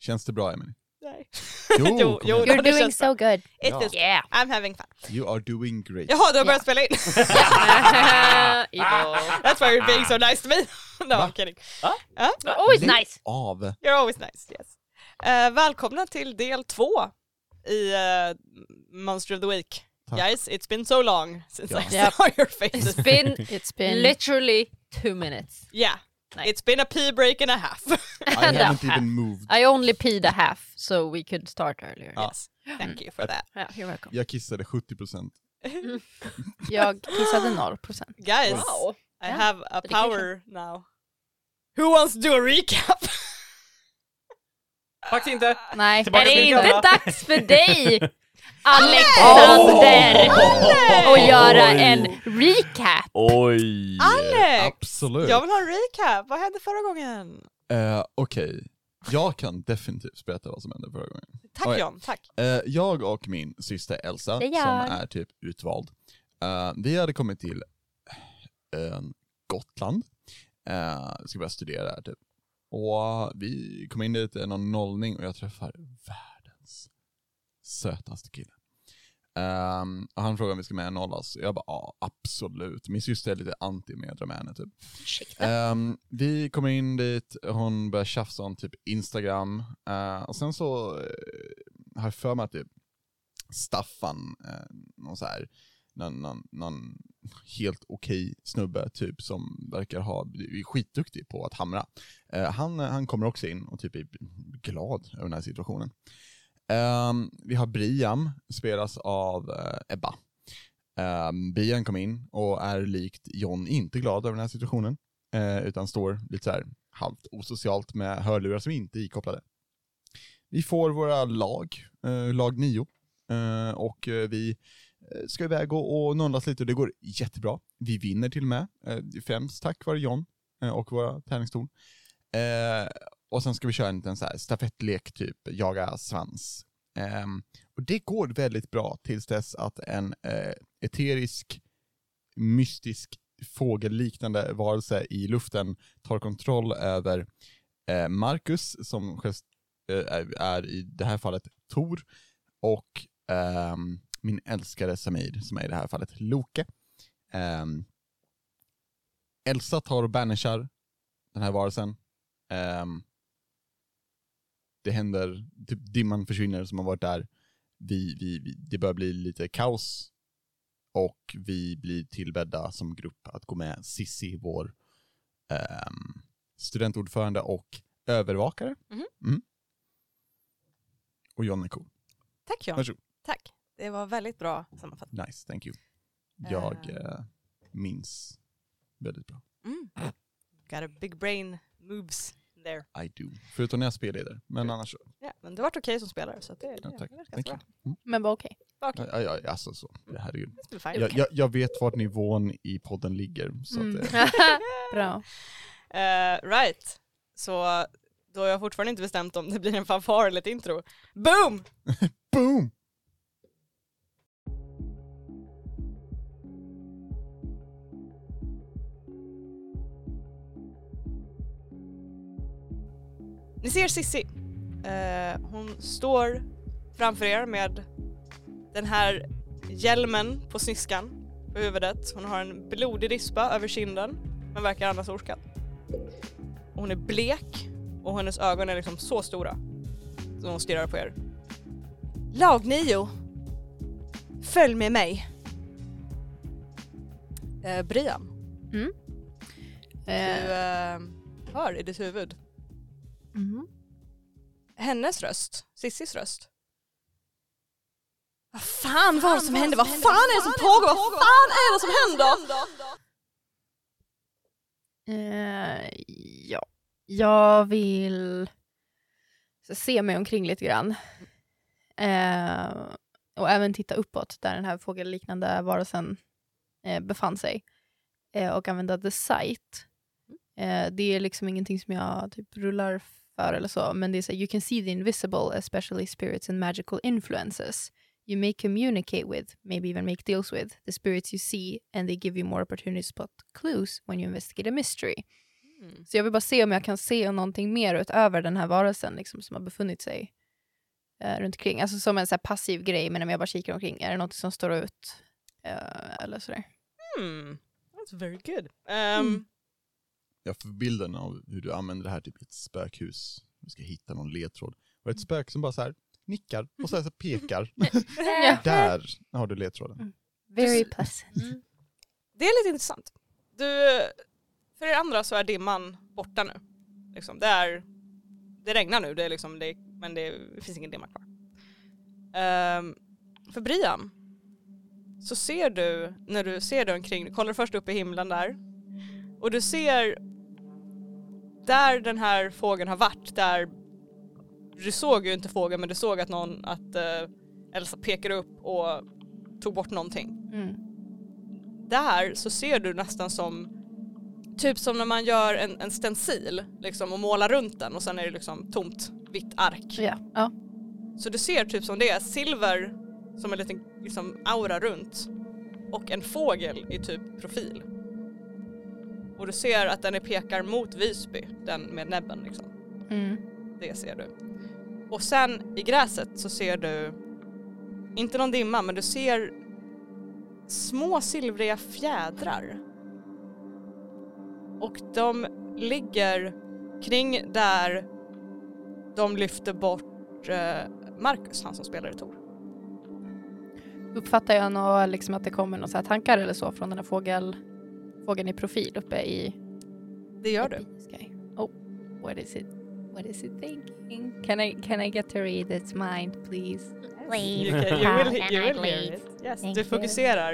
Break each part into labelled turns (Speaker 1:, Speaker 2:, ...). Speaker 1: Känns det bra Emily?
Speaker 2: Nej.
Speaker 1: Jo,
Speaker 2: Jo,
Speaker 1: kom
Speaker 2: jo,
Speaker 1: igen.
Speaker 2: det
Speaker 3: You're
Speaker 2: känns
Speaker 3: doing so good.
Speaker 2: It
Speaker 1: Ja.
Speaker 2: is.
Speaker 3: Yeah.
Speaker 2: I'm having fun.
Speaker 1: You are doing great.
Speaker 2: Jaha, du har börjat
Speaker 3: Ja.
Speaker 2: spela in.
Speaker 3: Evil.
Speaker 2: That's why you're being so nice to me. no,
Speaker 1: Va?
Speaker 2: I'm kidding.
Speaker 3: You're always
Speaker 1: Lägg
Speaker 3: nice.
Speaker 1: av.
Speaker 2: You're always nice. Yes. Eh, välkomna till del två i eh, Monster of the Week.
Speaker 1: Tack.
Speaker 2: Guys, it's been so long since I
Speaker 3: Ja.
Speaker 2: saw your faces.
Speaker 3: It's been
Speaker 4: It's been
Speaker 3: literally two minutes.
Speaker 2: Yeah,
Speaker 3: Nej.
Speaker 2: it's been a pee break and a half.
Speaker 1: I
Speaker 4: No.
Speaker 1: haven't even moved.
Speaker 4: I only peed a half so we could start earlier.
Speaker 1: Ja.
Speaker 2: yes, thank you for that.
Speaker 4: Ja, you're welcome.
Speaker 1: Jag kissade 70%.
Speaker 4: Jag kissade 0%.
Speaker 2: Guys,
Speaker 3: Mm. Wow.
Speaker 2: I
Speaker 3: Ja,
Speaker 2: have a
Speaker 3: det kanske-
Speaker 2: power now. Who wants to do a recap?
Speaker 5: Faktiskt inte.
Speaker 4: Nej,
Speaker 5: Tillbaka
Speaker 3: Är
Speaker 5: till
Speaker 3: det
Speaker 5: Mikaela.
Speaker 3: inte dags för dig, Alexander, att göra en recap?
Speaker 5: Oj.
Speaker 2: Alex!
Speaker 1: Absolut.
Speaker 2: Jag vill ha en recap, vad hände förra gången?
Speaker 1: Eh, Okej, jag kan definitivt berätta vad som hände förra gången.
Speaker 2: Tack
Speaker 1: Oj.
Speaker 2: John, tack.
Speaker 1: Eh, jag och min syster Elsa,
Speaker 3: Det är
Speaker 1: som
Speaker 3: jag.
Speaker 1: är typ utvald, eh, vi hade kommit till ön Gotland. Eh, ska börja studera där typ. Och vi kom in dit, en någon nollning, och jag träffar världens sötaste kille. Ehm, och han frågar om vi ska med och nollas, och jag bara ja, absolut. Min syster är lite anti med att dra med henne typ. Ehm, vi kommer in dit, hon börjar tjafsa om typ Instagram, eh, och sen så eh, har jag för mig att typ Staffan, eh, någon så här, någon, någon, någon helt okej snubbe typ som verkar ha, är skitduktig på att hamra. Eh, han, han kommer också in och typ är glad över den här situationen. Ehm, vi har Briam, spelas av eh, Ebba. Um, Brian kom in och är likt John inte glad över den här situationen, eh, utan står lite så här halvt osocialt med hörlurar som inte är ikopplade. Vi får våra lag, eh, lag nio, eh, och eh, vi eh, ska iväg och, och nollas lite och det går jättebra. Vi vinner till och med, eh, främst tack vare John eh, och våra tärningstorn. Eh, och sen ska vi köra en liten så här stafettlek, typ jaga svans. Ehm, och det går väldigt bra tills dess att en eh, eterisk, mystisk, fågelliknande varelse i luften tar kontroll över eh, Marcus, som gest, eh, är- är i det här fallet Tor, och ehm, min älskade Samir, som är i det här fallet Loke. Ehm, Elsa tar och banishar den här varelsen. Ehm, det händer, typ dimman försvinner som har varit där. Vi, vi, vi, det börjar bli lite kaos. Och vi blir tillbedda som grupp att gå med Sissi, vår ehm, studentordförande och övervakare.
Speaker 2: Mhm.
Speaker 1: Mm. Och John är cool.
Speaker 2: Tack John.
Speaker 1: Varsågod.
Speaker 2: Tack. Det var väldigt bra sammanfattat.
Speaker 1: Nice, thank you. Jag
Speaker 2: Ehm.
Speaker 1: eh, minns väldigt bra.
Speaker 2: Mm. Got a big brain moves there.
Speaker 1: I do. Förutom när jag spelade, men annars så.
Speaker 2: Ja, men du har varit okej som spelare så att det,
Speaker 1: Ja,
Speaker 2: det,
Speaker 1: tack.
Speaker 2: det verkar
Speaker 1: Thank
Speaker 2: bra.
Speaker 1: you.
Speaker 4: Men var okej.
Speaker 1: Ja, ja, ja, alltså så. Det här är ju...
Speaker 2: Det är fine.
Speaker 1: jag, jag, jag vet vart nivån i podden ligger. Så att, eh,
Speaker 4: Mm.
Speaker 1: det-
Speaker 4: Bra.
Speaker 2: Eh, right, så då har jag fortfarande inte bestämt om det blir en fanfar eller ett intro. Boom!
Speaker 1: Boom!
Speaker 2: Ni ser Sissi. Eh, hon står framför er med den här hjälmen på sniskan på huvudet. Hon har en blodig rispa över kinden men verkar annars orskad. Och Hon är blek och hennes ögon är liksom så stora så hon stirrar på er. Lag 9. Följ med mig. Eh, Brian, du
Speaker 4: Eh,
Speaker 2: eh, hör i ditt huvud
Speaker 4: mhm.
Speaker 2: hennes röst, Sissis röst. Vad fan var det som hände? Vad fan är det som pågår? Vad fan är det som händer?
Speaker 4: eh, ja. Jag vill se mig omkring lite grann. Eh, och även titta uppåt där den här fågelliknande varelsen eh, befann sig. Eh, och använda the sight. Eh, det är liksom ingenting som jag typ rullar för eller så, men det är så här, you can see the invisible, especially spirits and magical influences. You may communicate with, maybe even make deals with, the spirits you see and they give you more opportunities to spot clues when you investigate a mystery.
Speaker 2: Mm.
Speaker 4: Så jag vill bara se om jag kan se någonting mer utöver den här varelsen liksom, som har befunnit sig eh, runt omkring. Alltså som en så här passiv grej, men om jag bara kikar omkring, är det något som står ut? Eh, eller sådär.
Speaker 2: Hmm. That's very good. Um,
Speaker 4: Mm.
Speaker 1: Jag får bilden av hur du använder det här typ i ett spökhus. Vi ska hitta någon ledtråd. Och ett spök som bara så här nickar och så här så pekar.
Speaker 3: Ja.
Speaker 1: Där har du ledtråden.
Speaker 4: Very pleasant.
Speaker 2: Det är lite intressant. Du, för er andra så är dimman borta nu. Liksom, det, är, det regnar nu, det är liksom, det, men det, det finns ingen dimma kvar. Ehm, för Brian så ser du, när du ser dig omkring, du kollar först upp i himlen där och du ser där den här fågeln har varit, där du såg ju inte fågeln men du såg att någon, att eh, Elsa pekade upp och tog bort någonting
Speaker 4: Mm.
Speaker 2: där så ser du nästan som typ som när man gör en, en stencil liksom, och målar runt den och sen är det liksom tomt vitt ark.
Speaker 4: Ja. ja.
Speaker 2: Så du ser typ som det är silver som en liten liksom, aura runt och en fågel i typ profil. Och du ser att den är pekar mot Visby, den med näbben liksom.
Speaker 4: Mm.
Speaker 2: Det ser du. Och sen i gräset så ser du, inte någon dimma, men du ser små silvriga fjädrar. Och de ligger kring där de lyfter bort eh, Marcus, han som spelar i Tor.
Speaker 4: Uppfattar jag nå, liksom, att det kommer några tankar eller så från den här fågel, fågeln i profil uppe i
Speaker 2: Det gör du.
Speaker 4: Okay. Oh, what is it? What is it thinking? Can I can I get to read its mind, please?
Speaker 2: You,
Speaker 3: Please.
Speaker 2: can, you
Speaker 3: How
Speaker 2: will,
Speaker 3: can
Speaker 2: you
Speaker 3: I
Speaker 2: will hear
Speaker 3: please?
Speaker 2: it. Yes.
Speaker 3: Thank
Speaker 2: Du
Speaker 3: you.
Speaker 2: fokuserar,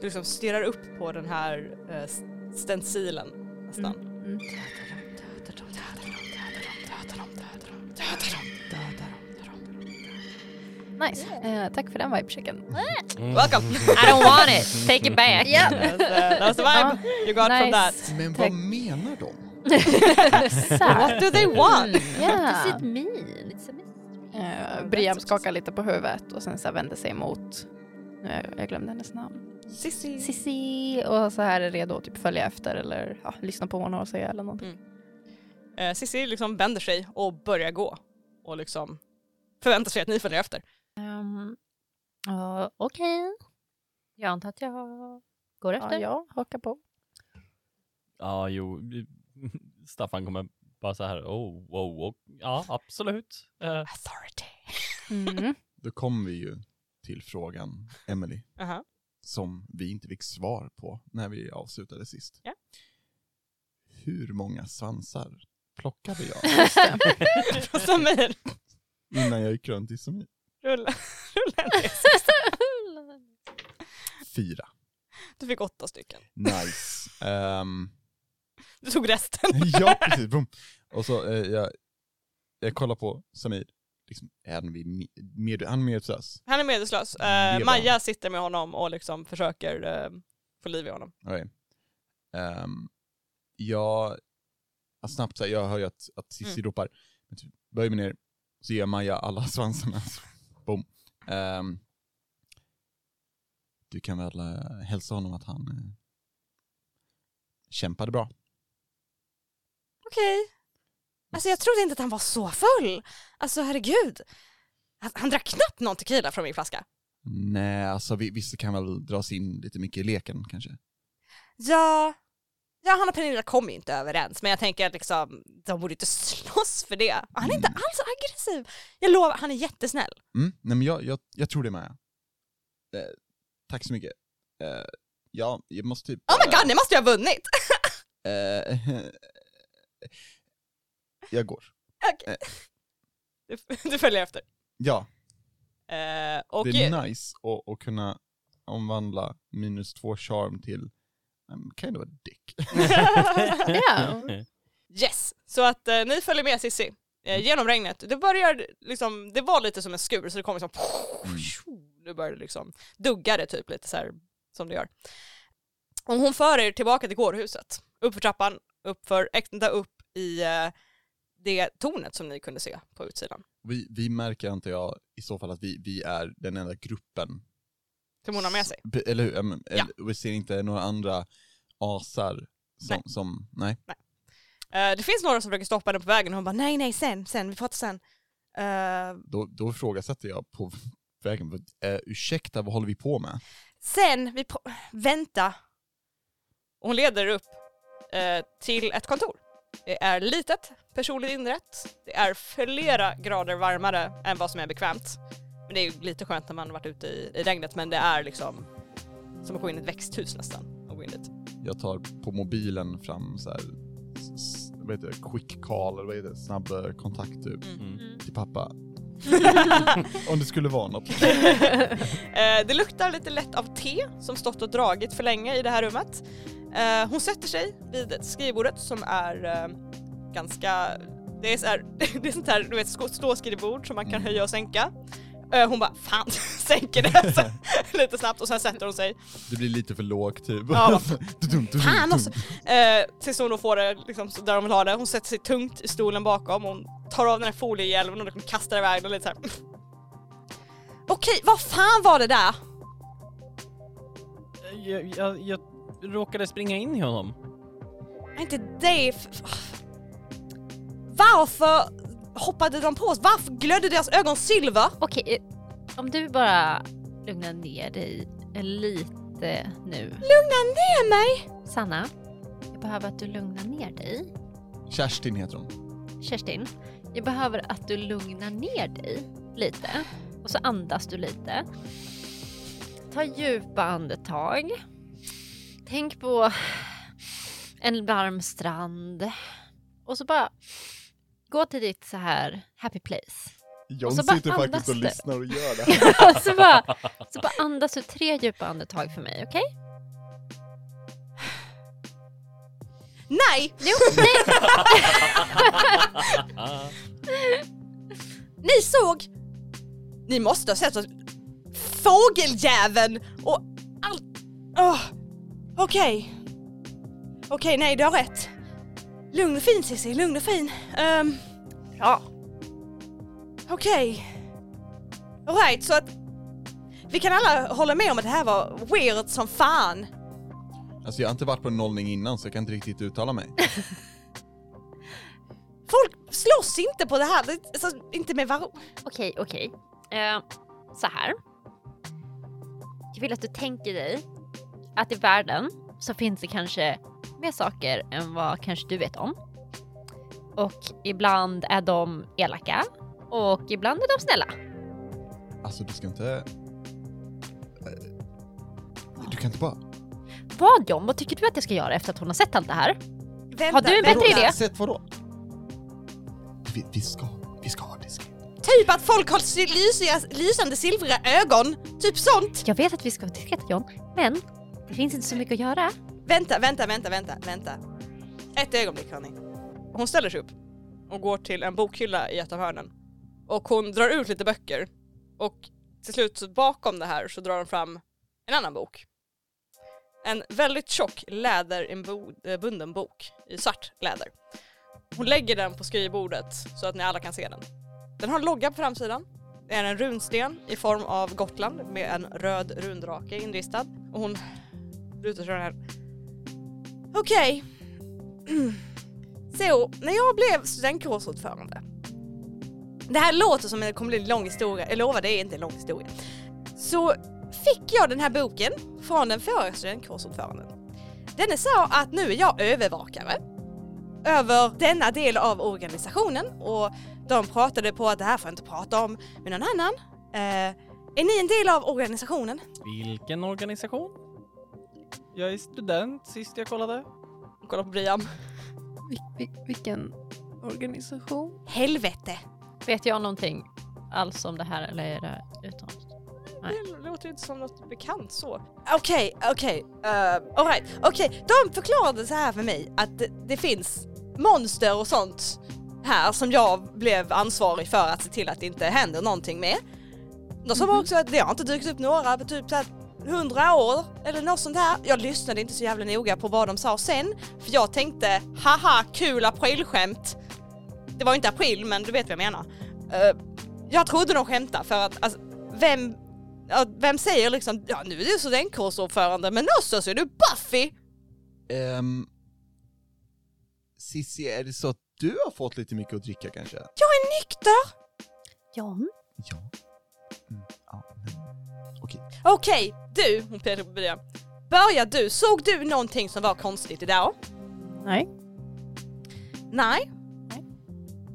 Speaker 2: du liksom stirrar upp på den här eh, s- stencilen nästan.
Speaker 4: Mm. Nice. Eh, tack för den vibechecken.
Speaker 2: Mm. Welcome!
Speaker 3: I don't want it. Take it back.
Speaker 2: That was, uh, that was the vibe you got from that.
Speaker 4: nice.
Speaker 1: Men
Speaker 4: Tack.
Speaker 1: vad menar de?
Speaker 2: What do they want?
Speaker 3: Mm. What does
Speaker 4: Yeah.
Speaker 3: it mean? It's a mystery.
Speaker 4: Eh, Brian skakar lite på huvudet och sen så här vänder sig mot nu har jag, jag glömde hennes namn.
Speaker 2: Sissi.
Speaker 4: Sissi och så här är redo att typ följa efter eller ja, lyssna på vad hon har att säga eller någonting.
Speaker 2: Eh, Sissi liksom vänder sig och börjar gå. Och liksom förväntar sig att ni följer efter.
Speaker 3: Um, ja, Okej. Jag antar att jag går
Speaker 4: Ja,
Speaker 3: efter.
Speaker 4: jag hakar på.
Speaker 5: Ja, jo. Staffan kommer bara så här, oh, wow, wow. ja, absolut. Eh,
Speaker 2: Authority.
Speaker 4: Mm.
Speaker 1: Då kommer vi ju till frågan, Emily,
Speaker 2: Aha.
Speaker 1: som vi inte fick svar på när vi avslutade sist.
Speaker 2: Ja.
Speaker 1: Hur många svansar plockade jag
Speaker 2: Samir,
Speaker 1: innan jag gick runt i som
Speaker 2: rulla. rulla.
Speaker 1: fyra?
Speaker 2: Du fick åtta stycken.
Speaker 1: Nice. Ehm,
Speaker 2: Du tog resten.
Speaker 1: ja, precis. Boom. Och så eh, jag, jag kollar på Samir, liksom, är han vid med, med, han medvetslös?
Speaker 2: Han är medvetslös. Eh,
Speaker 1: Leva.
Speaker 2: Maja sitter med honom och liksom försöker eh, få liv i honom.
Speaker 1: Okej. Ehm, jag, ja, snabbt så här, jag hör ju att, att Cissi
Speaker 2: Mm.
Speaker 1: ropar, men typ, böj mig ner, så ger Maja alla svansarna. Så, Boom. Ehm, du kan väl eh, hälsa honom att han eh, kämpade bra.
Speaker 2: Okej. Alltså jag trodde inte att han var så full. Alltså herregud. Han, han drack knappt någon tequila från min flaska.
Speaker 1: Nej, alltså vi, vissa kan väl dras in lite mycket i leken kanske.
Speaker 2: Ja, ja han och Pernilla kom ju inte överens men jag tänker att liksom, de borde inte slåss för det. Han är inte alls aggressiv. Jag lovar, han är jättesnäll.
Speaker 1: Mm, nej men jag, jag, jag tror det Maja. Eh, tack så mycket. Eh, ja, jag måste typ...
Speaker 2: Oh my god, ni måste ju ha vunnit!
Speaker 1: Eh, jag går.
Speaker 2: Du, du följer efter.
Speaker 1: Ja,
Speaker 2: Eh, och
Speaker 1: det är nice att, att kunna omvandla minus två charm till um, kind of a dick.
Speaker 4: Ja.
Speaker 2: yes, så att eh, ni följer med Cissi eh, genom regnet. Det börjar liksom, det var lite som en skur så det kom liksom, nu började det liksom dugga det typ lite så här som det gör. Och hon för er tillbaka till kårhuset. Uppför trappan, uppför, ända upp i eh, det tornet som ni kunde se på utsidan.
Speaker 1: Vi, vi märker, antar jag, i så fall att vi, vi är den enda gruppen.
Speaker 2: Som hon har med sig.
Speaker 1: S- Eller hur? Ja, men,
Speaker 2: Ja.
Speaker 1: eller- Vi ser inte några andra asar som...
Speaker 2: Nej.
Speaker 1: Nej. Som, nej.
Speaker 2: Eh, det finns några som försöker stoppa henne på vägen och hon bara nej, nej, sen, sen, vi pratar sen. Eh,
Speaker 1: Då, då ifrågasätter jag på vägen, eh, ursäkta vad håller vi på med?
Speaker 2: sen, vi pr- vänta. Och Hon leder upp eh, till ett kontor. Det är litet, personligt inrätt. Det är flera grader varmare än vad som är bekvämt. Men det är ju lite skönt när man varit ute i, i regnet men det är liksom som att gå in i ett växthus nästan. Och gå in dit.
Speaker 1: Jag tar på mobilen fram så här, s- s- vad heter det, quick call eller vad heter det, snabb eh, kontakt typ,
Speaker 5: Mm.
Speaker 1: till pappa. Om det skulle vara något.
Speaker 2: Eh, det luktar lite lätt av te som stått och dragit för länge i det här rummet. Eh, hon sätter sig vid skrivbordet som är eh, ganska... Det är, så här, det är sånt här du vet, sko- ståskrivbord som man kan
Speaker 1: Mm.
Speaker 2: höja och sänka. Eh, hon bara fan, sänker det så, lite snabbt och sen sätter hon sig.
Speaker 1: Det blir lite för lågt typ.
Speaker 2: Ja.
Speaker 1: Dudum, dudum,
Speaker 2: Fan
Speaker 1: dudum.
Speaker 2: också! Eh, tills hon då får det liksom, så där hon vill ha det. Hon sätter sig tungt i stolen bakom och hon tar av den här foliehjälmen och liksom kastar iväg den lite såhär. Okej, vad fan var det där?
Speaker 5: Jag, jag, jag råkade springa in i honom.
Speaker 2: Inte det. f- f- Varför hoppade de på oss? Varför glödde deras ögon silver?
Speaker 3: Okej, eh, om du bara lugnar ner dig lite nu.
Speaker 2: Lugna ner mig!
Speaker 3: Sanna, jag behöver att du lugnar ner dig.
Speaker 1: Kerstin heter hon.
Speaker 3: Kerstin, jag behöver att du lugnar ner dig lite. Och så andas du lite. Ta djupa andetag. Tänk på en varm strand. Och så bara gå till ditt så här happy place.
Speaker 1: John
Speaker 3: så bara
Speaker 1: sitter
Speaker 3: andas
Speaker 1: faktiskt och
Speaker 3: det.
Speaker 1: lyssnar och gör det. här.
Speaker 3: så, bara, så bara andas ut tre djupa andetag för mig, okej?
Speaker 2: Nej!
Speaker 5: Ah.
Speaker 2: Ni såg! Ni måste ha sett att fågeljäveln och allt... Åh, Okej. Okej, nej du har rätt. Lugn och fin Cissi, lugn och fin. Um,
Speaker 3: Bra.
Speaker 2: Okej. Alright, så att vi kan alla hålla med om att det här var weird som fan.
Speaker 1: Alltså jag har inte varit på en nollning innan så jag kan inte riktigt uttala mig.
Speaker 2: Folk slåss inte på det här, det, alltså, inte med varandra.
Speaker 3: Okej, okej. Eh, så här. Jag vill att du tänker dig att i världen så finns det kanske mer saker än vad kanske du vet om. Och ibland är de elaka och ibland är de snälla.
Speaker 1: Alltså du ska inte... eh, Du kan inte bara...
Speaker 3: Vad John, vad tycker du att jag ska göra efter att hon har sett allt det här?
Speaker 2: Vänta,
Speaker 3: Har du en bättre
Speaker 2: vänta.
Speaker 3: idé?
Speaker 1: Sätt vadå? Vi, vi ska, vi ska ha diskret.
Speaker 2: Typ att folk har sy- lysiga, lysande silvriga ögon, typ sånt.
Speaker 3: Jag vet att vi ska vara diskreta John, men det finns inte så mycket att göra.
Speaker 2: Vänta, vänta, vänta, vänta, vänta. Ett ögonblick hörni. Hon ställer sig upp och går till en bokhylla i ett av hörnen. Och hon drar ut lite böcker. Och till slut så bakom det här så drar hon fram en annan bok. En väldigt tjock läderinbunden eh, bok i svart läder. Hon lägger den på skrivbordet så att ni alla kan se den. Den har en logga på framsidan. Det är en runsten i form av Gotland med en röd rundrake inristad. Och hon lutar sig den här Okej. Så, när jag blev studentkårsordförande. Det här låter som en det kommer bli en lång historia, jag lovar det är inte en lång historia. Så fick jag den här boken från den förra studentkårsordföranden. Denne sa att nu är jag övervakare över denna del av organisationen och de pratade på att det här får jag inte prata om med någon annan. Eh, är ni en del av organisationen?
Speaker 5: Vilken organisation? Jag är student sist jag kollade.
Speaker 2: Kolla på Brian.
Speaker 4: Vil- vil- vilken organisation?
Speaker 2: Helvete!
Speaker 3: Vet jag någonting alls om det här eller är det utan? Nej.
Speaker 2: Det låter ju inte som något bekant så. Okej, okej. eh, Alright, okej. De förklarade så här för mig att det, det finns monster och sånt här som jag blev ansvarig för att se till att det inte händer någonting med. De sa
Speaker 3: Mhm.
Speaker 2: också att det har inte dykt upp några på typ så här 100 år eller något sånt där. Jag lyssnade inte så jävla noga på vad de sa sen för jag tänkte haha kul aprilskämt. Det var ju inte april men du vet vad jag menar. Eh, jag trodde de skämtade för att alltså, vem, ja, vem säger liksom ja nu är du studentkårsordförande men också så är du Buffy.
Speaker 1: Ehm... Sissi, Ehm, är det så att du har fått lite mycket att dricka kanske?
Speaker 2: Nykter!
Speaker 3: John?
Speaker 1: Ja. Mm, ja men... Okej.
Speaker 2: Okej, du, hon pekade på Brian. Börja du, såg du någonting som var konstigt idag?
Speaker 4: Nej.
Speaker 2: Nej.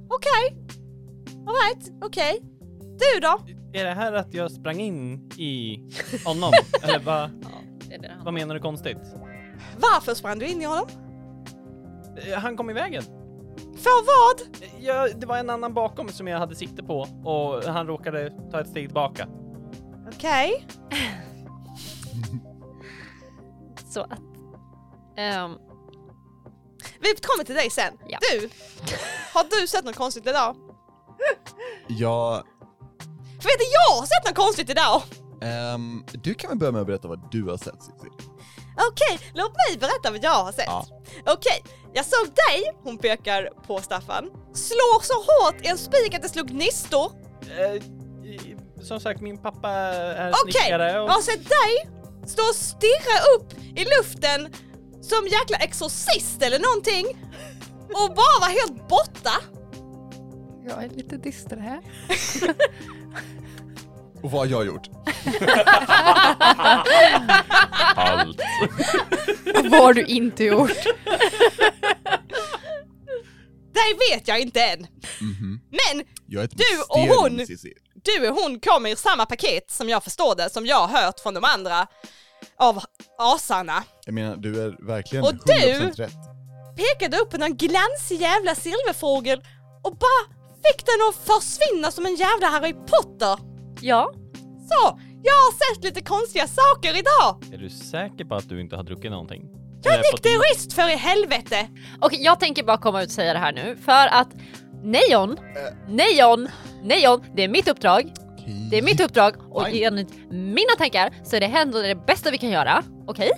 Speaker 2: Okej. Alright, okej. Du då?
Speaker 5: Är det här att jag sprang in i honom? Eller vad,
Speaker 3: Ja, det är det han
Speaker 5: vad menar du konstigt?
Speaker 2: Varför sprang du in i honom?
Speaker 5: Eh, Han kom i vägen.
Speaker 2: För vad?
Speaker 5: Eh, Jag, det var en annan bakom som jag hade sikte på och han råkade ta ett steg tillbaka.
Speaker 2: Okej.
Speaker 3: Så att... ehm,
Speaker 2: Vi kommer till dig sen.
Speaker 3: Ja.
Speaker 2: Du, har du sett något konstigt idag?
Speaker 1: Ja,
Speaker 2: För vet du, jag har sett något konstigt idag!
Speaker 1: ehm, du kan väl börja med att berätta vad du har sett Sissi?
Speaker 2: Okej, låt mig berätta vad jag har sett.
Speaker 1: Ja.
Speaker 2: Okej, jag såg dig, hon pekar på Staffan, slå så hårt i en spik att det slog gnistor.
Speaker 5: Eh, i- Som sagt, min pappa är
Speaker 2: Okej,
Speaker 5: snickare och
Speaker 2: Jag har sett dig stå och stirra upp i luften som jäkla exorcist eller någonting och bara vara helt borta.
Speaker 4: Jag är lite disträ här.
Speaker 1: Och vad har jag gjort?
Speaker 5: allt.
Speaker 4: Vad har du inte gjort?
Speaker 2: Det vet jag inte än.
Speaker 1: Mhm.
Speaker 2: Men
Speaker 1: Jag är ett
Speaker 2: Du och
Speaker 1: mysterium,
Speaker 2: hon!
Speaker 1: Sissi.
Speaker 2: du och hon kom i samma paket som jag förstår det, som jag har hört från de andra av asarna.
Speaker 1: Jag menar, du är verkligen
Speaker 2: Och
Speaker 1: 100%
Speaker 2: du!
Speaker 1: rätt.
Speaker 2: Pekade upp på någon glansig jävla silverfågel och bara fick den att försvinna som en jävla Harry Potter.
Speaker 3: ja,
Speaker 2: Så, jag har sett lite konstiga saker idag.
Speaker 5: Är du säker på att du inte har druckit någonting?
Speaker 2: Jag
Speaker 5: Eller
Speaker 2: är
Speaker 5: fått-
Speaker 2: nykterist för i helvete!
Speaker 3: Okej, jag tänker bara komma ut och säga det här nu för att nej John, nej John, nej John, det är mitt uppdrag,
Speaker 1: Okej.
Speaker 3: det är mitt uppdrag och
Speaker 1: Fine.
Speaker 3: enligt mina tankar så är det här ändå det bästa vi kan göra, okej?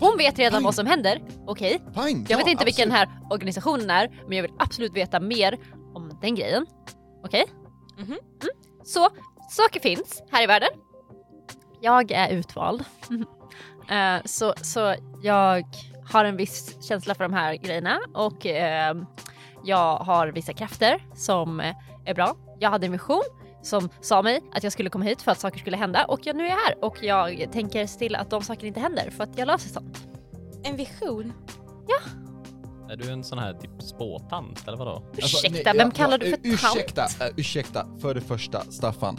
Speaker 3: Hon vet redan
Speaker 1: Fine.
Speaker 3: vad som händer, okej?
Speaker 1: Fine,
Speaker 3: Jag
Speaker 1: ja,
Speaker 3: vet inte vilken den
Speaker 1: absolut.
Speaker 3: här organisationen är, men jag vill absolut veta mer om den grejen. Okej?
Speaker 2: Mhm.
Speaker 3: Mm. Så, saker finns här i världen. Jag är utvald. Eh, så, så jag har en viss känsla för de här grejerna och eh, jag har vissa krafter som eh, är bra. Jag hade en vision som sa mig att jag skulle komma hit för att saker skulle hända och jag, nu är jag här och jag tänker se till att de sakerna inte händer för att jag löser sånt.
Speaker 2: En vision?
Speaker 5: Är du en sån här typ spåtant eller vadå?
Speaker 1: Alltså,
Speaker 3: Ursäkta,
Speaker 1: nej,
Speaker 3: vem
Speaker 1: ja,
Speaker 3: kallar
Speaker 1: ja,
Speaker 3: du för
Speaker 1: eh,
Speaker 3: tant?
Speaker 1: ursäkta, tant? ursäkta, för det första, Staffan.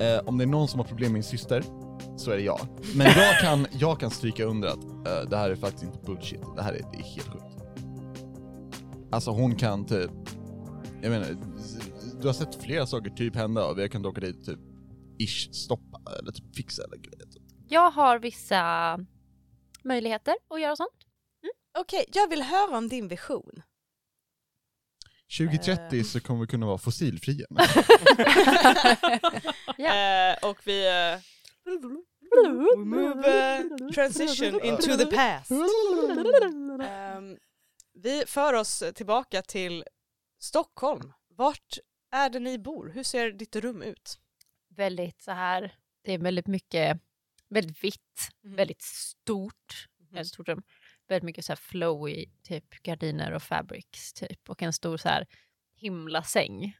Speaker 1: Eh, om det är någon som har problem med min syster, så är det jag. Men jag kan, jag kan stryka under att eh, det här är faktiskt inte bullshit. Det här är, det är helt sjukt. Alltså hon kan typ, jag menar, du har sett flera saker typ hända och vi har kunnat åka dit typ ish stoppa eller typ fixa eller grejer. Typ.
Speaker 3: Jag har vissa möjligheter att göra sånt.
Speaker 2: Okej, jag vill höra om din vision.
Speaker 1: 2030
Speaker 3: Eh.
Speaker 1: så kommer vi kunna vara fossilfria.
Speaker 2: Eh, och vi... eh, we move eh, transition into the past. Ehm, vi för oss tillbaka till Stockholm. Vart är det ni bor? Hur ser ditt rum ut?
Speaker 3: Väldigt så här, det är väldigt mycket, väldigt vitt,
Speaker 2: Mhm.
Speaker 3: väldigt stort,
Speaker 2: Mhm.
Speaker 3: ett stort rum. Väldigt mycket så här flowy, typ gardiner och fabrics typ och en stor så här himlasäng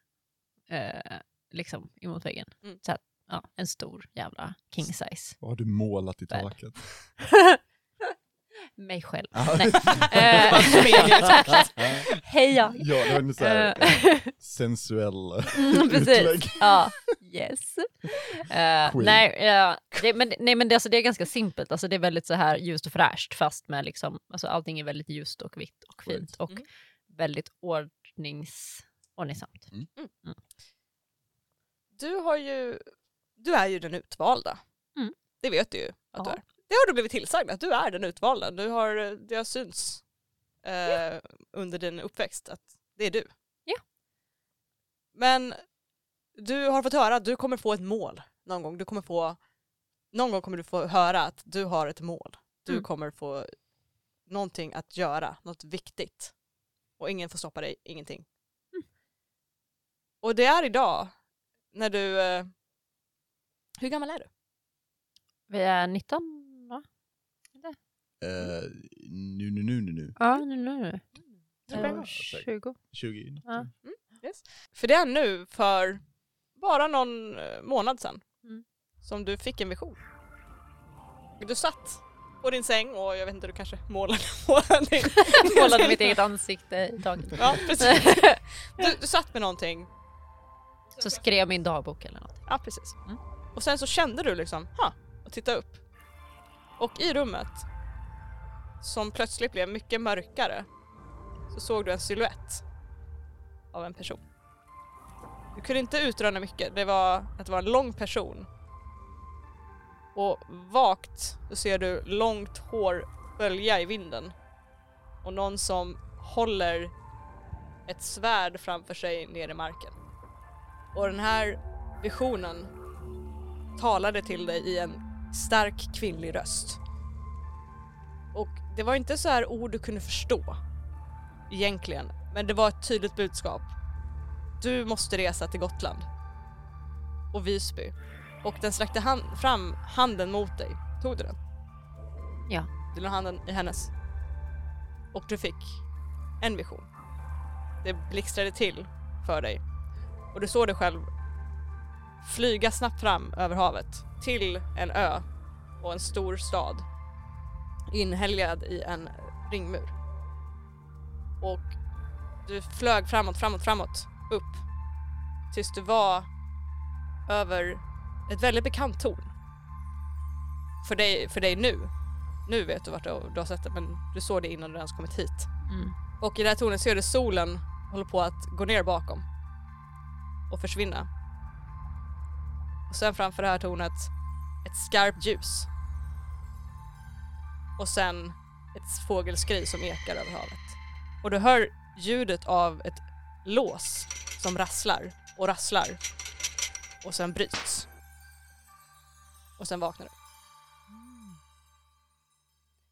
Speaker 3: eh, liksom emot väggen.
Speaker 2: Mm.
Speaker 3: Så här, ja, en stor jävla king size.
Speaker 1: Vad har du målat i
Speaker 3: Värld.
Speaker 1: taket?
Speaker 3: Mig själv.
Speaker 1: Ah,
Speaker 3: Nej. Eh, Heja!
Speaker 1: ja, det var en så här,
Speaker 3: Eh,
Speaker 1: sensuell eh,
Speaker 3: Mm,
Speaker 1: utlägg.
Speaker 3: precis. Ja, yes. Eh,
Speaker 1: Queen.
Speaker 3: nej, ja, det, men, nej, men det, alltså, det är ganska simpelt. Alltså, det är väldigt så här ljust och fräscht fast med liksom, alltså, allting är väldigt ljust och vitt och fint och
Speaker 2: Mm.
Speaker 3: väldigt ordnings, ordningsamt.
Speaker 2: Du har ju... Du är ju den utvalda.
Speaker 3: Mm.
Speaker 2: Det vet du ju att du
Speaker 3: Ja.
Speaker 2: är. Det har du blivit tillsagd att du är den utvalda. Du har, det har synts eh, under din uppväxt att det är du.
Speaker 3: Ja.
Speaker 2: Men du har fått höra att du kommer få ett mål någon gång. Du kommer få, någon gång kommer du få höra att du har ett mål. Du
Speaker 3: Mm.
Speaker 2: kommer få någonting att göra, något viktigt. Och ingen får stoppa dig, ingenting.
Speaker 3: Mm.
Speaker 2: Och det är idag när du... eh, Hur gammal är du?
Speaker 3: Vi är 19, va?
Speaker 1: Eh, nu, nu, nu, nu, nu.
Speaker 3: Ja, nu, nu.
Speaker 2: Super.
Speaker 4: Eh, 20.
Speaker 1: 20
Speaker 4: Ja.
Speaker 2: För det är nu för bara någon eh, månad sedan
Speaker 3: Mm.
Speaker 2: som du fick en vision. Du satt på din säng och jag vet inte, du kanske målade målade din
Speaker 3: Målade mitt eget ansikte i taket.
Speaker 2: Ja, precis. Du, du satt med någonting.
Speaker 3: Så skrev jag min dagbok eller något.
Speaker 2: Ja, precis.
Speaker 3: Mm.
Speaker 2: Och sen så kände du liksom, ha, och titta upp. Och i rummet, som plötsligt blev mycket mörkare, så såg du en silhuett av en person. Du kunde inte utröna mycket, det var att det var en lång person. Och vagt så ser du långt hår bölja i vinden. Och någon som håller ett svärd framför sig ner i marken. Och den här visionen talade till dig i en stark kvinnlig röst. Och det var inte så här ord du kunde förstå egentligen, men det var ett tydligt budskap. Du måste resa till Gotland och Visby. Och den sträckte hand, fram handen mot dig. Tog du den?
Speaker 3: Ja.
Speaker 2: Du la handen i hennes. Och du fick en vision. Det blixtrade till för dig och du såg dig själv flyga snabbt fram över havet till en ö och en stor stad inhelgad i en ringmur. Och du flög framåt, framåt, framåt, upp tills du var över ett väldigt bekant torn. För dig, för dig nu. Nu vet du vart du, du har sett det men du såg det innan du ens kommit hit.
Speaker 3: Mm.
Speaker 2: Och i det här tornet ser du solen håller på att gå ner bakom och försvinna. Och sen framför det här tornet ett skarpt ljus. Och sen ett fågelskri som ekar över havet. Och du hör ljudet av ett lås som rasslar och rasslar och sen bryts. Och sen vaknar du.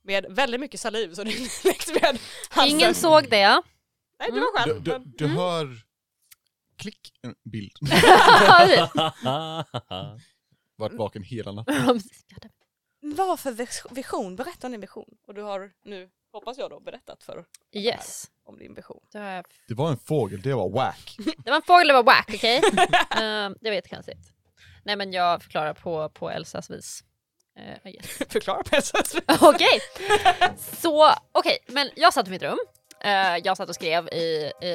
Speaker 2: Med väldigt mycket saliv så det är liksom med halsen.
Speaker 3: Ingen såg det.
Speaker 2: Nej, du var själv.
Speaker 1: Du, du,
Speaker 2: men-
Speaker 3: Mm.
Speaker 1: du hör klick, en bild. Varit vaken hela natten.
Speaker 2: Vad var för vis- vision? Berätta om din vision. Och du har nu, hoppas jag då, berättat för
Speaker 3: yes.
Speaker 2: om din vision.
Speaker 3: Det, har jag...
Speaker 1: Det var en fågel, det var whack.
Speaker 3: det var en fågel, det var whack, okej? Ehm, det var jättekonstigt. Nej men jag förklarar på, på Elsas vis. Eh, yes.
Speaker 2: Förklara på SS.
Speaker 3: Okej. Så, okej. Men jag satt i mitt rum. Eh, jag satt och skrev i, i,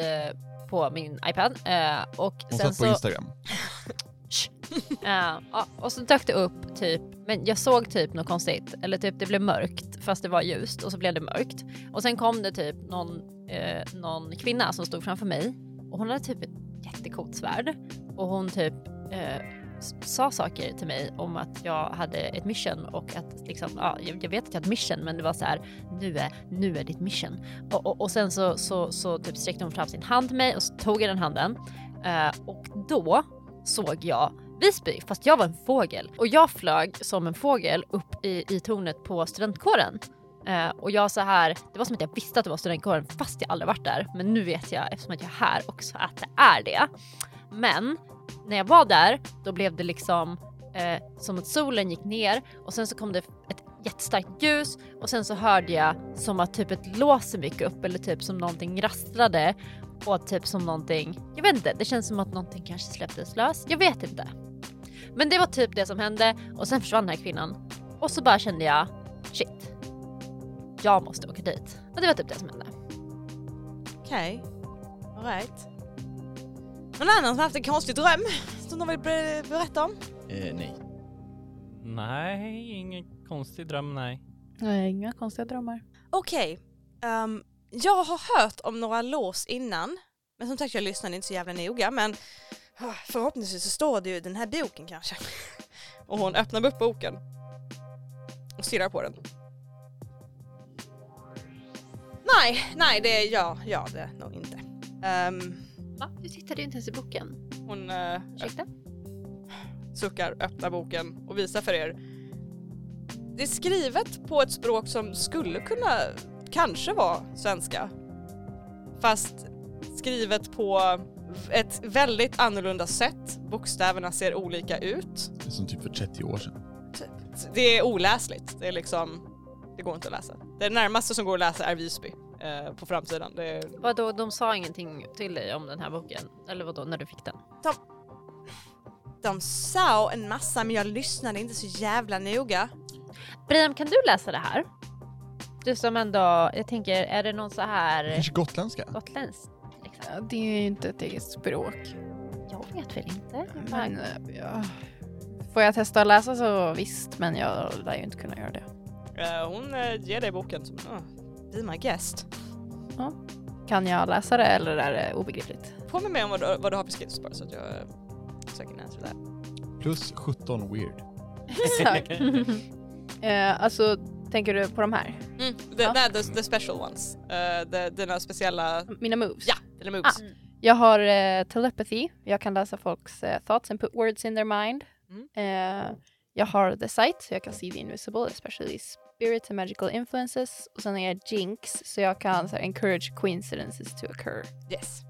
Speaker 3: på min iPad. Eh, och
Speaker 1: Hon
Speaker 3: sen
Speaker 1: satt på
Speaker 3: så,
Speaker 1: Instagram.
Speaker 3: eh, ja, och så dök det upp typ, men jag såg typ något konstigt. Eller typ det blev mörkt fast det var ljust och så blev det mörkt. Och sen kom det typ någon, eh, någon kvinna som stod framför mig. Och hon hade typ ett jättecoolt svärd. Och hon typ eh, s- sa saker till mig om att jag hade ett mission och att liksom, ja, jag jag vet att jag har ett mission men det var så här, nu är, nu är ditt mission. Och, och, och sen så, så, så typ sträckte hon fram sin hand till mig och så tog jag den handen. Eh, och då såg jag Visby, fast jag var en fågel. Och jag flög som en fågel upp i, i tornet på studentkåren. Eh, och jag så här, det var som att jag visste att det var studentkåren fast jag aldrig varit där. Men nu vet jag eftersom att jag är här också att det är det. Men när jag var där då blev det liksom eh, som att solen gick ner och sen så kom det ett jättestarkt ljus och sen så hörde jag som att typ ett lås gick upp eller typ som någonting rasslade och typ som någonting, jag vet inte, det känns som att någonting kanske släpptes lös, jag vet inte. Men det var typ det som hände och sen försvann den här kvinnan och så bara kände jag shit, jag måste åka dit. Och det var typ det som hände.
Speaker 2: Okej. Alright. Någon annan som haft en konstig dröm som de vill be- berätta om?
Speaker 1: Eh,
Speaker 6: nej.
Speaker 5: nej, ingen konstig dröm nej.
Speaker 4: Nej, inga konstiga drömmar.
Speaker 2: Okej. ehm, jag har hört om några lås innan. Men som sagt, jag lyssnade inte så jävla noga. Men ah, förhoppningsvis så står det ju i den här boken kanske. Och hon öppnar upp boken. Och stirrar på den. Nej, nej, det är ja, ja, det är nog inte. Ehm,
Speaker 3: Va? Du tittade ju inte ens i boken.
Speaker 2: hon eh,
Speaker 3: Ursäkta?
Speaker 2: suckar, öppnar boken och visar för er. Det är skrivet på ett språk som skulle kunna kanske vara svenska. Fast skrivet på ett väldigt annorlunda sätt. Bokstäverna ser olika ut.
Speaker 1: Det är Som typ för 30 år sedan.
Speaker 2: Det är oläsligt. Det är liksom, det går inte att läsa. Det närmaste som går att läsa är Visby. Eh, eh, på framsidan. Det är,
Speaker 3: Vadå, de sa ingenting till dig om den här boken? Eller vadå, när du fick den?
Speaker 2: de sa en massa men jag lyssnade inte så jävla noga.
Speaker 3: Brian, kan du läsa det här? Du som ändå, jag tänker, är det någon så här
Speaker 1: Kanske gotländska?
Speaker 3: gotländskt? Liksom?
Speaker 4: Ja, det är ju inte ett eget språk.
Speaker 3: Jag vet väl inte. Jag bara-
Speaker 4: Men, eh, ja. Får jag testa att läsa så visst, men jag lär ju inte kunna göra det.
Speaker 2: Eh, hon eh, ger dig boken som uh, be my guest.
Speaker 4: Kan jag läsa det eller är det obegripligt?
Speaker 2: Påminn mig om vad du, vad du har beskrivit bara så att jag eh, söker en answer där.
Speaker 1: Plus 17 weird.
Speaker 4: Exakt. Eh, alltså, tänker du på de här?
Speaker 2: Mm, the,
Speaker 4: Ja.
Speaker 2: the, the, the special ones. Eh, the, dina speciella, Ah,
Speaker 4: Mina moves?
Speaker 2: Ja. dina moves.
Speaker 4: Jag har eh, telepathy, jag kan läsa folks eh, thoughts and put words in their mind.
Speaker 2: Mm.
Speaker 4: Eh, jag har the sight, så jag kan see the invisible, especially spirits and magical influences. Och sen har jag jinx, så jag kan så här, encourage coincidences to occur.
Speaker 2: Yes.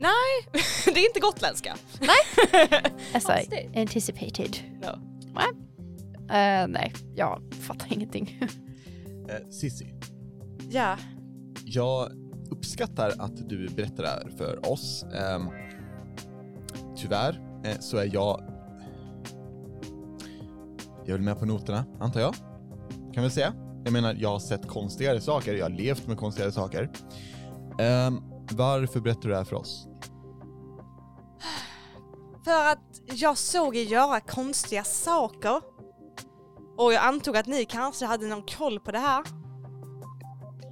Speaker 2: Nej, det är inte gotländska.
Speaker 4: As I
Speaker 3: Konstigt.
Speaker 4: anticipated.
Speaker 2: No.
Speaker 4: Va? Eh, nej, jag fattar ingenting.
Speaker 1: Eh, Sissi,
Speaker 2: Ja.
Speaker 1: jag uppskattar att du berättar det här för oss. Ehm, tyvärr eh, så är jag... Jag är väl med på noterna, antar jag. Kan vi säga. Jag menar, jag har sett konstigare saker, jag har levt med konstigare saker. Ehm, varför berättar du det här för oss?
Speaker 2: För att jag såg er göra konstiga saker. Och jag antog att ni kanske hade någon koll på det här.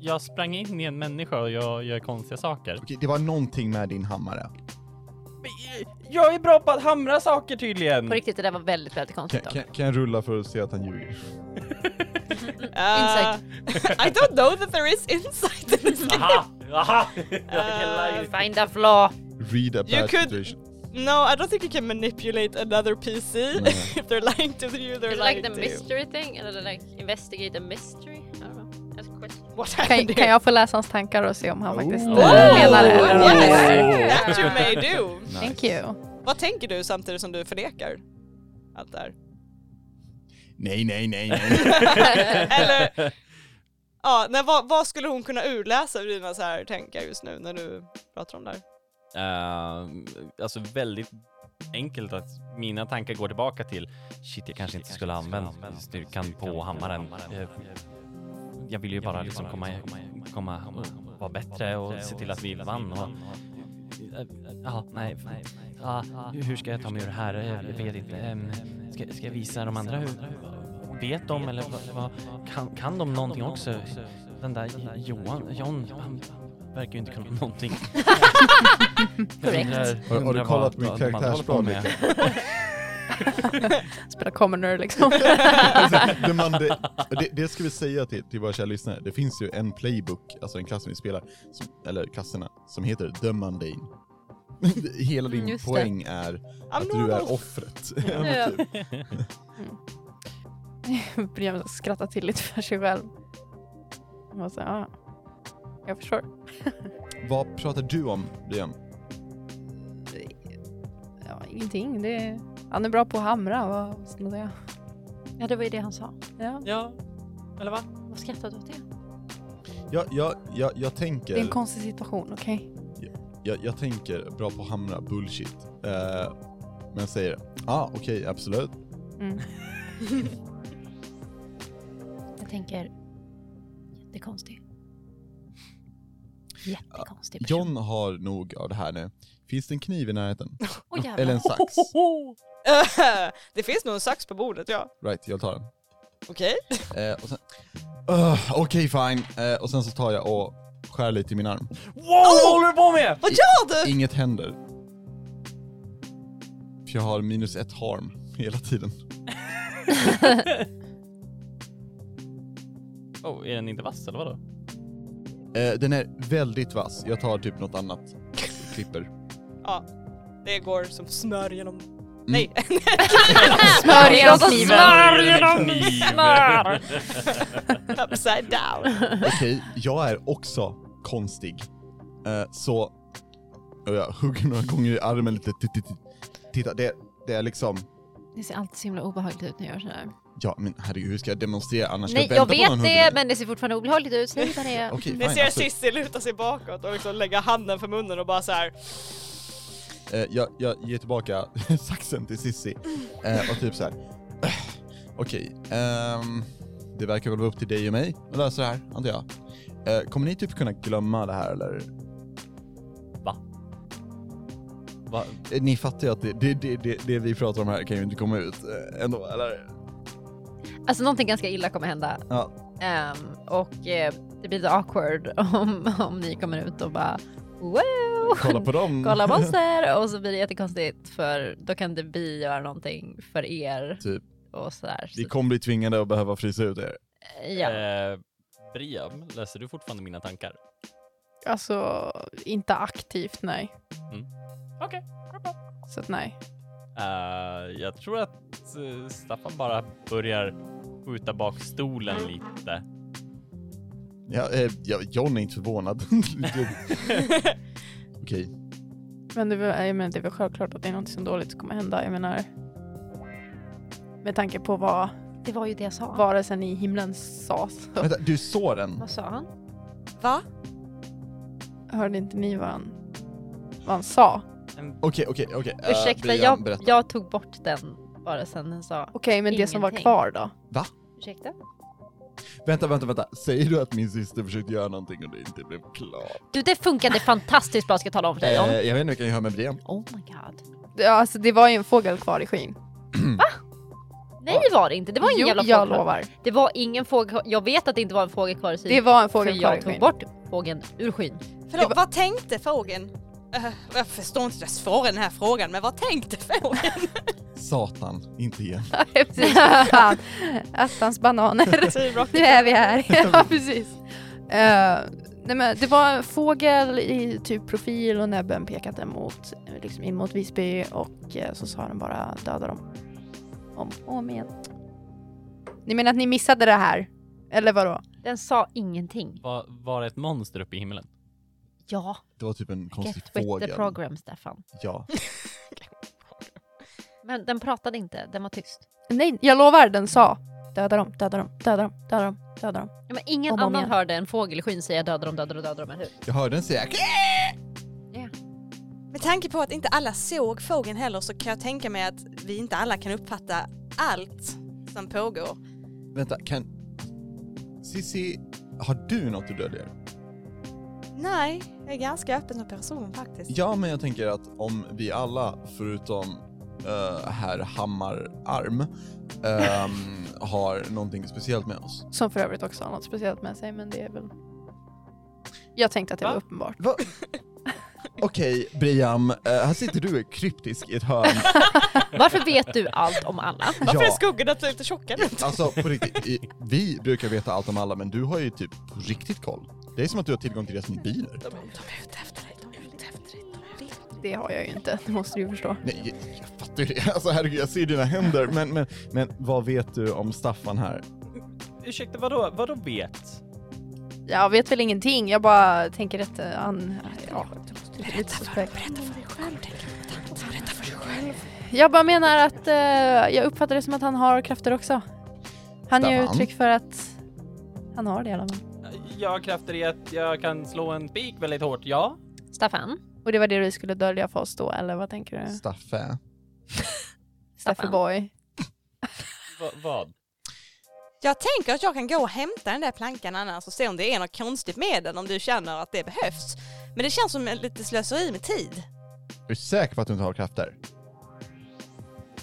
Speaker 5: Jag sprang in i en människa och jag gör konstiga saker.
Speaker 1: Okej, det var någonting med din hammare.
Speaker 5: eh, Jag är bra på att hamra saker tydligen!
Speaker 3: På riktigt, det där var väldigt, väldigt
Speaker 1: Kan,
Speaker 3: konstigt. dock.
Speaker 1: kan, kan jag rulla för att se att han ljuger?
Speaker 2: Uh, I don't know that there is insight in this game.
Speaker 5: Aha! Aha!
Speaker 2: Eh,
Speaker 5: Ah.
Speaker 3: Find a flaw!
Speaker 1: Read a
Speaker 2: You
Speaker 1: bad
Speaker 2: could-
Speaker 1: situation.
Speaker 2: No, I don't think you can manipulate another PC.
Speaker 1: Nej.
Speaker 2: if they're lying to you, they're
Speaker 3: Is it
Speaker 2: lying
Speaker 3: like the
Speaker 2: to you.
Speaker 3: mystery thing? Eller like investigate a mystery? I don't know. That's a question.
Speaker 2: What
Speaker 4: kan,
Speaker 2: happened
Speaker 4: kan
Speaker 2: here?
Speaker 4: jag få läsa hans tankar och se om han faktiskt
Speaker 5: Oh.
Speaker 4: eh,
Speaker 5: Oh.
Speaker 4: menar det? Eller om
Speaker 5: Oh.
Speaker 4: det är-
Speaker 5: Yes.
Speaker 2: That you may do.
Speaker 1: Nice.
Speaker 4: Thank you.
Speaker 2: Vad tänker du samtidigt som du förnekar allt det här?
Speaker 1: Nej, nej, nej, nej.
Speaker 2: Eller, ja, nej, vad, vad skulle hon kunna urläsa ur dina så här tankar just nu när du pratar om det här?
Speaker 5: Eh, alltså väldigt enkelt att mina tankar går tillbaka till shit, jag kanske inte skulle använda styrkan på hammaren. Eh, Jag ville ju bara liksom komma, komma och vara bättre och se till att vi vann. Och, Eh, eh, ja, nej. Ja, hur ska jag ta mig ur det här? Eh, Jag vet inte. Ehm, Ska, ska jag visa de andra hur? Vet de eller vad? vad kan, kan de någonting också? Den där Johan, John, han verkar ju inte kunna någonting.
Speaker 3: Korrekt.
Speaker 1: Har- har du kollat min karaktärsblad
Speaker 4: Spela commoner liksom.
Speaker 1: Alltså, det, man, det, det, det ska vi säga till, till våra kära lyssnare. Det finns ju en playbook, alltså en klass som vi spelar, som, eller klasserna, som heter The Mundane. Hela din
Speaker 3: Mm, just det.
Speaker 1: poäng är att du är offret. Ja, men typ.
Speaker 4: Brian skrattar till lite för sig själv. Han var så, ja, jag förstår.
Speaker 1: Vad pratar du om, Liam?
Speaker 4: Ja, ingenting. Det... Han är bra på att hamra. Vad ska man säga?
Speaker 3: Ja, det var ju det han sa.
Speaker 4: Ja.
Speaker 5: Ja, eller va?
Speaker 3: Vad skrattar du åt det?
Speaker 1: Jag, jag, jag, jag tänker...
Speaker 4: Det är en konstig situation, okej?
Speaker 1: jag, jag tänker bra på att hamra bullshit. Eh, men säger, ah okej, absolut.
Speaker 4: Mm.
Speaker 3: Jag tänker, jättekonstig. Jättekonstig person.
Speaker 1: John har nog av det här nu. Finns det en kniv i närheten?
Speaker 3: Åh, jävlar.
Speaker 1: Eller en sax?
Speaker 2: det finns nog en sax på bordet, ja.
Speaker 1: Right, jag tar den.
Speaker 2: Okej.
Speaker 1: Eh, och sen, Ugh, okej fine. Eh, och sen så tar jag och skär lite i min arm.
Speaker 5: Wow, vad håller du på med?
Speaker 2: Vad gör du?
Speaker 1: Inget händer. För jag har minus ett harm hela tiden.
Speaker 5: Oh, är den inte vass eller vadå?
Speaker 1: Eh, den är väldigt vass. Jag tar typ något annat. Klipper.
Speaker 2: Det går som smör genom... Nej.
Speaker 3: Alltså,
Speaker 4: Smör genom kniven!
Speaker 5: Smör genom kniven!
Speaker 2: Upside down.
Speaker 1: Okej, jag är också konstig. Eh, så... Och jag hugger några gånger i armen lite. Titta, det, det är liksom...
Speaker 3: Det ser alltid så himla obehagligt ut när jag gör sådär.
Speaker 1: Ja, men herregud, hur ska jag demonstrera annars?
Speaker 3: Nej,
Speaker 1: ska
Speaker 3: jag
Speaker 1: vända på någon
Speaker 3: vet det,
Speaker 1: hundring?
Speaker 3: men det ser fortfarande obehagligt ut. Säg vad det är.
Speaker 1: Okej,
Speaker 2: Ni
Speaker 1: fine.
Speaker 2: ser
Speaker 1: alltså,
Speaker 2: Cissi luta sig bakåt och liksom lägga handen för munnen och bara så här.
Speaker 1: eh, jag, jag ger tillbaka saxen till Sissi eh, och typ så här. "Eh, Okej, ehm, det verkar väl vara upp till dig och mig att lösa det här, antar jag. Eh, kommer ni typ kunna glömma det här eller?
Speaker 5: Va?
Speaker 1: Eh, Ni fattar ju att det, det, det, det, det vi pratar om här kan ju inte komma ut eh, ändå, eller?
Speaker 3: Alltså någonting ganska illa kommer hända.
Speaker 1: Ja.
Speaker 3: Ehm, och eh, det blir lite awkward om, om ni kommer ut och bara wow!
Speaker 1: Kolla på dem.
Speaker 3: Kolla monster! Och så blir det jättekonstigt för då kan det vi göra någonting för er.
Speaker 1: Typ.
Speaker 3: Och sådär.
Speaker 1: Vi
Speaker 3: Så,
Speaker 1: kommer bli tvingade att behöva frysa ut er.
Speaker 3: ja.
Speaker 5: Eh, Briam, läser du fortfarande mina tankar?
Speaker 4: Alltså, inte aktivt nej.
Speaker 5: Okej.
Speaker 4: Så att nej.
Speaker 5: Eh, jag tror att eh, Staffan bara börjar skjuta bak stolen lite.
Speaker 1: Ja, eh, ja, John är inte förvånad. Okej,
Speaker 4: Men det, är väl- jag menar, det är väl självklart att det är något som dåligt kommer hända. Jag menar, med tanke på vad
Speaker 3: Det var ju det jag sa.
Speaker 4: varelsen i himlen sa så
Speaker 1: vänta, du såg den?
Speaker 3: Vad sa han?
Speaker 2: Va?
Speaker 4: hörde inte ni vad han, vad han sa.
Speaker 1: Okej, okej, okej. Eh,
Speaker 3: Ursäkta,
Speaker 1: Brian,
Speaker 3: jag,
Speaker 1: berätta.
Speaker 3: jag tog bort den varelsen den sa.
Speaker 4: Okej, men det som var
Speaker 3: Ingenting.
Speaker 4: kvar då?
Speaker 3: Ursäkta?
Speaker 1: Vänta, vänta, vänta. Säger du att min syster försökte göra någonting och det inte blev klart?
Speaker 3: Du, det funkade fantastiskt bra ska jag tala om för dig om.
Speaker 1: Eh, jag vet inte vilken jag gör med Brian.
Speaker 3: Oh my god.
Speaker 4: Ja, alltså, det var ju en fågel kvar i skyn.
Speaker 3: Nej det var det inte, det var ingen
Speaker 4: jo,
Speaker 3: jävla
Speaker 4: jag
Speaker 3: fågel. Typ.
Speaker 4: lovar.
Speaker 3: Det var ingen fågel, jag vet att det inte var en fågel kvar i skyn.
Speaker 4: Det var en
Speaker 3: för
Speaker 4: fågel kvar i
Speaker 3: jag tog
Speaker 4: skyn.
Speaker 3: bort fågeln ur skyn.
Speaker 2: Förlåt, vad tänkte fågeln? Eh, jag förstår inte jag svarar den här frågan, men vad tänkte fågeln?
Speaker 1: Satan, inte igen.
Speaker 4: Ja, precis. Fan. Attans bananer.
Speaker 3: Typ
Speaker 4: Nu är vi här. ja, precis. Eh, nej men det var en fågel i typ profil och näbben pekade mot, eh, liksom in mot Visby och eh, så sa den bara döda dem. Om och om igen. Ni menar att ni missade det här? Eller vadå?
Speaker 3: Den sa ingenting.
Speaker 5: Var, var det ett monster uppe i himlen?
Speaker 3: Ja,
Speaker 1: Det var typ en konstig
Speaker 3: get with
Speaker 1: fågel.
Speaker 3: the program Stefan.
Speaker 1: Ja.
Speaker 3: Men den pratade inte, den var tyst.
Speaker 4: Nej, jag lovar, den sa döda dem, döda dem, döda dem, döda dem, döda dem.
Speaker 3: Ja, men ingen
Speaker 4: Om och om
Speaker 3: annan
Speaker 4: igen.
Speaker 3: hörde en fågel i skyn säga döda dem, döda dem, döda dem, eller hur?
Speaker 1: Jag hörde den säga
Speaker 2: Med tanke på att inte alla såg fågeln heller så kan jag tänka mig att vi inte alla kan uppfatta allt som pågår.
Speaker 1: Vänta, kan... Sissi, har du något du döljer?
Speaker 2: Nej, jag är ganska öppen som person faktiskt.
Speaker 1: Ja, men jag tänker att om vi alla, förutom eh, herr Hammararm, ehm, har någonting speciellt med oss.
Speaker 4: Som för övrigt också har något speciellt med sig men det är väl... Jag tänkte att det
Speaker 5: Va?
Speaker 4: var uppenbart.
Speaker 1: Va? Okej, Briam, eh, här sitter du och är kryptisk i ett hörn.
Speaker 3: Varför vet du allt om alla?
Speaker 2: Varför är skuggorna lite tjocka nu?
Speaker 1: Alltså på riktigt, i- vi brukar veta allt om alla men du har ju typ på riktigt koll. Det är som att du har tillgång till deras mobiler.
Speaker 2: De, de är ute efter dig, de är ute efter dig, de är ute efter dig.
Speaker 4: Det har jag ju inte, det måste du ju förstå.
Speaker 1: Nej, jag, jag fattar ju det. Alltså herregud, jag ser dina händer. Men, men, men vad vet du om Staffan här?
Speaker 5: Ursäkta, vadå, vadå vet?
Speaker 4: Jag vet väl ingenting, jag bara tänker att eh, han... Ja, lite suspekt.
Speaker 2: Berätta för dig själv, tänk på något annat. Berätta för dig själv.
Speaker 4: Jag bara menar att eh, jag uppfattar det som att han har krafter också. Han ger
Speaker 1: Staffan?
Speaker 4: uttryck för att han har det i alla fall.
Speaker 5: Eh, Jag har krafter i att jag kan slå en pik väldigt hårt, ja.
Speaker 3: Staffan?
Speaker 4: Och det var det du skulle dölja för oss då, eller vad tänker du?
Speaker 1: Staffe?
Speaker 4: Staffan Boy.
Speaker 5: Va, vad?
Speaker 2: Jag tänker att jag kan gå och hämta den där plankan annars och se om det är något konstigt med den om du känner att det behövs. Men det känns som en lite slöseri med tid.
Speaker 1: Är du säker på att du inte har krafter?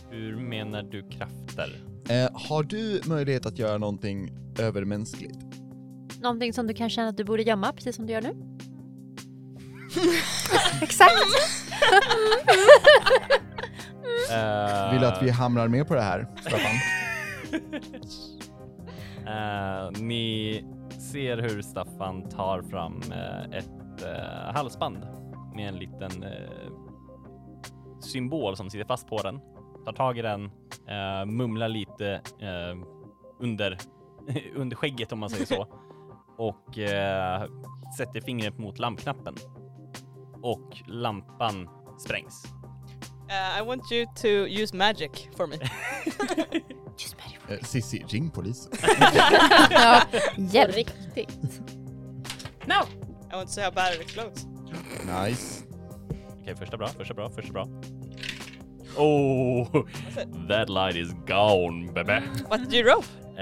Speaker 5: Hur menar du krafter?
Speaker 1: Eh, har du möjlighet att göra någonting övermänskligt?
Speaker 3: Någonting som du kan känna att du borde gömma, precis som du gör nu?
Speaker 4: Exakt!
Speaker 5: Eh,
Speaker 1: Vill du att vi hamnar med på det här, Staffan?
Speaker 5: eh, ni ser hur Staffan tar fram eh, ett eh, halsband med en liten eh, symbol som sitter fast på den. Tar tag i den, eh, mumlar lite eh, under, under skägget om man säger så. Och eh, sätter fingret mot lampknappen. Och lampan sprängs.
Speaker 2: I want you to use magic for me.
Speaker 3: Just marry
Speaker 1: Eh, Sissi, ring polisen.
Speaker 4: Ja,
Speaker 3: Hjälp.
Speaker 4: riktigt.
Speaker 2: No! I want to say how bad it explodes.
Speaker 1: Nice.
Speaker 5: Okej, första bra, första bra, första bra. Oh, that light is gone, baby.
Speaker 2: What did you roll?
Speaker 5: Uh,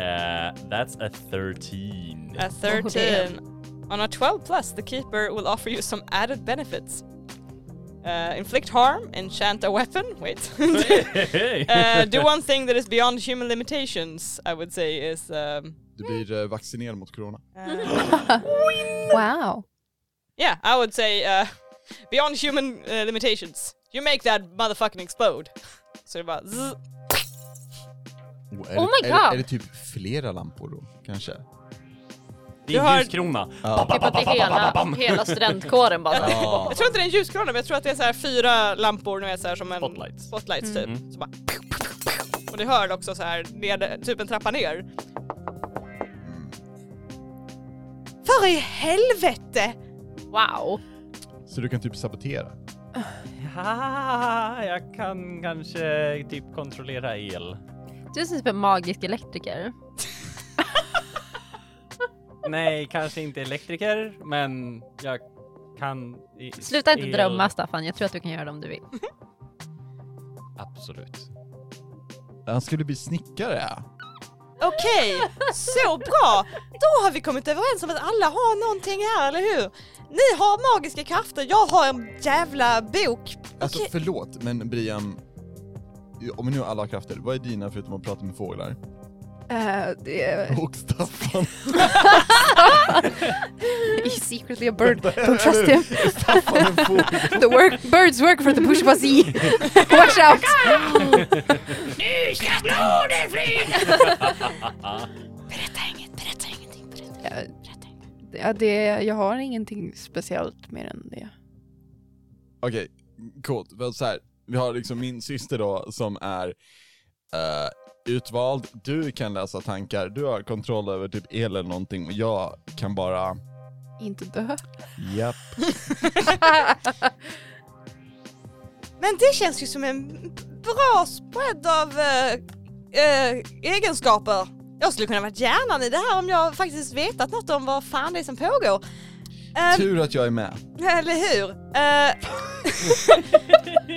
Speaker 5: that's a 13.
Speaker 2: A 13. On a 12 plus, the keeper will offer you some added benefits. Uh, inflict harm, enchant a weapon. Wait.
Speaker 4: Eh,
Speaker 5: Hey.
Speaker 2: uh, do one thing that is beyond human limitations, I would say is. Um,
Speaker 1: Du blir eh, vaccinerad mot corona.
Speaker 2: uh,
Speaker 4: Wow.
Speaker 2: yeah, I would say uh, beyond human uh, limitations. You make that motherfucking explode. Så det är bara zzz.
Speaker 1: Oh, är, det-
Speaker 3: Oh my
Speaker 1: är,
Speaker 3: God.
Speaker 1: Är, det typ flera lampor då, kanske?
Speaker 5: Det är
Speaker 2: har-
Speaker 5: en ljuskrona.
Speaker 4: Ah.
Speaker 1: Ja.
Speaker 5: Ba,
Speaker 3: Typ
Speaker 5: ba,
Speaker 3: att det
Speaker 5: ba, ba,
Speaker 3: är
Speaker 5: ba, ba,
Speaker 3: hela,
Speaker 5: bam.
Speaker 3: hela studentkåren bara.
Speaker 1: Ja.
Speaker 2: Jag tror inte det är en ljuskrona, men jag tror att det är så här fyra lampor nu är så här som en...
Speaker 5: Spotlights.
Speaker 2: Spotlights typ.
Speaker 5: Mm.
Speaker 2: Så bara... Och du hör också så här, ned, typ en trappa ner. För i helvete!
Speaker 3: Wow.
Speaker 1: Så du kan typ sabotera?
Speaker 5: Ah, jag kan kanske typ kontrollera el.
Speaker 3: Du syns som en magisk elektriker.
Speaker 5: Nej, kanske inte elektriker, men jag kan... i-
Speaker 3: Sluta inte
Speaker 5: el.
Speaker 3: drömma Staffan, jag tror att du kan göra det om du vill.
Speaker 5: Absolut.
Speaker 1: Han skulle bli snickare.
Speaker 2: Okej, så bra! Då har vi kommit överens om att alla har någonting här, eller hur? Ni har magiska krafter, jag har en jävla bok.
Speaker 1: Alltså
Speaker 2: Okej.
Speaker 1: förlåt, men Brian, om vi nu har alla krafter, vad är dina förutom att prata med fåglar?
Speaker 4: Eh, det är
Speaker 1: Och Staffan.
Speaker 4: he's secretly a bird. Don't trust him.
Speaker 1: Staffan är en fågel.
Speaker 4: The work, birds work for the pushbasi. Watch out! Eh, Ja, det, jag har ingenting speciellt mer än det.
Speaker 1: Okej, coolt. Väl så här, vi har liksom min syster då som är eh, utvald. Du kan läsa tankar, du har kontroll över typ el eller någonting och jag kan bara...
Speaker 4: Inte dö.
Speaker 1: Japp.
Speaker 2: Men det känns ju som en bra spread av eh, eh, egenskaper. Jag skulle kunna varit hjärnan i det här om jag faktiskt vetat något om vad fan det är som pågår. Eh,
Speaker 1: Tur att jag är med.
Speaker 2: eller hur? Eh,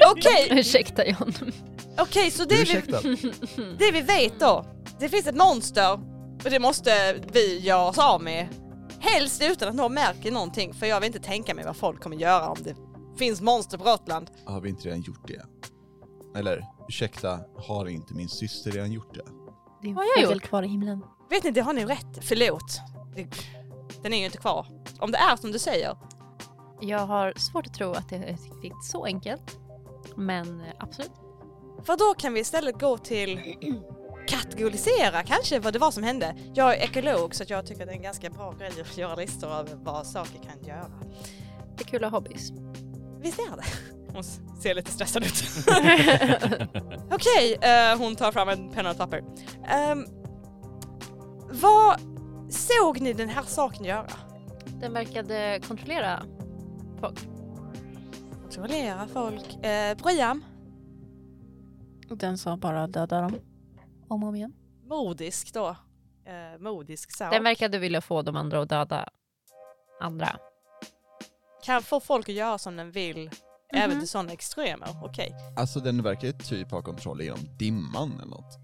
Speaker 2: Okej,
Speaker 3: Ursäkta John.
Speaker 2: okej, så det vi,
Speaker 1: Ursäkta.
Speaker 2: det vi vet då. Det finns ett monster och det måste vi göra oss av med. Helst utan att någon märker någonting för jag vill inte tänka mig vad folk kommer göra om det finns monster på Gotland.
Speaker 1: Har vi inte redan gjort det? Eller, ursäkta, har inte min syster redan gjort det?
Speaker 4: Det är en
Speaker 3: Har jag
Speaker 4: fågel
Speaker 3: gjort?
Speaker 4: kvar i himlen.
Speaker 2: Vet ni, det har ni rätt. Förlåt. Det- Den är ju inte kvar. Om det är som du säger.
Speaker 3: Jag har svårt att tro att det är riktigt så enkelt. Men eh, absolut.
Speaker 2: För då kan vi istället gå till kategorisera kanske vad det var som hände. Jag är ekolog så att jag tycker att det är en ganska bra grej att göra listor över vad saker kan göra.
Speaker 3: Det är kul att ha hobbys.
Speaker 2: Visst är det? Hon ser lite stressad ut. Okej, eh, hon tar fram en penna och ett papper. Ehm, vad såg ni den här saken göra?
Speaker 3: Den verkade kontrollera folk.
Speaker 2: Kontrollera folk. Uh, Brian,
Speaker 4: Och den sa bara döda dem. Om och om igen.
Speaker 2: modisk då. Eh, modisk sak.
Speaker 3: Den verkade vilja få de andra att döda andra.
Speaker 2: kan få folk att göra som den vill,
Speaker 3: Mhm.
Speaker 2: även till sådana extremer. Okej.
Speaker 1: Alltså den verkar ju typ ha kontroll genom dimman eller något.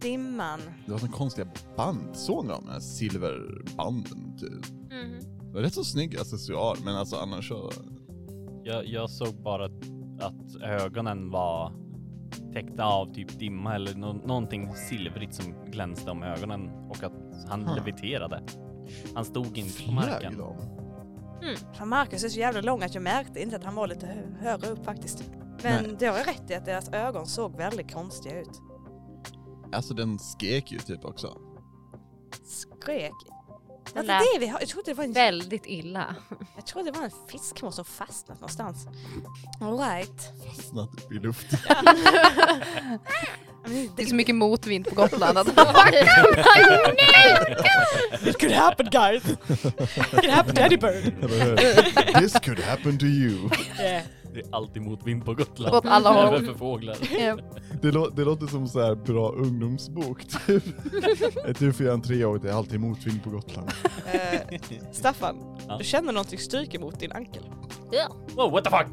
Speaker 2: Dimman.
Speaker 1: Det var sån konstiga band, såg ni dem? De här Silverbanden typ. Det var rätt så snygg accessoar, men alltså annars så...
Speaker 5: Jag, jag såg bara att, att ögonen var täckta av typ dimma eller nå- någonting silvrigt som glänste om ögonen och att han
Speaker 1: Hmm.
Speaker 5: leviterade. Han stod inte på
Speaker 1: flög
Speaker 5: marken.
Speaker 1: de.
Speaker 2: För Marcus är så jävla lång att jag märkte inte att han var lite hö- högre upp faktiskt. Men
Speaker 1: Nej.
Speaker 2: det har jag rätt i att deras ögon såg väldigt konstiga ut.
Speaker 1: Alltså den skrek ju typ också.
Speaker 2: Skrek. Vad
Speaker 3: Den lät
Speaker 2: är det vi har? Jag trodde det var en,
Speaker 3: väldigt illa.
Speaker 2: jag trodde det var en fiskmås som fastnat någonstans. Alright.
Speaker 1: Fastnat upp typ i luften.
Speaker 4: Det är så mycket motvind på Gotland. att-
Speaker 2: It could happen guys! It could happen to any bird!
Speaker 1: This could happen to you.
Speaker 2: Yeah.
Speaker 5: Det är alltid motvind på Gotland.
Speaker 4: Åt alla håll.
Speaker 5: Även för fåglar.
Speaker 4: Eh,
Speaker 1: Det, lå- det låter som så här bra ungdomsbok typ. Ett du får göra en treårig, det är alltid motvind på Gotland.
Speaker 2: Eh, Staffan,
Speaker 5: Ja.
Speaker 2: du känner någonting stryk emot din ankel.
Speaker 5: Wow, what the fuck!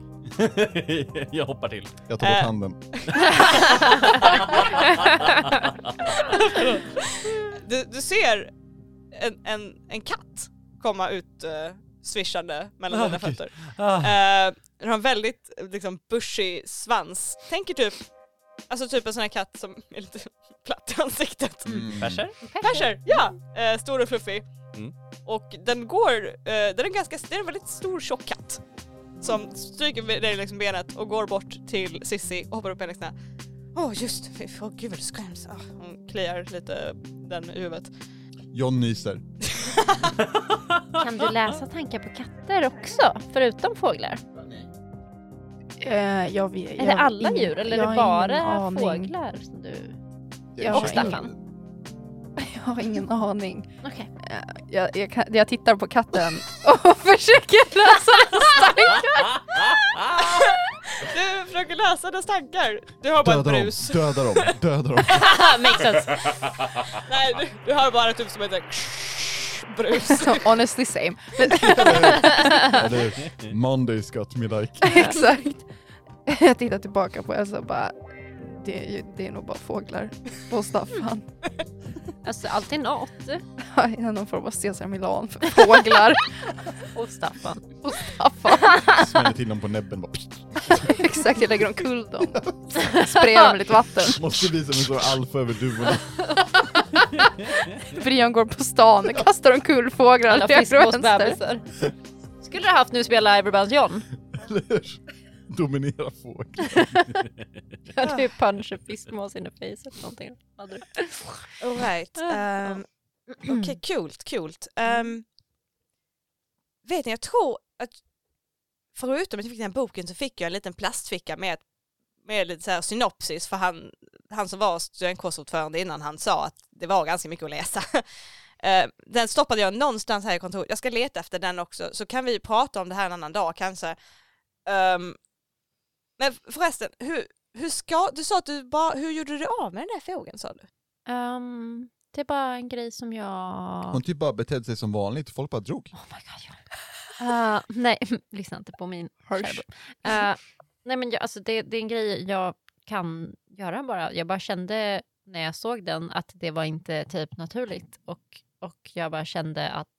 Speaker 5: jag hoppar till.
Speaker 1: Jag tar bort
Speaker 2: Äh.
Speaker 1: handen.
Speaker 2: Du, du ser en, en, en katt komma ut eh, svischande mellan
Speaker 5: Ah,
Speaker 2: dina
Speaker 5: okej.
Speaker 2: fötter. Eh, den har en väldigt eh, liksom, bushy svans. Tänker typ, alltså typ en sån här katt som är lite platt i ansiktet.
Speaker 5: Bärser?
Speaker 2: Perser, ja! Eh, stor och fluffig.
Speaker 5: Mm.
Speaker 2: Och den går, eh, den är ganska, det är en väldigt stor tjock katt. Som stryker med dig liksom benet och går bort till Sissi och hoppar upp i hennes knä. Åh just, fy- åh gud vad du skräms. Ah, hon kliar lite den i huvudet.
Speaker 1: John nyser.
Speaker 3: Kan du läsa tankar på katter också? Förutom fåglar?
Speaker 4: eh, jag, vet- jag,
Speaker 3: Är det alla
Speaker 4: ingen-
Speaker 3: djur eller
Speaker 4: jag
Speaker 3: är
Speaker 4: har
Speaker 3: det
Speaker 4: ingen
Speaker 3: bara
Speaker 4: aning.
Speaker 3: fåglar? Som du...
Speaker 4: Jag
Speaker 3: Och Staffan.
Speaker 4: Jag har ingen aning.
Speaker 3: Okej.
Speaker 4: Jag, jag, kan- jag tittar på katten och försöker lösa den starka.
Speaker 2: Du försöker läsa dess tankar. Du har bara ett
Speaker 1: Döda dem,
Speaker 2: brus.
Speaker 1: döda dem, döda dem.
Speaker 3: Makes sense.
Speaker 2: Nej, du, du har bara typ som ett där brus.
Speaker 4: Alltså, Honestly same.
Speaker 1: Eller Mondays got me like.
Speaker 4: Exakt. Jag tittar tillbaka på Elsa och bara, det, är ju- det är nog bara fåglar på Staffan.
Speaker 3: Alltså alltid något.
Speaker 4: Ja, Jag har någon form av Cesar Milan för fåglar
Speaker 3: Och Staffan.
Speaker 4: på Staffan.
Speaker 1: Smäller till dem på näbben bara.
Speaker 4: Exakt, jag lägger omkull dem. Sprayar dem med lite vatten.
Speaker 1: Måste bli som en sån alfa över duvorna.
Speaker 4: Brian går på stan och kastar omkull fåglar
Speaker 3: Alla
Speaker 4: till höger och vänster.
Speaker 3: fiskmåsbebisar. Skulle du ha haft nu spela Everybody's John?
Speaker 1: Eller hur? Dominera fåglar.
Speaker 3: Hade du punch en fiskmås in the face eller någonting. Hade du-
Speaker 2: Alright. Um, Okej, kul, kul. vet ni, jag tror att förutom att jag fick den här boken så fick jag en liten plastficka med, med lite så här synopsis för han, han som var studentkårsordförande innan han sa att det var ganska mycket att läsa. Eh, den stoppade jag någonstans här i kontoret. Jag ska leta efter den också så kan vi prata om det här en annan dag kanske. Ehm, men förresten, hur, hur ska, du sa att du bara, hur gjorde du av med den där fågeln sa du?
Speaker 3: Ehm, det är bara en grej som jag...
Speaker 1: Hon typ bara betedde sig som vanligt, folk bara drog.
Speaker 3: Oh my god, Johan. Eh, nej, lyssna inte på min farbror. Eh, nej men jag, alltså det, det är en grej jag kan göra bara. Jag bara kände när jag såg den att det var inte typ naturligt. Och, och jag bara kände att,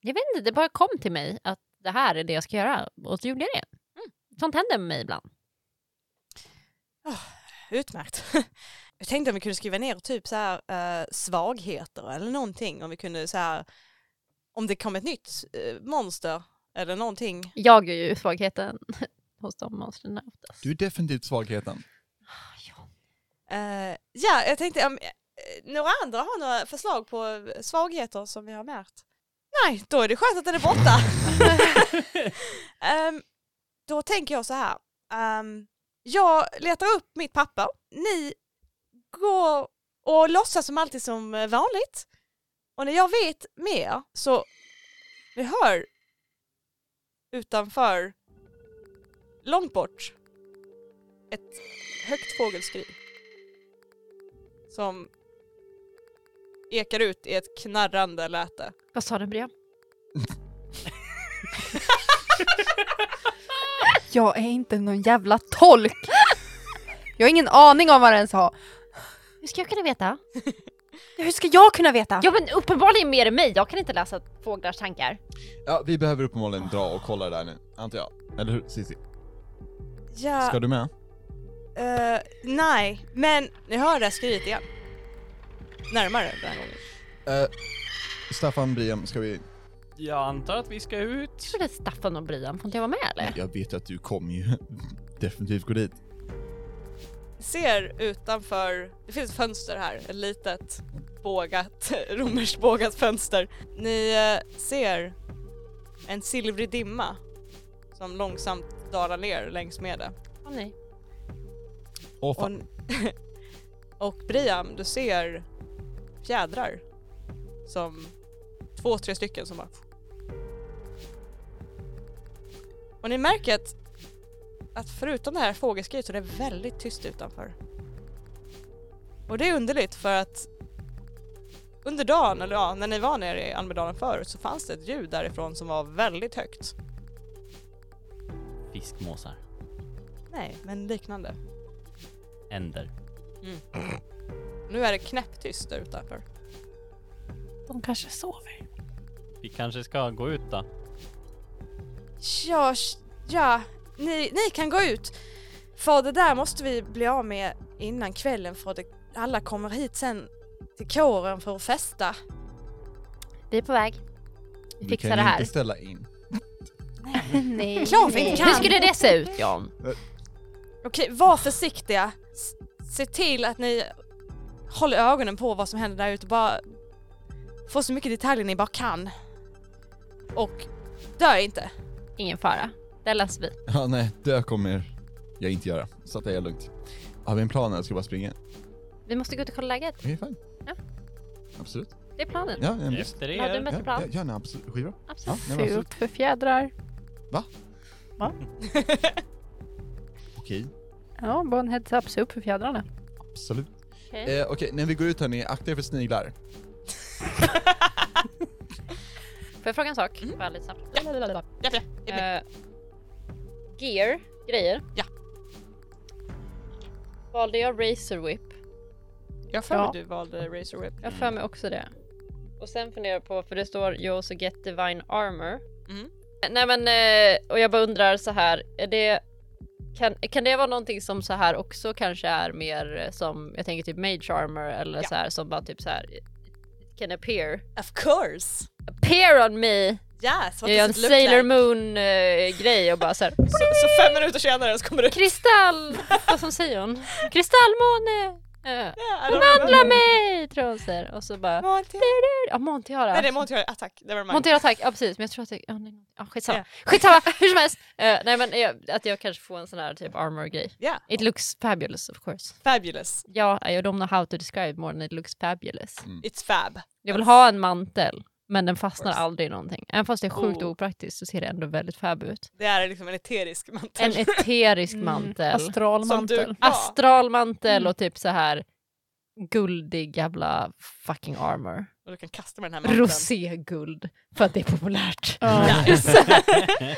Speaker 3: jag vet inte, det bara kom till mig att det här är det jag ska göra. Och så gjorde jag det. Mm. Sånt händer med mig ibland.
Speaker 2: Utmärkt. Jag tänkte om vi kunde skriva ner typ så här eh, svagheter eller någonting. Om vi kunde så här, om det kom ett nytt eh, monster eller någonting.
Speaker 3: Jag är ju svagheten hos de monstren oftast.
Speaker 1: Du är definitivt svagheten.
Speaker 3: Ah, ja.
Speaker 2: Eh, ja, jag tänkte om eh, några andra har några förslag på svagheter som vi har märkt. Nej, då är det skönt att den är borta. Ehm, då tänker jag så här. Ehm, jag letar upp mitt papper. Ni går och låtsas som alltid som eh, vanligt. Och när jag vet mer så vi hör utanför långt bort ett högt fågelskri som ekar ut i ett knarrande läte.
Speaker 3: Vad sa du Brian?
Speaker 4: Jag är inte någon jävla tolk. Jag har ingen aning om vad den sa.
Speaker 3: Hur ska jag kunna veta?
Speaker 4: Hur ska jag kunna veta?
Speaker 3: Ja men uppenbarligen mer än mig, jag kan inte läsa fåglars tankar.
Speaker 1: Ja, vi behöver uppenbarligen dra och kolla det där nu, antar jag. Eller hur Cissi?
Speaker 2: Ja,
Speaker 1: Ska du med?
Speaker 2: eh, nej, men ni hör det här skriet igen. Närmare den här gången.
Speaker 1: Eh, Staffan Briem, ska vi...
Speaker 5: Jag antar att vi ska ut.
Speaker 3: Tror det är Staffan och Brian, får inte jag vara med eller?
Speaker 1: Jag vet att du kommer ju definitivt gå dit.
Speaker 2: Ser utanför, det finns ett fönster här, ett litet bågat, romerskt bågat fönster. Ni eh, ser en silvrig dimma som långsamt dalar ner längs med det.
Speaker 3: Åh nej.
Speaker 1: Åh
Speaker 2: Och,
Speaker 1: fan.
Speaker 2: och Briam, du ser fjädrar som två, tre stycken som bara... Och ni märker att att förutom det här fågelskriet så är det väldigt tyst utanför. Och det är underligt för att under dagen, eller ja, när ni var nere i Almedalen förut så fanns det ett ljud därifrån som var väldigt högt.
Speaker 5: Fiskmåsar.
Speaker 2: Nej, men liknande.
Speaker 5: Änder.
Speaker 2: Nu är det knäpptyst där utanför.
Speaker 6: De kanske sover.
Speaker 5: Vi kanske ska gå ut då?
Speaker 2: Ja, sh- ja, ni, ni kan gå ut. För det där måste vi bli av med innan kvällen för det, alla kommer hit sen till kåren för att festa.
Speaker 3: Vi är på väg. Vi
Speaker 1: Vi
Speaker 3: fixar
Speaker 1: kan
Speaker 3: det här.
Speaker 1: inte ställa in.
Speaker 4: Nej.
Speaker 2: Klart vi
Speaker 3: Hur
Speaker 2: kan!
Speaker 3: skulle det se ut John?
Speaker 2: Okej, var försiktiga. S- se till att ni håller ögonen på vad som händer där ute. Bara få så mycket detaljer ni bara kan. Och dö inte.
Speaker 3: Ingen fara. Där löser vi.
Speaker 1: Ja, nej, det kommer jag inte göra. Så att det är lugnt. Har vi en plan eller ska vi bara springa?
Speaker 3: Vi måste gå ut och kolla läget.
Speaker 1: Okej, fine.
Speaker 3: Ja.
Speaker 1: Absolut.
Speaker 3: Det är planen.
Speaker 1: Ja, nej, men visst.
Speaker 5: Efter
Speaker 3: Har du
Speaker 5: er.
Speaker 3: med
Speaker 1: Ja,
Speaker 3: dig
Speaker 1: ja,
Speaker 3: plan?
Speaker 1: ja, nej, absolut. Skivor. Ja,
Speaker 3: Absolut.
Speaker 1: nej, men absolut.
Speaker 6: Fult för fjädrar.
Speaker 1: Okej,
Speaker 6: Ja, bara en heads up, se upp för fjädrarna.
Speaker 1: absolut.
Speaker 3: Okej.
Speaker 1: Eh, Okej, när vi går ut hörni, akta er för sniglar.
Speaker 3: Får jag fråga en sak? Bara lite snabbt.
Speaker 2: Mm. Ja, ja, ja.
Speaker 3: Eh, gear, grejer.
Speaker 2: Ja.
Speaker 3: Valde jag Razor Whip?
Speaker 2: Jag för mig
Speaker 6: Ja.
Speaker 2: du valde Razor Whip.
Speaker 3: Jag har för mig också det. Och sen funderar jag på, för det står You also get divine armor.
Speaker 2: Mm.
Speaker 3: Nej men, eh, och jag bara undrar så här, är det kan, kan det vara någonting som så här också kanske är mer eh, som, jag tänker typ mage armor eller
Speaker 2: Ja.
Speaker 3: så här som bara typ så här can appear.
Speaker 2: Of course!
Speaker 3: Appear on me!
Speaker 2: Yes, what
Speaker 3: Jag gör en
Speaker 2: does it look like?
Speaker 3: Sailor Moon eh, grej och bara så här
Speaker 2: Så, så fem minuter senare så kommer du...
Speaker 3: Kristall! Vad som säger hon? Kristallmåne! Eh, Omvandla mig! Tror hon säger. Och så bara...
Speaker 2: Monty.
Speaker 3: Ja, Monty har
Speaker 2: Nej det är
Speaker 3: det.
Speaker 2: Monty Hall attack, never mind.
Speaker 3: Montera attack, ja precis men jag tror att det, ja, nej, ja, skitsamma.
Speaker 2: Ja.
Speaker 3: Skitsamma, hur som helst. Eh, nej men eh, att jag kanske får en sån här typ armor grej.
Speaker 2: Ja,
Speaker 3: It looks fabulous of course.
Speaker 2: fabulous.
Speaker 3: Ja, I don't know how to describe more than it looks fabulous.
Speaker 2: It's fab.
Speaker 3: Jag vill ha en mantel men den fastnar
Speaker 2: Of course.
Speaker 3: aldrig i någonting. Även fast det är sjukt
Speaker 2: Oh.
Speaker 3: opraktiskt så ser det ändå väldigt fab ut.
Speaker 2: Det är liksom en eterisk
Speaker 3: En
Speaker 2: mantel.
Speaker 3: eterisk mantel.
Speaker 2: Som du
Speaker 6: Astralmantel.
Speaker 2: ja. Mm.
Speaker 3: Astral mantel och typ så här guldig jävla fucking armor.
Speaker 2: Och du kan kasta med den här manteln.
Speaker 3: Roséguld för att det är populärt.
Speaker 6: Ja.
Speaker 3: Så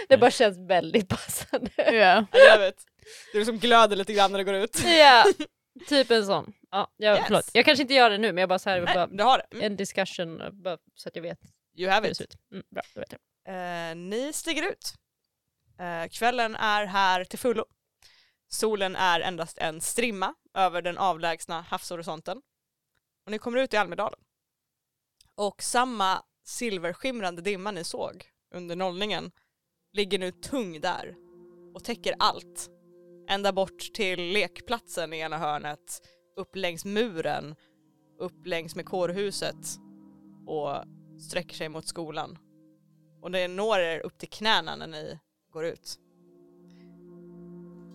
Speaker 3: det bara känns väldigt passande.
Speaker 6: Ja.
Speaker 2: Ja, jag vet. Du liksom glöder lite grann när du går ut.
Speaker 3: Ja, typ en sån. Ja, jag,
Speaker 2: Yes.
Speaker 3: förlåt. jag kanske inte gör det nu men jag bara så här,
Speaker 2: Nej,
Speaker 3: bara,
Speaker 2: du har det. Mm,
Speaker 3: en discussion eh, bara, så att jag vet
Speaker 2: You have
Speaker 3: hur det
Speaker 2: it.
Speaker 3: ser ut. Mm, bra, då vet jag.
Speaker 2: Eh, ni stiger ut. Eh, kvällen är här till fullo. Solen är endast en strimma över den avlägsna havshorisonten. Och ni kommer ut i Almedalen. Och samma silverskimrande dimma ni såg under nollningen ligger nu tung där och täcker allt. Ända bort till lekplatsen i ena hörnet, upp längs muren, upp längs med kårhuset och sträcker sig mot skolan. Och det når er upp till knäna när ni går ut.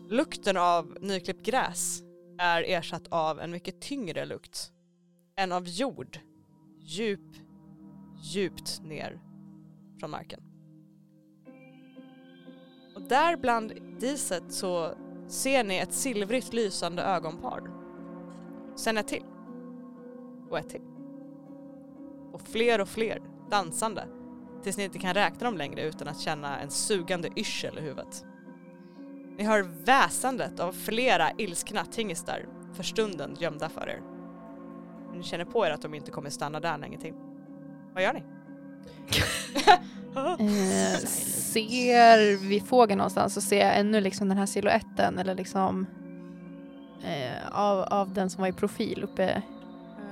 Speaker 2: Lukten av nyklippt gräs är ersatt av en mycket tyngre lukt. En av jord. Djup, djupt ner från marken. Och där bland diset så ser ni ett silvrigt lysande ögonpar. Sen ett till. Och ett till. Och fler och fler dansande tills ni inte kan räkna dem längre utan att känna en sugande yrsel i huvudet. Ni hör väsandet av flera ilskna tingestar för stunden gömda för er. Men Ni känner på er att de inte kommer stanna där länge till. Vad gör ni?
Speaker 4: Eh, ser vi fågeln någonstans så ser jag ännu liksom den här siluetten eller liksom eh, av, av den som var i profil uppe.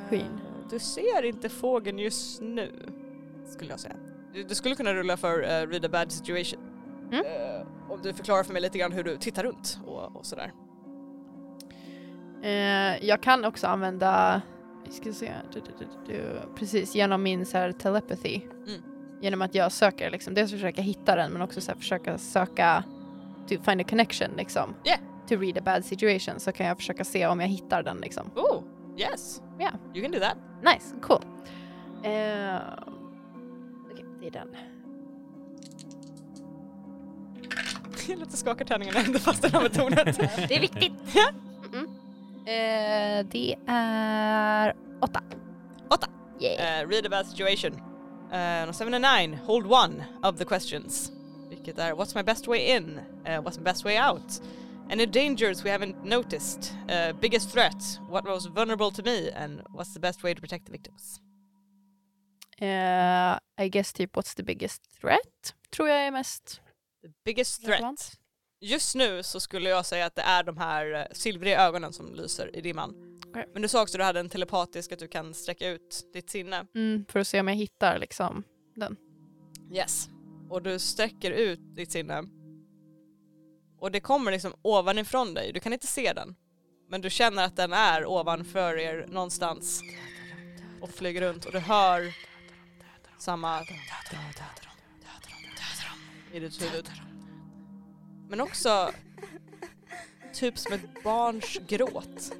Speaker 4: Skyn.
Speaker 2: Eh, Du ser inte fågeln just nu, skulle jag säga. Du, du skulle kunna rulla för eh, Read a bad situation.
Speaker 3: Mm.
Speaker 2: Eh, om du förklarar för mig lite grann hur du tittar runt och, och sådär.
Speaker 4: Eh, jag kan också använda, vi ska se, du, du, du, du, du, precis genom min så här, telepathy.
Speaker 2: Mm.
Speaker 4: Genom att jag söker, liksom, dels försöka hitta den men också så här, försöka söka, to find a connection liksom.
Speaker 2: Yeah.
Speaker 4: To read a bad situation så kan jag försöka se om jag hittar den liksom.
Speaker 2: Oh, yes!
Speaker 4: Yeah.
Speaker 2: You can do that.
Speaker 4: Nice, cool. Eh, Okej, det är den.
Speaker 2: Jag lite skakar tärningarna ändå fast den har med tornet.
Speaker 3: Det är viktigt.
Speaker 6: Eh, det är åtta.
Speaker 3: Yeah.
Speaker 2: Eh, read about situation. Uh, 7 and 9, hold one of the questions. Vilket är what's my best way in? Eh, what's my best way out? Any dangers we haven't noticed? Eh, biggest threat? What was vulnerable to me? And what's the best way to protect the victims?
Speaker 4: Eh, I guess typ what's the biggest threat? Tror jag är mest
Speaker 2: The biggest threat.
Speaker 4: relevant.
Speaker 2: Just nu så skulle jag säga att det är de här eh, silvriga ögonen som lyser i dimman.
Speaker 4: Okej.
Speaker 2: Men du sa också att du hade en telepatisk, att du kan sträcka ut ditt sinne.
Speaker 4: Mm, för att se om jag hittar liksom.
Speaker 2: Yes. Och du sträcker ut ditt sinne. Och det kommer liksom ovanifrån dig. Du kan inte se den. Men du känner att den är ovanför er någonstans. Och flyger runt och du hör samma i ditt huvud. Men också typ som ett barns gråt.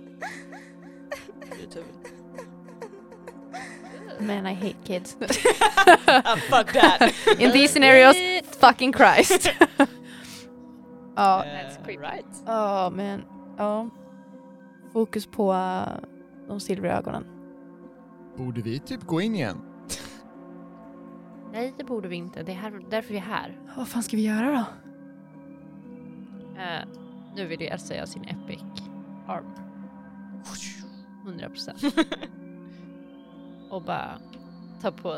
Speaker 2: I ditt huvud.
Speaker 4: Man I hate kids.
Speaker 2: Ah, fuck that!
Speaker 4: In these scenarios, fucking Christ. Ja,
Speaker 3: that's
Speaker 2: Eh,
Speaker 3: creepy.
Speaker 2: right.
Speaker 4: Ja, men ja. Fokus på eh, de silvriga ögonen.
Speaker 1: Borde vi typ gå in igen?
Speaker 3: Nej, det borde vi inte. Det är här, därför vi är här.
Speaker 4: Vad fan ska vi göra då?
Speaker 3: Eh, nu vill jag säga sin epic arm. 100 procent. Och bara ta på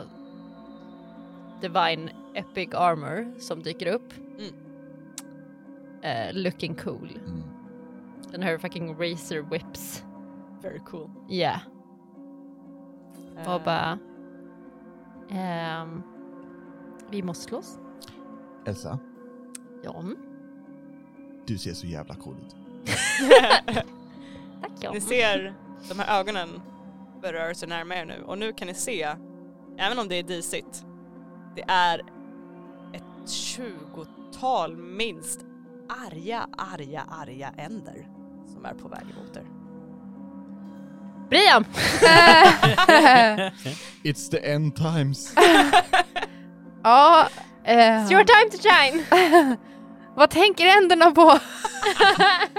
Speaker 3: Divine Epic Armor som dyker upp.
Speaker 2: Mm.
Speaker 3: Eh, looking cool.
Speaker 1: Mm.
Speaker 3: Den har fucking razor whips.
Speaker 2: Very cool.
Speaker 3: Yeah. Och
Speaker 2: Eh,
Speaker 3: bara... ehm, vi måste slåss.
Speaker 1: Elsa,
Speaker 3: John.
Speaker 1: du ser så jävla cool ut.
Speaker 3: Tack John.
Speaker 2: Ni ser de här ögonen börjar röra sig närmare nu och nu kan ni se, även om det är disigt, det är ett tjugotal minst arga, arga, arga änder som är på väg emot er.
Speaker 3: Brian!
Speaker 1: It's the end times.
Speaker 4: Ja,
Speaker 3: It's
Speaker 4: eh,
Speaker 3: your time to shine!
Speaker 4: vad tänker änderna på?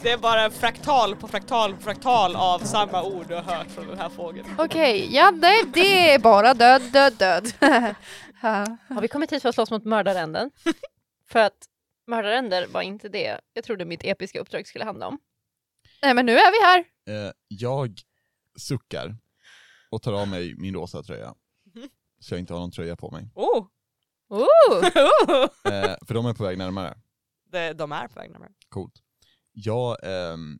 Speaker 2: Det är bara fraktal på fraktal på fraktal av samma ord du har hört från den här fågeln.
Speaker 4: Okej, ja nej det är bara död, död, död. Ja.
Speaker 3: Har vi kommit hit för att slåss mot mördaränden? för att mördaränder var inte det jag trodde mitt episka uppdrag skulle handla om.
Speaker 4: nej men nu är vi här.
Speaker 1: Eh, jag suckar och tar av mig min rosa tröja.
Speaker 3: Mm-hmm.
Speaker 2: Mhm.
Speaker 1: Så jag inte har någon tröja på mig.
Speaker 2: Oh!
Speaker 3: Ooh!
Speaker 1: Eh, för de är på väg närmare.
Speaker 2: Det, de är på väg närmare.
Speaker 1: Coolt. Jag ehm,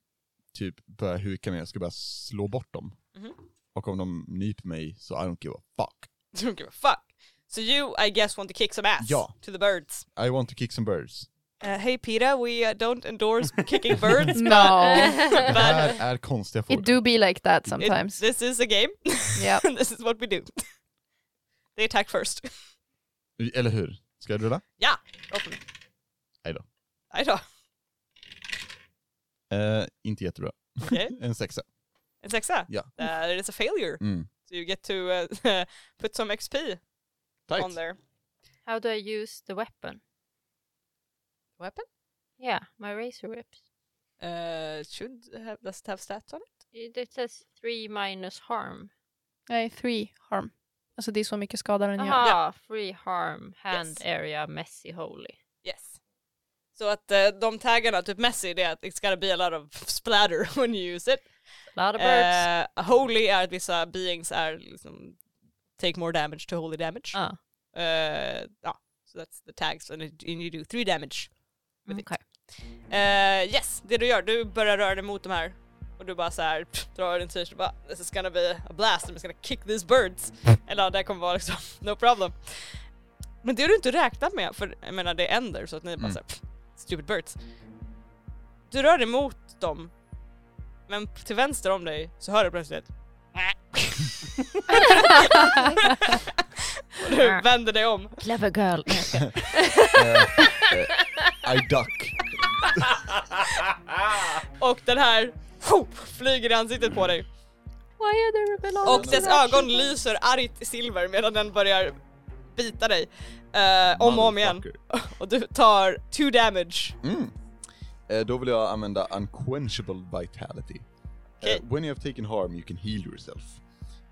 Speaker 1: typ börjar huka mig, jag ska bara slå bort dem.
Speaker 3: Mm-hmm.
Speaker 2: Mhm.
Speaker 1: Och om de nyper mig så I don't give a fuck.
Speaker 2: Don't give a fuck. So you, I guess, want to kick some ass
Speaker 1: Ja.
Speaker 2: to the birds.
Speaker 1: I want to kick some birds.
Speaker 2: Uh, hey Peta, we uh, don't endorse kicking birds,
Speaker 4: No.
Speaker 2: but
Speaker 1: Det här är konstiga
Speaker 4: It
Speaker 1: fåglar.
Speaker 4: do be like that
Speaker 2: it-
Speaker 4: sometimes.
Speaker 2: this is a game.
Speaker 4: Yep.
Speaker 2: this is what we do. they attack first.
Speaker 1: Eller hur? Ska jag rulla?
Speaker 2: Open.
Speaker 1: Aj då.
Speaker 2: I då.
Speaker 1: Eh, inte jättebra.
Speaker 2: Okej.
Speaker 1: en sexa.
Speaker 2: En sexa.
Speaker 1: Ja.
Speaker 2: Uh, it is a failure.
Speaker 1: Mm.
Speaker 2: So you get to uh, put some XP
Speaker 1: Tight.
Speaker 2: on there.
Speaker 3: How do I use the weapon?
Speaker 2: Weapon?
Speaker 3: Yeah, my razor whips.
Speaker 2: Uh, it should have, does it have stats on it?
Speaker 3: It says three minus harm.
Speaker 4: Nej, three harm. Alltså det är så mycket skada den gör.
Speaker 3: Aha, free harm, hand
Speaker 2: Yes.
Speaker 3: area, messy holy.
Speaker 2: Yes. Så att eh, de taggarna, typ Messi, det är att it's gotta be a lot of splatter when you use it.
Speaker 3: Lot of birds.
Speaker 2: Uh, holy är att vissa beings är liksom take more damage to holy damage.
Speaker 3: Ah,
Speaker 2: Uh, ja, so that's the tags and it- and you do three damage. with it.
Speaker 3: okay.
Speaker 2: Eh, yes, det du gör, du börjar röra dig mot de här och du bara så här pff, drar din t-shirt och bara this is gonna be a blast, I'm just gonna kick these birds. Eller ja, det här kommer vara liksom no problem. Men det har du inte räknat med för jag menar det änder så att ni bara
Speaker 1: Mm.
Speaker 2: såhär stupid birds. Du rör dig mot dem men till vänster om dig så hör du plötsligt och du vänder dig om
Speaker 3: Clever girl.
Speaker 1: I duck.
Speaker 2: och den här ho, flyger i ansiktet på dig.
Speaker 1: Mm.
Speaker 3: Why are there a
Speaker 2: Och dess ögon lyser argt i silver medan den börjar bita dig. eh, om och om igen.
Speaker 1: Motherfucker.
Speaker 2: Och du tar two damage.
Speaker 1: Mm. Eh, då vill jag använda unquenchable vitality.
Speaker 2: Okej.
Speaker 1: Eh, when you have taken harm you can heal yourself.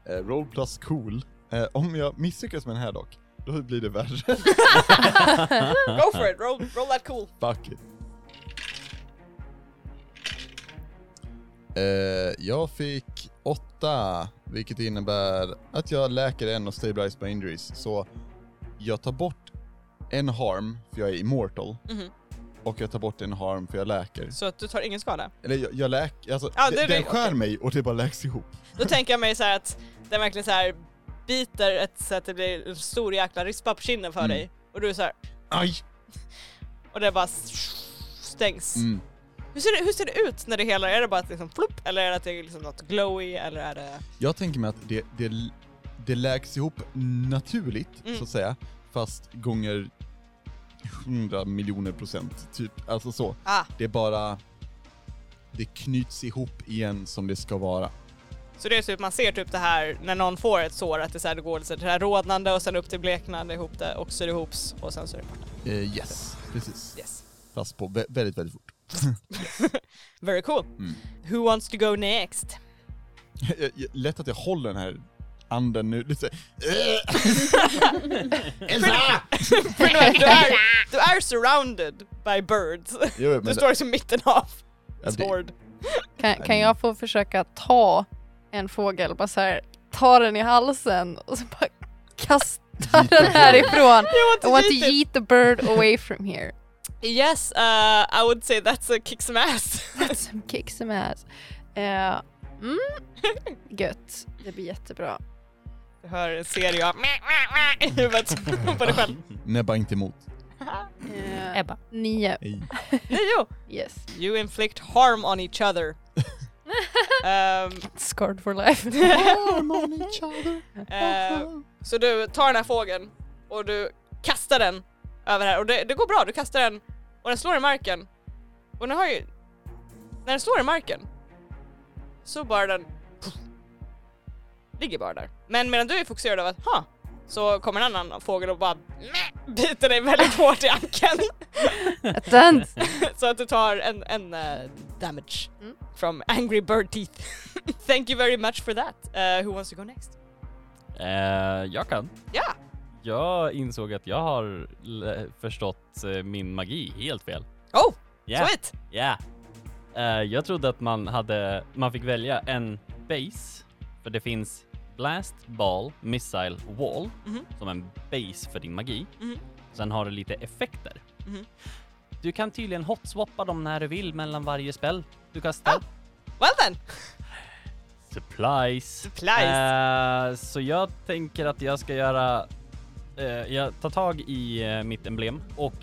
Speaker 1: Eh, roll plus cool. Eh, om jag misslyckas med den här dock, då blir det värre.
Speaker 2: Go for it, roll, roll that cool.
Speaker 1: Fuck it. Eh, jag fick åtta, vilket innebär att jag läker en och stabilize my injuries. Så jag tar bort en harm, för jag är immortal.
Speaker 2: Mhm.
Speaker 1: Och jag tar bort en harm, för jag läker.
Speaker 2: Så att du tar ingen skada.
Speaker 1: Eller jag, jag läker, alltså
Speaker 2: Ja,
Speaker 1: d-
Speaker 2: det är
Speaker 1: den
Speaker 2: det,
Speaker 1: skär
Speaker 2: okej.
Speaker 1: mig och det bara läks ihop.
Speaker 2: Då tänker jag mig så här att den verkligen så här biter ett, så att det blir en stor jäkla rispa på kinden för
Speaker 1: Mm.
Speaker 2: dig. Och du är så här,
Speaker 1: Aj!
Speaker 2: och det bara stängs.
Speaker 1: Mm.
Speaker 2: Hur, ser det, hur ser det ut när det hela är det bara att liksom flopp eller är det att det är liksom något glowy eller är det...
Speaker 1: Jag tänker mig att det, det, det läks ihop naturligt,
Speaker 2: Mm.
Speaker 1: så att säga, fast gånger 100 miljoner procent, typ. Alltså så.
Speaker 2: Ah,
Speaker 1: Det är bara... Det knyts ihop igen som det ska vara.
Speaker 2: så det är typ, man ser typ det här när någon får ett sår att det, så här, det går så det här rodnande och sen upp till bleknande ihop det och syr ihops och sen så är det borta.
Speaker 1: Eh, yes, precis.
Speaker 2: Yes.
Speaker 1: Fast på vä- väldigt, väldigt fort.
Speaker 2: Very cool.
Speaker 1: Mm.
Speaker 2: Who wants to go next?
Speaker 1: Jag- jag- Lätt att jag håller den här anden nu. Lite så- Elsa!
Speaker 2: För nu är- du, är, du är surrounded by birds.
Speaker 1: Jo, men
Speaker 2: Du står liksom mitten av
Speaker 1: Ja, det-
Speaker 2: sword.
Speaker 4: Kan, kan jag få försöka ta en fågel, bara så här, ta den i halsen och så bara kasta den härifrån. I want to eat the bird away from here.
Speaker 2: Yes, uh, I would say that's a kick some ass.
Speaker 4: Some kick some ass. Eh, mm, gött, det blir jättebra.
Speaker 2: Du hör en serie av meh, meh, meh i huvudet på dig själv.
Speaker 1: Näbba inte emot.
Speaker 4: Eh,
Speaker 3: Ebba.
Speaker 4: nio,
Speaker 1: Ej.
Speaker 2: Jo,
Speaker 4: yes.
Speaker 2: you inflict harm on each other. um,
Speaker 4: Scarred for life.
Speaker 1: Oh,
Speaker 4: Uh,
Speaker 2: eh, så du tar den här fågeln och du kastar den över här och det, det går bra, du kastar den och den slår i marken. Och den har ju... När den slår i marken så bara den... Ligger bara där. Men medan du är fokuserad av att ha så kommer en annan fågel och bara meh, biter dig väldigt hårt i ankeln.
Speaker 4: den,
Speaker 2: Så att du tar en, en eh, damage
Speaker 4: Mm.
Speaker 2: from angry bird teeth. Thank you very much for that. Eh, who wants to go next?
Speaker 5: Eh, jag kan.
Speaker 2: Ja.
Speaker 5: Jag insåg att jag har l- förstått eh, min magi helt fel.
Speaker 2: Oh,
Speaker 5: Yeah,
Speaker 2: sweet!
Speaker 5: yeah. Eh, jag trodde att man hade, man fick välja en base, för det finns blast, ball, missile, wall
Speaker 2: Mhm.
Speaker 5: som en base för din magi.
Speaker 2: Mhm.
Speaker 5: Sen har du lite effekter.
Speaker 2: Mhm.
Speaker 5: Du kan tydligen hotswappa dem när du vill mellan varje spel du
Speaker 2: Ah!
Speaker 5: kastar.
Speaker 2: Well then!
Speaker 5: Supplies.
Speaker 2: Supplies.
Speaker 5: Eh, så jag tänker att jag ska göra... eh, jag tar tag i eh, mitt emblem och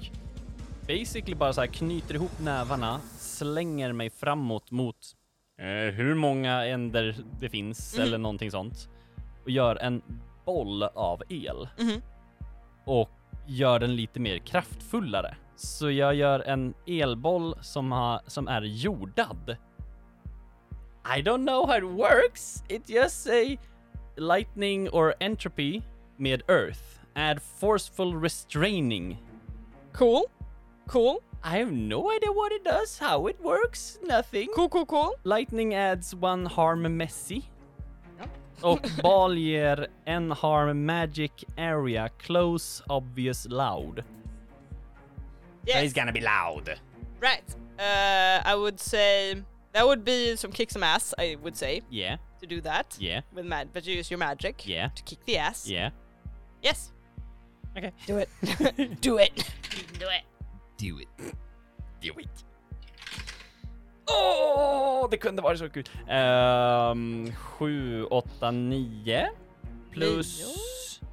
Speaker 5: basically bara så här knyter ihop nävarna, slänger mig framåt mot eh, hur många änder det finns
Speaker 2: Mhm.
Speaker 5: eller någonting sånt. Och gör en boll av el
Speaker 2: Mhm.
Speaker 5: och gör den lite mer kraftfullare. Så jag gör en elboll som, har, som är jordad. I don't know how it works. It just say lightning or entropy med earth. Add forceful restraining.
Speaker 2: Cool, cool,
Speaker 5: I have no idea what it does, how it works, nothing.
Speaker 2: cool, cool, cool.
Speaker 5: Lightning adds one harm messy. Och bal ger en harm magic area close obvious loud.
Speaker 2: Yes,
Speaker 5: gonna be loud.
Speaker 2: right. Eh, I would say that would be some kick some ass, I would say,
Speaker 5: Yeah,
Speaker 2: to do that.
Speaker 5: yeah,
Speaker 2: With mag- but you use your magic
Speaker 5: yeah,
Speaker 2: to kick the ass.
Speaker 5: yeah.
Speaker 2: Yes.
Speaker 5: Okay.
Speaker 2: Do it. do it. do it.
Speaker 5: Do it. Do it. Åh, det kunde varit så kul. Ehm, Sju, åtta, nio. Plus...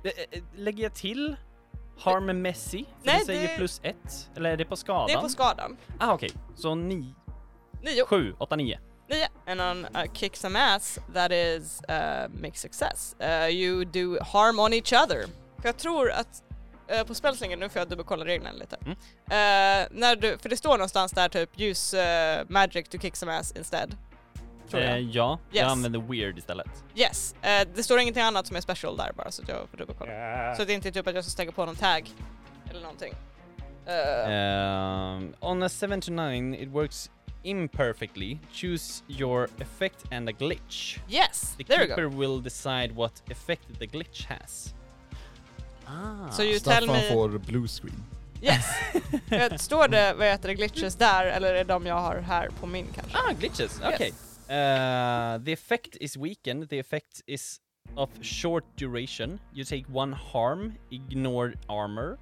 Speaker 5: Eh, eh, Lägger jag till harm messy? För
Speaker 2: Nej,
Speaker 5: det säger
Speaker 2: det-
Speaker 5: plus ett. Eller är det på skadan?
Speaker 2: Det är på skadan.
Speaker 5: Ah, okej. Så nio.
Speaker 2: Nio.
Speaker 5: Sju, åtta, nio.
Speaker 2: Yeah, and on uh, kick some ass, that is uh, make success. Uh, you do harm on each other. För jag tror att eh, på spelslingen, nu får jag dubbelkolla reglerna lite.
Speaker 5: Mm.
Speaker 2: Eh, när du, för det står någonstans där typ use eh, magic to kick some ass instead. tror jag.
Speaker 5: Eh, ja, jag
Speaker 2: Yes.
Speaker 5: använder weird istället.
Speaker 2: Yes, eh, det står ingenting annat som är special där bara så att jag får dubbelkolla. Så att det inte är typ att jag ska stänga på någon tag eller någonting. Eh,
Speaker 5: Um, on a 7 to 9, it works imperfectly. Choose your effect and a glitch.
Speaker 2: yes,
Speaker 5: The
Speaker 2: there we
Speaker 5: keeper
Speaker 2: go.
Speaker 5: will decide what effect the glitch has. Ah.
Speaker 2: So you tell
Speaker 1: Staffan
Speaker 2: me...
Speaker 1: får blue screen.
Speaker 2: Yes. Eh, Står det vad heter det, glitches där eller är det de jag har här på min kanske?
Speaker 5: ah, glitches. Okay. Uh, the effect is weakened. The effect is of short duration. You take one harm, ignore armor.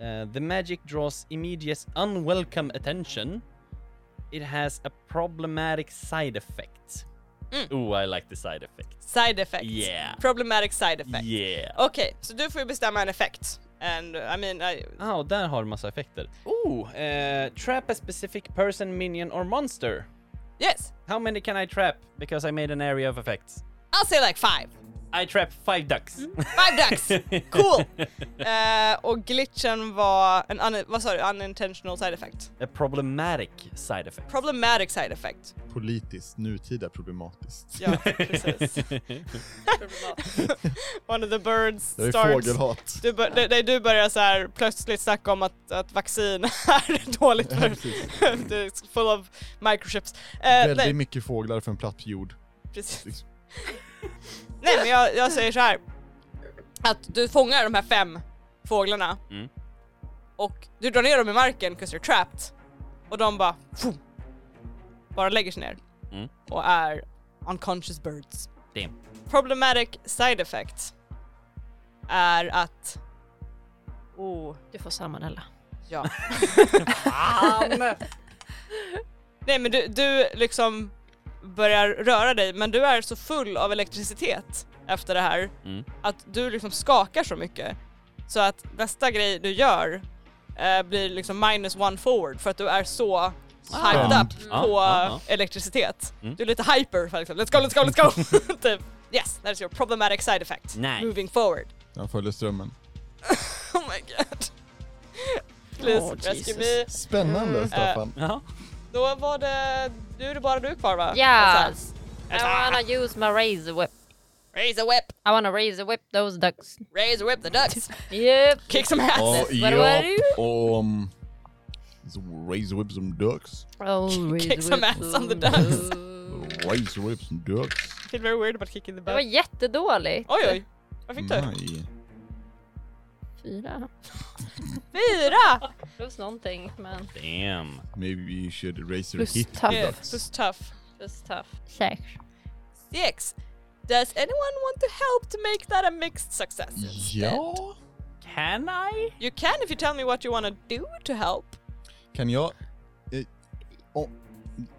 Speaker 5: Uh, the magic draws immediate unwelcome attention. It has a problematic side effect.
Speaker 2: Mm.
Speaker 5: Ooh, I like the side effect.
Speaker 2: Side effects.
Speaker 5: Yeah.
Speaker 2: Problematic side effect.
Speaker 5: Yeah.
Speaker 2: Okej, så du får ju bestämma en effekt. And I mean, I,
Speaker 5: Ah, och där har du massa effekter. Ooh, uh, trap a specific person, minion or monster.
Speaker 2: yes,
Speaker 5: How many can I trap? Because I made an area of effects.
Speaker 2: I'll say like five.
Speaker 5: I trap five ducks.
Speaker 2: Five ducks! Cool! Eh, och glitchen var en, un, vad sa du, unintentional side effect?
Speaker 5: A problematic side effect.
Speaker 2: Problematic side effect.
Speaker 1: Politiskt, nutida, problematiskt.
Speaker 2: Ja, precis. One of the birds
Speaker 1: Det är
Speaker 2: starts...
Speaker 1: fågelhat.
Speaker 2: Du, bör, nej, nej, du börjar så här plötsligt snacka om att, att vaccin är dåligt
Speaker 1: Ja,
Speaker 2: för...
Speaker 1: precis.
Speaker 2: det är full of microchips. Eh, nej,
Speaker 1: Väldigt mycket fåglar för en platt jord. liksom,
Speaker 2: precis. nej men jag, jag säger så här. Att du fångar de här fem fåglarna
Speaker 5: Mm.
Speaker 2: och du drar ner dem i marken 'cause you're trapped. Och de bara... Fum, bara lägger sig ner.
Speaker 5: Mm.
Speaker 2: Och är unconscious birds.
Speaker 5: Damn.
Speaker 2: Problematic side effect är att... Oh.
Speaker 3: Du får salmonella.
Speaker 2: Ja. Nej men du, du liksom börjar röra dig men du är så full av elektricitet efter det här
Speaker 5: Mm.
Speaker 2: att du liksom skakar så mycket så att nästa grej du gör eh, blir liksom minus one forward för att du är
Speaker 5: Ah.
Speaker 2: så hyped
Speaker 1: Spänd.
Speaker 2: up
Speaker 5: Ja,
Speaker 2: på
Speaker 5: ja,
Speaker 2: elektricitet.
Speaker 5: Ah, Mm.
Speaker 2: Du är lite hyper för liksom, let's go, let's go, let's go! typ. Yes, that is your problematic side effect.
Speaker 5: Nice.
Speaker 2: Moving forward.
Speaker 1: Jag följer strömmen.
Speaker 2: Oh my god. Please
Speaker 3: Oh,
Speaker 2: rescue
Speaker 3: Jesus.
Speaker 2: me.
Speaker 1: Spännande Staffan.
Speaker 5: Ja.
Speaker 2: Då var det... Nu är det bara du kvar va? Alltså,
Speaker 3: Yes! I wanna
Speaker 2: Elsa.
Speaker 3: use my razor whip.
Speaker 2: Raise a whip!
Speaker 3: I wanna razor whip those ducks.
Speaker 2: Raise a whip the ducks!
Speaker 3: Yep!
Speaker 2: Kick some ass!
Speaker 1: Ja,
Speaker 3: Vad var det?
Speaker 1: och... Um, some razor whip some ducks.
Speaker 3: Oh, razor
Speaker 2: Kick some
Speaker 3: whip
Speaker 2: ass on the
Speaker 3: those
Speaker 2: ducks.
Speaker 1: Razor whip some ducks.
Speaker 2: Feel very weird about kicking the
Speaker 3: Det var
Speaker 2: butt.
Speaker 3: jättedåligt.
Speaker 2: Oj oj! Vad fick du?
Speaker 1: Nej.
Speaker 3: Fyra.
Speaker 2: Fyra!
Speaker 3: Plus någonting, men
Speaker 5: Damn.
Speaker 1: Maybe you should razor
Speaker 4: Plus
Speaker 1: hit
Speaker 4: tough.
Speaker 1: the
Speaker 2: Yeah,
Speaker 1: ducks.
Speaker 2: Plus tough.
Speaker 3: plus tough. Sex.
Speaker 2: Six. Does anyone want to help to make that a mixed success? instead?
Speaker 1: Ja.
Speaker 5: Can I?
Speaker 2: You can if you tell me what you wanna do to help.
Speaker 1: Kan jag... Eh, oh,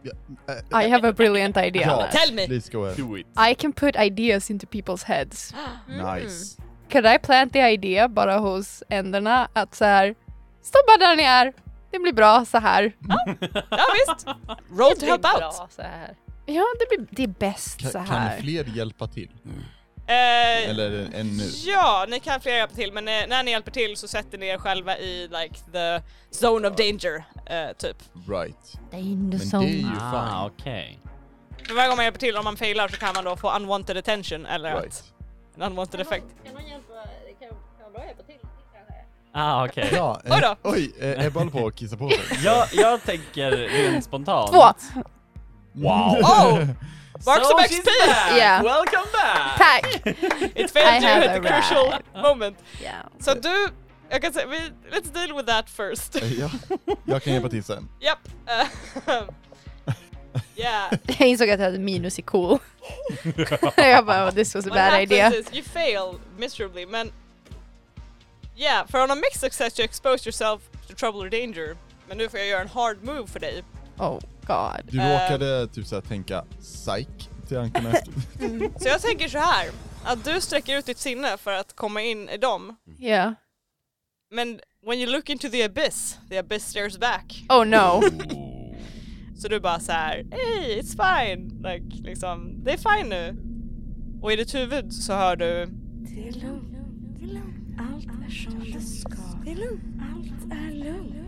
Speaker 1: ja, eh,
Speaker 4: I have a brilliant idea.
Speaker 1: ja,
Speaker 2: Tell me.
Speaker 1: Please go ahead.
Speaker 5: Do it.
Speaker 4: I can put ideas into people's heads.
Speaker 1: Nice.
Speaker 4: Could I plant the idea bara hos änderna att så här, stoppa där ni är, det blir bra så här.
Speaker 2: Ja visst! Roll to help out!
Speaker 3: Bra så här.
Speaker 4: Ja, det, blir, det är bäst så
Speaker 1: Ka,
Speaker 4: här.
Speaker 1: kan fler hjälpa till?
Speaker 2: Eh,
Speaker 1: Eller än nu?
Speaker 2: Ja, ni kan fler hjälpa till men eh, när ni hjälper till så sätter ni er själva i like the zone of danger, eh, typ.
Speaker 1: Right.
Speaker 3: Danger
Speaker 1: Men det är
Speaker 3: zone.
Speaker 1: ju
Speaker 5: Ah,
Speaker 1: fine.
Speaker 5: okej.
Speaker 2: För varje gång man hjälper till, om man failar så kan man då få unwanted attention eller att,
Speaker 1: Right.
Speaker 2: en unwanted effekt.
Speaker 3: Kan någon hjälpa, kan, kan någon hjälpa till? kanske?
Speaker 5: Ah, okej.
Speaker 1: Ja,
Speaker 2: Oj
Speaker 1: eh,
Speaker 2: då.
Speaker 1: oj, eh, Ebba håller på att kissa på sig.
Speaker 5: Jag, jag tänker rent spontant.
Speaker 4: Två!
Speaker 5: Wow.
Speaker 2: Oh! Marks so
Speaker 5: So she's
Speaker 2: XP!
Speaker 5: back.
Speaker 4: Yeah.
Speaker 5: Welcome back!
Speaker 4: Tack!
Speaker 2: It
Speaker 4: I
Speaker 2: failed you
Speaker 4: have
Speaker 2: at the
Speaker 4: arrived.
Speaker 2: crucial moment.
Speaker 4: Ja.
Speaker 2: Så du, jag kan säga, vi, let's deal with that first.
Speaker 1: Eh, ja. Jag kan hjälpa till sen.
Speaker 2: Japp. Ehm, yeah.
Speaker 4: Jag insåg att jag hade minus i cool. jag bara, oh, this was a
Speaker 2: What
Speaker 4: bad
Speaker 2: happens
Speaker 4: idea.
Speaker 2: is you fail miserably men... Yeah, för on a mixed success you expose yourself to trouble or danger. Men nu får jag göra en hard move för dig.
Speaker 4: Oh god.
Speaker 1: Du
Speaker 2: Eh.
Speaker 1: råkade typ såhär tänka psyk till ankarna efter.
Speaker 2: Så jag tänker så här, att du sträcker ut ditt sinne för att komma in i dem.
Speaker 4: Yeah.
Speaker 2: Men when you look into the abyss, the abyss stares back.
Speaker 4: Oh no.
Speaker 2: Så du bara så här, hey it's fine, like, liksom, det är fine nu. Och i ditt huvud så hör du,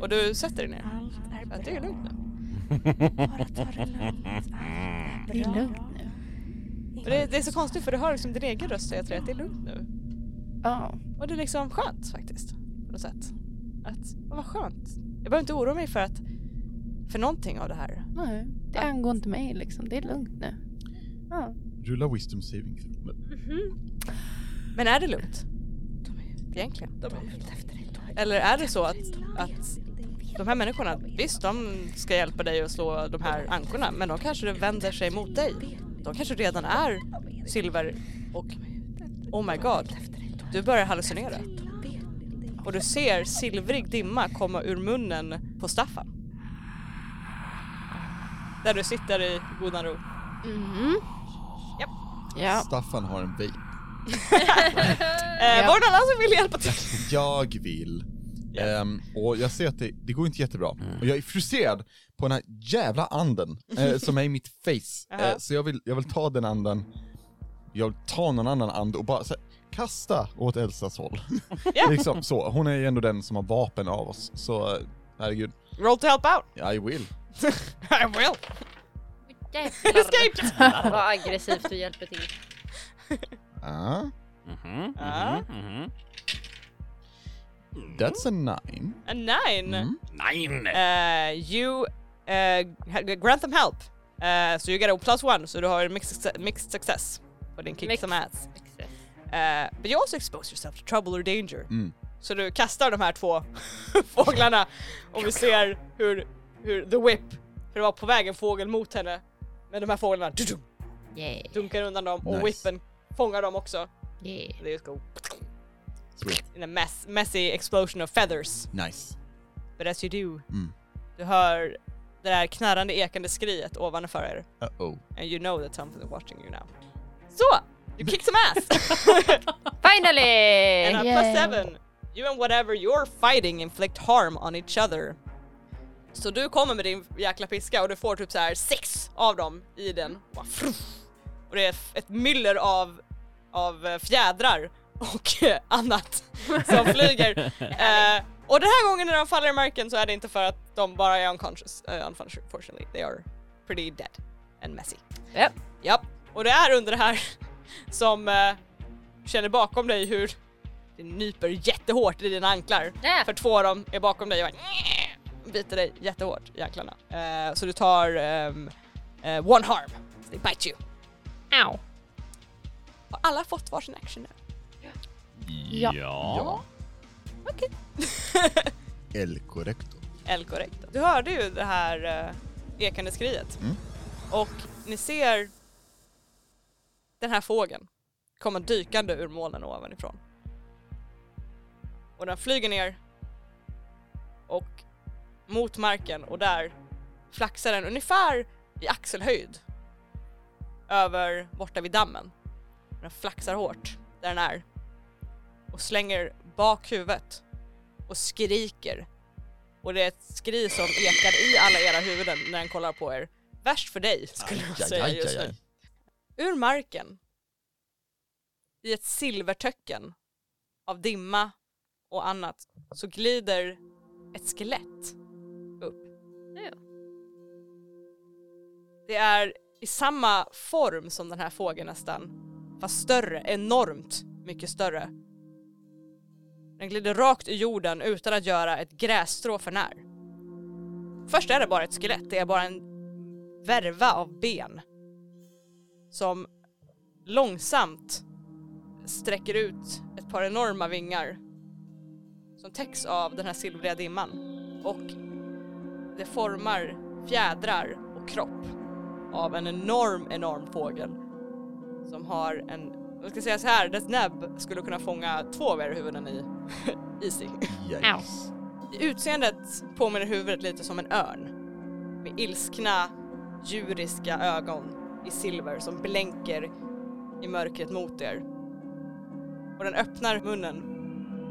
Speaker 2: och du sätter dig ner. Att det är lugnt nu.
Speaker 4: Det är lugnt nu.
Speaker 2: För det, det är så konstigt för du hör liksom din egen röst säga till dig att det är lugnt nu.
Speaker 4: Ja.
Speaker 2: Och det är liksom skönt faktiskt. På något sätt. Att, ja, vad skönt. Jag behöver inte oroa mig för att, för någonting av det här.
Speaker 4: Nej, det angår inte mig liksom. Det är lugnt nu. Ja.
Speaker 1: Rulla wisdom saving throw. Men
Speaker 2: Men är det lugnt? Egentligen. Eller är det så att, att de här människorna, visst de ska hjälpa dig att slå de här ankorna men de kanske vänder sig mot dig. De kanske redan är silver och oh my god, du börjar hallucinera. Och du ser silvrig dimma komma ur munnen på Staffan. Där du sitter i Eh, godan ro.
Speaker 3: Mm-hmm.
Speaker 4: Mm.
Speaker 2: Japp.
Speaker 4: Ja.
Speaker 1: Staffan har en vape.
Speaker 2: Eh,
Speaker 4: Ja.
Speaker 2: Var det någon annan som ville hjälpa till?
Speaker 1: Jag vill.
Speaker 2: Ja.
Speaker 1: Ehm, och jag ser att det, det går inte jättebra. Och jag är frustrerad på den här jävla anden eh, som är i mitt face.
Speaker 2: Aha.
Speaker 1: Eh, så jag vill, jag vill ta den anden, jag vill ta någon annan and och bara så här, kasta åt Elsas håll.
Speaker 2: Ja.
Speaker 1: liksom, så. Hon är ju ändå den som har vapen av oss, så eh, herregud.
Speaker 2: Roll to help out.
Speaker 1: I will.
Speaker 2: I will.
Speaker 3: Escaped! Vad aggressivt du hjälper till.
Speaker 1: Ah,
Speaker 5: Mhm,
Speaker 2: Ja.
Speaker 1: Mm-hmm.
Speaker 5: mhm, mhm.
Speaker 1: that's a nine.
Speaker 2: A nine.
Speaker 1: Mm.
Speaker 5: Nej!
Speaker 2: Uh, you uh, ha- grant them help. Uh, so you get a plus one, så du har en mixed, success- mixed success på din kick
Speaker 3: Mixed.
Speaker 2: some ass. Uh, but you also expose yourself to trouble or danger.
Speaker 1: Mm.
Speaker 2: Så du kastar de här två fåglarna och vi ser hur, hur the whip, för det var på väg en fågel mot henne, men de här fåglarna dudum,
Speaker 3: Yeah,
Speaker 2: dunkar undan dem och
Speaker 1: Nice.
Speaker 2: whippen fångar dem också.
Speaker 3: yeah.
Speaker 2: They just go
Speaker 1: Sweet.
Speaker 2: in a mess, messy explosion of feathers.
Speaker 1: Nice.
Speaker 2: But as you do,
Speaker 1: Mm.
Speaker 2: du hör det där knarrande ekande skriet ovanför er.
Speaker 1: Uh-oh.
Speaker 2: And you know that something is watching you now. Så! You kick some ass! and
Speaker 3: Finally!
Speaker 2: on
Speaker 4: Yay.
Speaker 2: plus seven, you and whatever you're fighting inflict harm on each other. Så du kommer med din jäkla piska och du får typ så här sex av dem i den. Bara fruff. Och det är f- ett myller av, av eh, fjädrar och eh, annat som flyger. Eh, och den här gången när de faller i marken så är det inte för att de bara är unconscious. Uh, unfortunately, they are pretty dead and messy.
Speaker 3: Japp.
Speaker 2: Japp. Och det är under det här som eh, känner bakom dig hur det nyper jättehårt i dina anklar.
Speaker 3: Nä.
Speaker 2: För två av dem är bakom dig och bara biter dig jättehårt i anklarna. Eh, så du tar ehm, eh, one harm. They bite you.
Speaker 3: Ow.
Speaker 2: Har alla fått varsin action nu?
Speaker 5: Ja. ja.
Speaker 2: Okej.
Speaker 1: El correcto.
Speaker 2: El Correcto. Du hörde ju det här eh, ekande skriet.
Speaker 1: Mm.
Speaker 2: Och ni ser den här fågeln komma dykande ur molnen ovanifrån. Och den flyger ner och mot marken och där flaxar den ungefär i axelhöjd över borta vid dammen. Den flaxar hårt där den är och slänger bak huvudet och skriker och det är ett skri som ekar i alla era huvuden när den kollar på er. Värst för dig skulle jag
Speaker 1: Aj,
Speaker 2: säga
Speaker 1: aj,
Speaker 2: just
Speaker 1: aj,
Speaker 2: nu.
Speaker 1: aj.
Speaker 2: Ur marken, i ett silvertöcken av dimma och annat, så glider ett skelett upp.
Speaker 3: Ja.
Speaker 2: Det är i samma form som den här fågeln nästan, fast större, enormt mycket större. Den glider rakt ur jorden utan att göra ett grässtrå för när. Först är det bara ett skelett, det är bara en värva av ben som långsamt sträcker ut ett par enorma vingar som täcks av den här silvriga dimman och det formar fjädrar och kropp av en enorm, enorm fågel som har en, jag ska säga så här, dess näbb skulle kunna fånga två av er huvuden i, i sig.
Speaker 1: Yikes.
Speaker 2: I utseendet påminner huvudet lite som en örn med ilskna, djuriska ögon i silver som blänker i mörkret mot er. Och den öppnar munnen.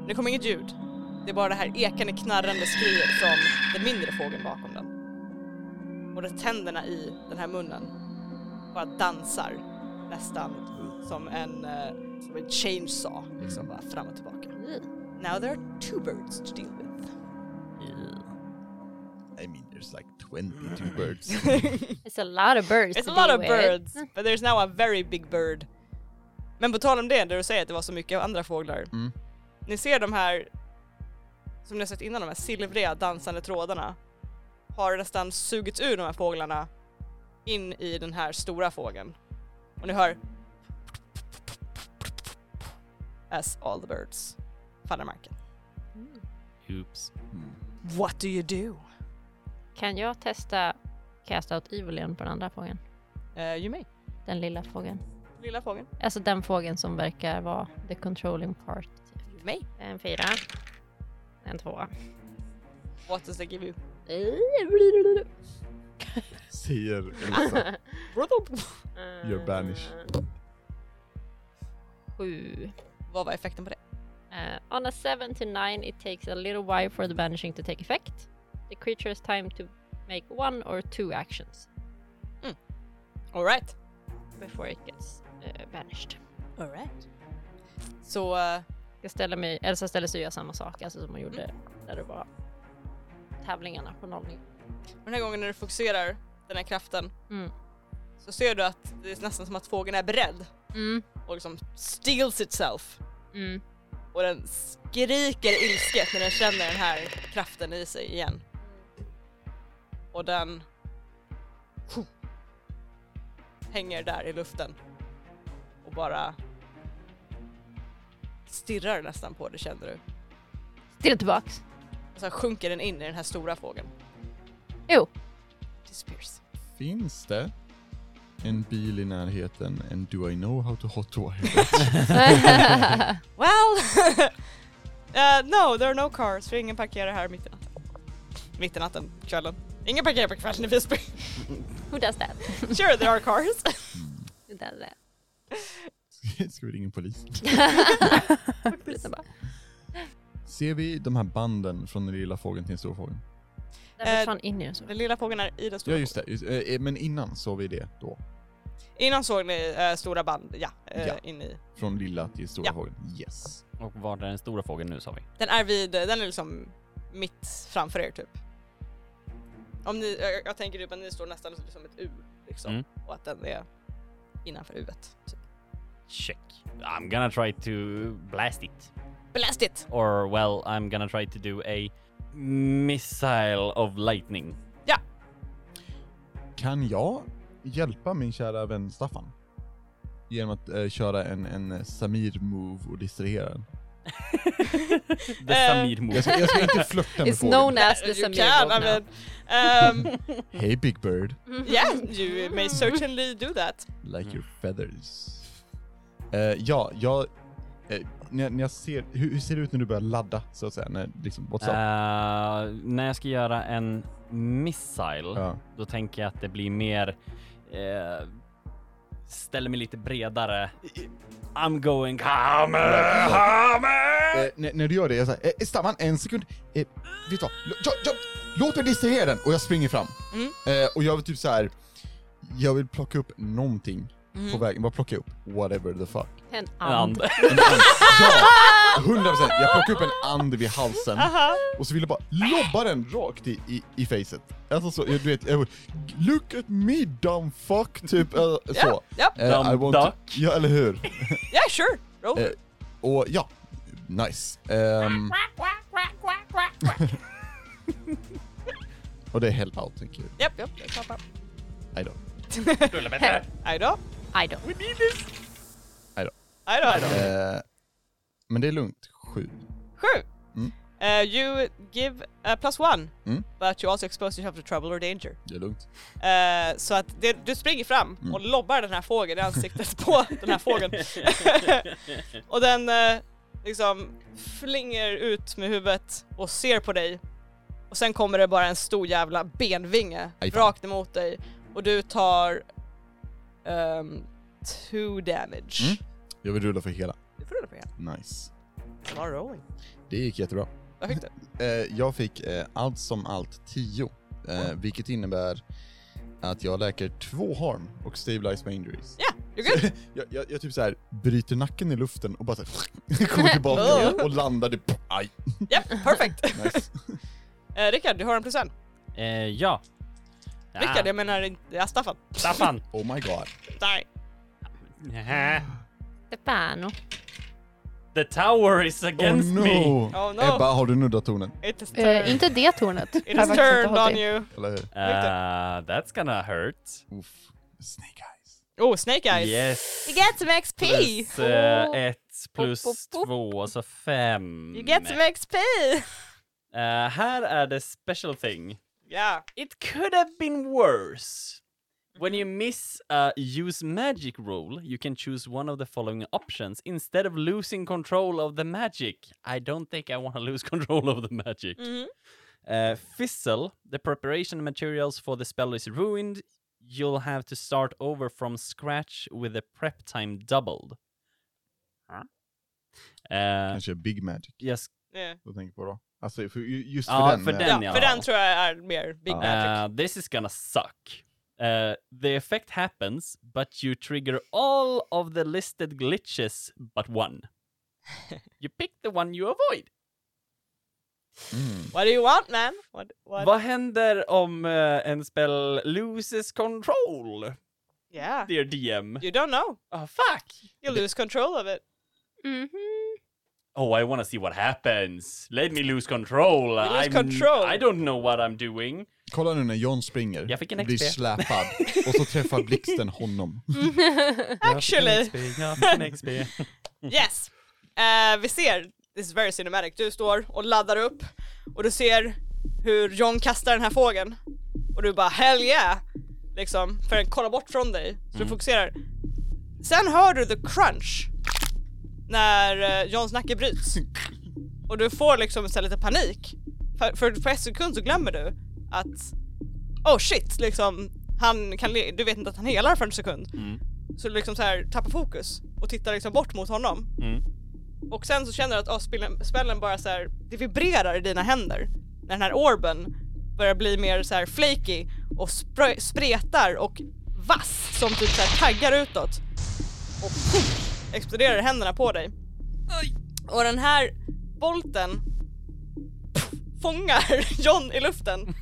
Speaker 2: Det kommer inget ljud. Det är bara det här ekande, knarrande skriet från den mindre fågeln bakom den. Och det tänderna i den här munnen bara dansar nästan som en, eh, som en chainsaw, liksom bara fram och tillbaka. Now there are two birds to deal with.
Speaker 1: I mean, there's like two 22 birds.
Speaker 3: It's a lot of birds
Speaker 2: It's
Speaker 3: to
Speaker 2: a lot
Speaker 3: be
Speaker 2: of
Speaker 3: with.
Speaker 2: birds, but there's now a very big bird. Men på tal om det, där du säger att det var så mycket andra fåglar.
Speaker 1: Mm.
Speaker 2: Ni ser de här, som ni har sett innan, de här silvriga dansande trådarna har nästan sugits ur de här fåglarna in i den här stora fågeln. Och ni hör As all the birds faller marken.
Speaker 5: Oops.
Speaker 1: Mm.
Speaker 2: What do you do?
Speaker 3: Kan jag testa cast out evil igen på den andra fågeln?
Speaker 2: Eh, you may.
Speaker 3: Den lilla fågeln.
Speaker 2: Lilla fågeln.
Speaker 3: Alltså den fågeln som verkar vara the controlling part.
Speaker 2: You may.
Speaker 3: En fyra. En tvåa.
Speaker 2: What does that give you?
Speaker 1: Säger Elsa. You're banished.
Speaker 3: Eh, Sju.
Speaker 2: Vad var effekten på det?
Speaker 3: Uh, on a 7 to 9 it takes a little while for the banishing to take effect. The creature has time to make one or two actions
Speaker 2: Alright.
Speaker 3: before it gets eh, banished.
Speaker 2: Alright. Så eh,
Speaker 3: Jag ställer mig, Elsa ställer sig och gör samma sak alltså som hon gjorde när det var tävlingarna på nollning.
Speaker 2: den här gången när du fokuserar den här kraften
Speaker 3: Mm.
Speaker 2: så ser du att det är nästan som att fågeln är beredd
Speaker 3: Mm,
Speaker 2: och liksom steals itself.
Speaker 3: mm.
Speaker 2: Och den skriker ilsket när den känner den här kraften i sig igen. Och den hänger där i luften och bara stirrar nästan på det känner du.
Speaker 3: Stirra tillbaks.
Speaker 2: Och sen sjunker den in i den här stora fågeln.
Speaker 3: Jo.
Speaker 2: Disappears.
Speaker 1: Finns det en bil i närheten and do I know how to hot wire?
Speaker 2: Well, uh, no, there are no cars för ingen parkerar här mitt i natten. Mitt i natten, kvällen. Ingen parkerar på kvällen i Visby.
Speaker 3: Who does that?
Speaker 2: sure, there are cars.
Speaker 3: Who does that?
Speaker 1: Ska vi ringa polis?
Speaker 3: Polisen bara,
Speaker 1: Ser vi de här banden från den lilla fågeln till den stora fågeln?
Speaker 3: Den
Speaker 2: Eh,
Speaker 3: försvann in i den så.
Speaker 2: Den lilla fågeln är i den stora.
Speaker 1: Ja just det, just, eh, men innan såg vi det då.
Speaker 2: Innan såg ni eh, stora band, ja, eh,
Speaker 1: Ja.
Speaker 2: in i.
Speaker 1: Från lilla till stora
Speaker 2: Ja.
Speaker 1: fågeln. Yes.
Speaker 5: Och var är den stora fågeln nu sa vi?
Speaker 2: Den är vid, den är liksom mitt framför er typ. Om ni, jag, jag tänker typ att ni står nästan som ett U liksom.
Speaker 5: Mm.
Speaker 2: Och att den är innanför Uet. Typ.
Speaker 5: Check. I'm gonna try to blast it.
Speaker 2: Blast it!
Speaker 5: Or well, I'm gonna try to do a missile of lightning.
Speaker 1: Kan jag hjälpa min kära vän Staffan? Genom att eh, köra en, en Samir-move och distrahera den.
Speaker 5: The
Speaker 2: Eh.
Speaker 5: Samir move.
Speaker 1: Jag ska, jag ska inte flörta med
Speaker 3: It's
Speaker 1: fågeln.
Speaker 3: known as the
Speaker 2: you
Speaker 3: Samir
Speaker 2: can, I
Speaker 3: Bogner.
Speaker 2: mean, um,
Speaker 1: Hey big bird,
Speaker 2: yeah, you may certainly do that.
Speaker 1: like your feathers. Eh, ja, jag... eh, när, när jag ser, hur, hur ser det ut när du börjar ladda så att säga? När, liksom, what's up?
Speaker 5: Eh, när jag ska göra en missile,
Speaker 1: Ja.
Speaker 5: då tänker jag att det blir mer... eh, ställer mig lite bredare. I'm going Kamehameha!
Speaker 1: Eh, när, när du gör det, jag säger eh, Staffan, en sekund. Eh, vet du vad? L- jag, jag, låt mig distrahera den och jag springer fram.
Speaker 2: Mm.
Speaker 1: Eh, och jag vill typ så här. jag vill plocka upp någonting
Speaker 2: Mm.
Speaker 1: på vägen. Vad plockar jag upp? Whatever the fuck.
Speaker 3: En and.
Speaker 5: And.
Speaker 1: En and.
Speaker 2: Ah!
Speaker 1: Ja! 100 procent! Jag plockar upp en and vid halsen och så vill jag bara lobba den rakt i, i, i facet. Alltså så, jag- du vet, jag, look at me dumb fuck, typ eh, så.
Speaker 2: Ja, ja.
Speaker 1: Eh,
Speaker 5: Dumb
Speaker 1: I want to-
Speaker 5: duck.
Speaker 1: Ja, eller hur?
Speaker 2: Yeah, sure. Roll.
Speaker 1: Eh, Och ja, nice. Ehm. och det är help out, tänker jag.
Speaker 2: Yep, yep. that's not bad.
Speaker 1: I don't.
Speaker 2: I know.
Speaker 3: I don't.
Speaker 2: I know. I know.
Speaker 1: Eh, men det är lugnt. Sju.
Speaker 2: Sure.
Speaker 1: Mm.
Speaker 2: Uh, you give uh, plus one,
Speaker 1: Mm.
Speaker 2: but you also expose yourself to trouble or danger.
Speaker 1: Det är lugnt.
Speaker 2: Eh, så att det, du springer fram och
Speaker 1: Mm.
Speaker 2: lobbar den här fågeln i ansiktet på den här fågeln. och den eh, liksom flänger ut med huvudet och ser på dig. Och sen kommer det bara en stor jävla benvinge
Speaker 1: Aj fan.
Speaker 2: rakt emot dig och du tar ehm, two damage.
Speaker 1: Mm. Jag vill rulla för hela.
Speaker 2: Det får du på igen.
Speaker 1: Nice.
Speaker 2: Smart rolling.
Speaker 1: Det gick jättebra.
Speaker 2: Vad fick du?
Speaker 1: Eh, jag fick eh, allt som allt 10, eh, vilket innebär att jag läker två harm och stabilize my injuries.
Speaker 2: Ja, you're good.
Speaker 1: jag, jag, jag typ så här bryter nacken i luften och bara så här, kommer tillbaka
Speaker 2: Oh.
Speaker 1: och landar typ, aj.
Speaker 2: Yep, perfect.
Speaker 1: Nice.
Speaker 2: Eh, Rickard, du har en plus en.
Speaker 5: Eh, ja,
Speaker 1: Ah.
Speaker 2: Rickard, jag menar inte... Ja, Staffan.
Speaker 5: Staffan!
Speaker 1: Oh my god.
Speaker 2: Nej.
Speaker 5: Nähä.
Speaker 3: Stefano.
Speaker 5: The tower is against me!
Speaker 2: Oh no.
Speaker 1: Ebba, har du nuddat tonen?
Speaker 2: It is turned.
Speaker 4: Eh, inte det tornet.
Speaker 2: It is turned on you.
Speaker 1: Eller hur?
Speaker 5: Uh, that's gonna hurt.
Speaker 1: Uff. Snake eyes.
Speaker 2: Oh, Snake Eyes.
Speaker 5: Yes.
Speaker 2: You get Oh. some XP!
Speaker 5: Plus eh, ett plus
Speaker 3: Pop, pop, pop.
Speaker 5: två, så fem.
Speaker 2: oh. You get some XP!
Speaker 5: Eh, här är the special thing.
Speaker 2: Yeah.
Speaker 5: It could have been worse. When you miss a use magic rule, you can choose one of the following options instead of losing control of the magic. I don't think I want to lose control of the magic.
Speaker 2: Mhm.
Speaker 5: Uh, Fizzle, the preparation materials for the spell is ruined. You'll have to start over from scratch with the prep time doubled. Huh? Uh,
Speaker 1: Kanske Big Magic,
Speaker 5: yes,
Speaker 2: Yeah.
Speaker 1: vad tänker du på då? Alltså för, ju- just
Speaker 5: Ja,
Speaker 1: för den.
Speaker 5: för
Speaker 1: eh,
Speaker 5: den.
Speaker 2: Ja,
Speaker 5: ja.
Speaker 2: för den tror jag är mer Big
Speaker 1: Ja.
Speaker 2: Magic.
Speaker 5: Uh, this is gonna suck. Uh, the effect happens, but you trigger all of the listed glitches but one. you pick the one you avoid.
Speaker 1: Mm.
Speaker 2: What do you want man? What, what?
Speaker 5: Vad händer om eh, en spell loses control,
Speaker 2: Yeah.
Speaker 5: dear DM?
Speaker 2: You don't know.
Speaker 5: Oh, fuck!
Speaker 2: You lose control of it.
Speaker 3: Mm-hmm.
Speaker 5: Oh, I want to see what happens. Let me lose control.
Speaker 2: lose
Speaker 5: I'm,
Speaker 2: control.
Speaker 5: I don't know what I'm doing.
Speaker 1: Kolla nu när John springer,
Speaker 5: Jag fick en
Speaker 1: blir
Speaker 5: XP.
Speaker 1: släpad och så träffar blixten honom.
Speaker 2: Actually, yes. Eh, vi ser, this is very cinematic, du står och laddar upp och du ser hur John kastar den här fågeln och du bara hell yeah! Liksom, för den kollar bort från dig, så du fokuserar. Sen hör du the crunch när eh, Johns nacke bryts och du får liksom så här lite panik. För, för på en sekund så glömmer du att oh shit, liksom han kan, le- du vet inte att han helar för en sekund. Så du liksom så här tappar fokus och tittar liksom bort mot honom.
Speaker 5: Mm.
Speaker 2: Och sen så känner du att avspelen- spällen bara så här, det vibrerar i dina händer. När den här orben börjar bli mer så här flaky och spr- spretar och vass som typ så här taggar utåt. Och pff, exploderar i händerna på dig. Och den här bolten pff, fångar John i luften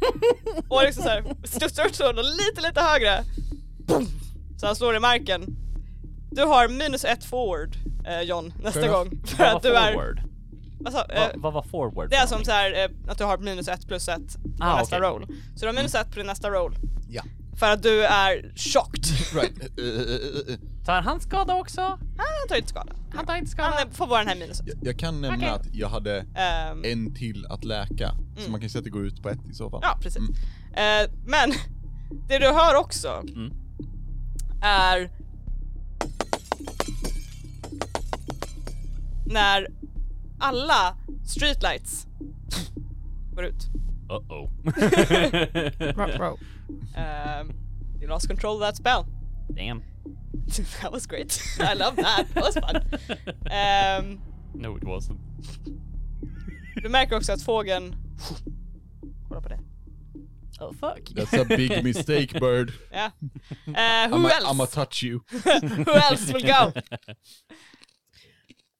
Speaker 2: och liksom så här studsar ut så honom lite, lite högre. Pum! Så han slår i marken. Du har minus ett forward, eh, John, nästa
Speaker 1: Fair
Speaker 2: gång. För att du är... Vad sa- eh,
Speaker 5: Vad var forward?
Speaker 2: det är som så här, eh, att du har minus ett plus ett på
Speaker 5: Ah,
Speaker 2: nästa
Speaker 5: okej.
Speaker 2: roll. Så du har minus ett på din nästa roll.
Speaker 1: Ja.
Speaker 2: För att du är chocked.
Speaker 1: Right. Eh, eh, eh, eh.
Speaker 5: Tar han skada också?
Speaker 2: Han tar inte skada.
Speaker 5: Han tar inte skada.
Speaker 2: Han eh, får bara den här minuset.
Speaker 1: Jag- Jag kan nämna
Speaker 2: Okej.
Speaker 1: att jag hade
Speaker 2: Ehm,
Speaker 1: en till att läka, så man kan säga att det går ut på ett i så fall.
Speaker 2: Mm. Ja, precis. Eh, men det du hör också
Speaker 5: Mm.
Speaker 2: är när alla streetlights går ut.
Speaker 5: Uh-oh.
Speaker 2: Ehm, you lost control of that spell.
Speaker 5: Damn.
Speaker 2: that was great. I love that. That was fun. Ehm,
Speaker 5: No it wasn't.
Speaker 2: du märker också att fågeln... Kolla på det. Oh fuck.
Speaker 1: That's a big mistake bird.
Speaker 2: Ja. Eh, who
Speaker 1: I'mma
Speaker 2: else?
Speaker 1: I'mma touch you.
Speaker 2: who else will go?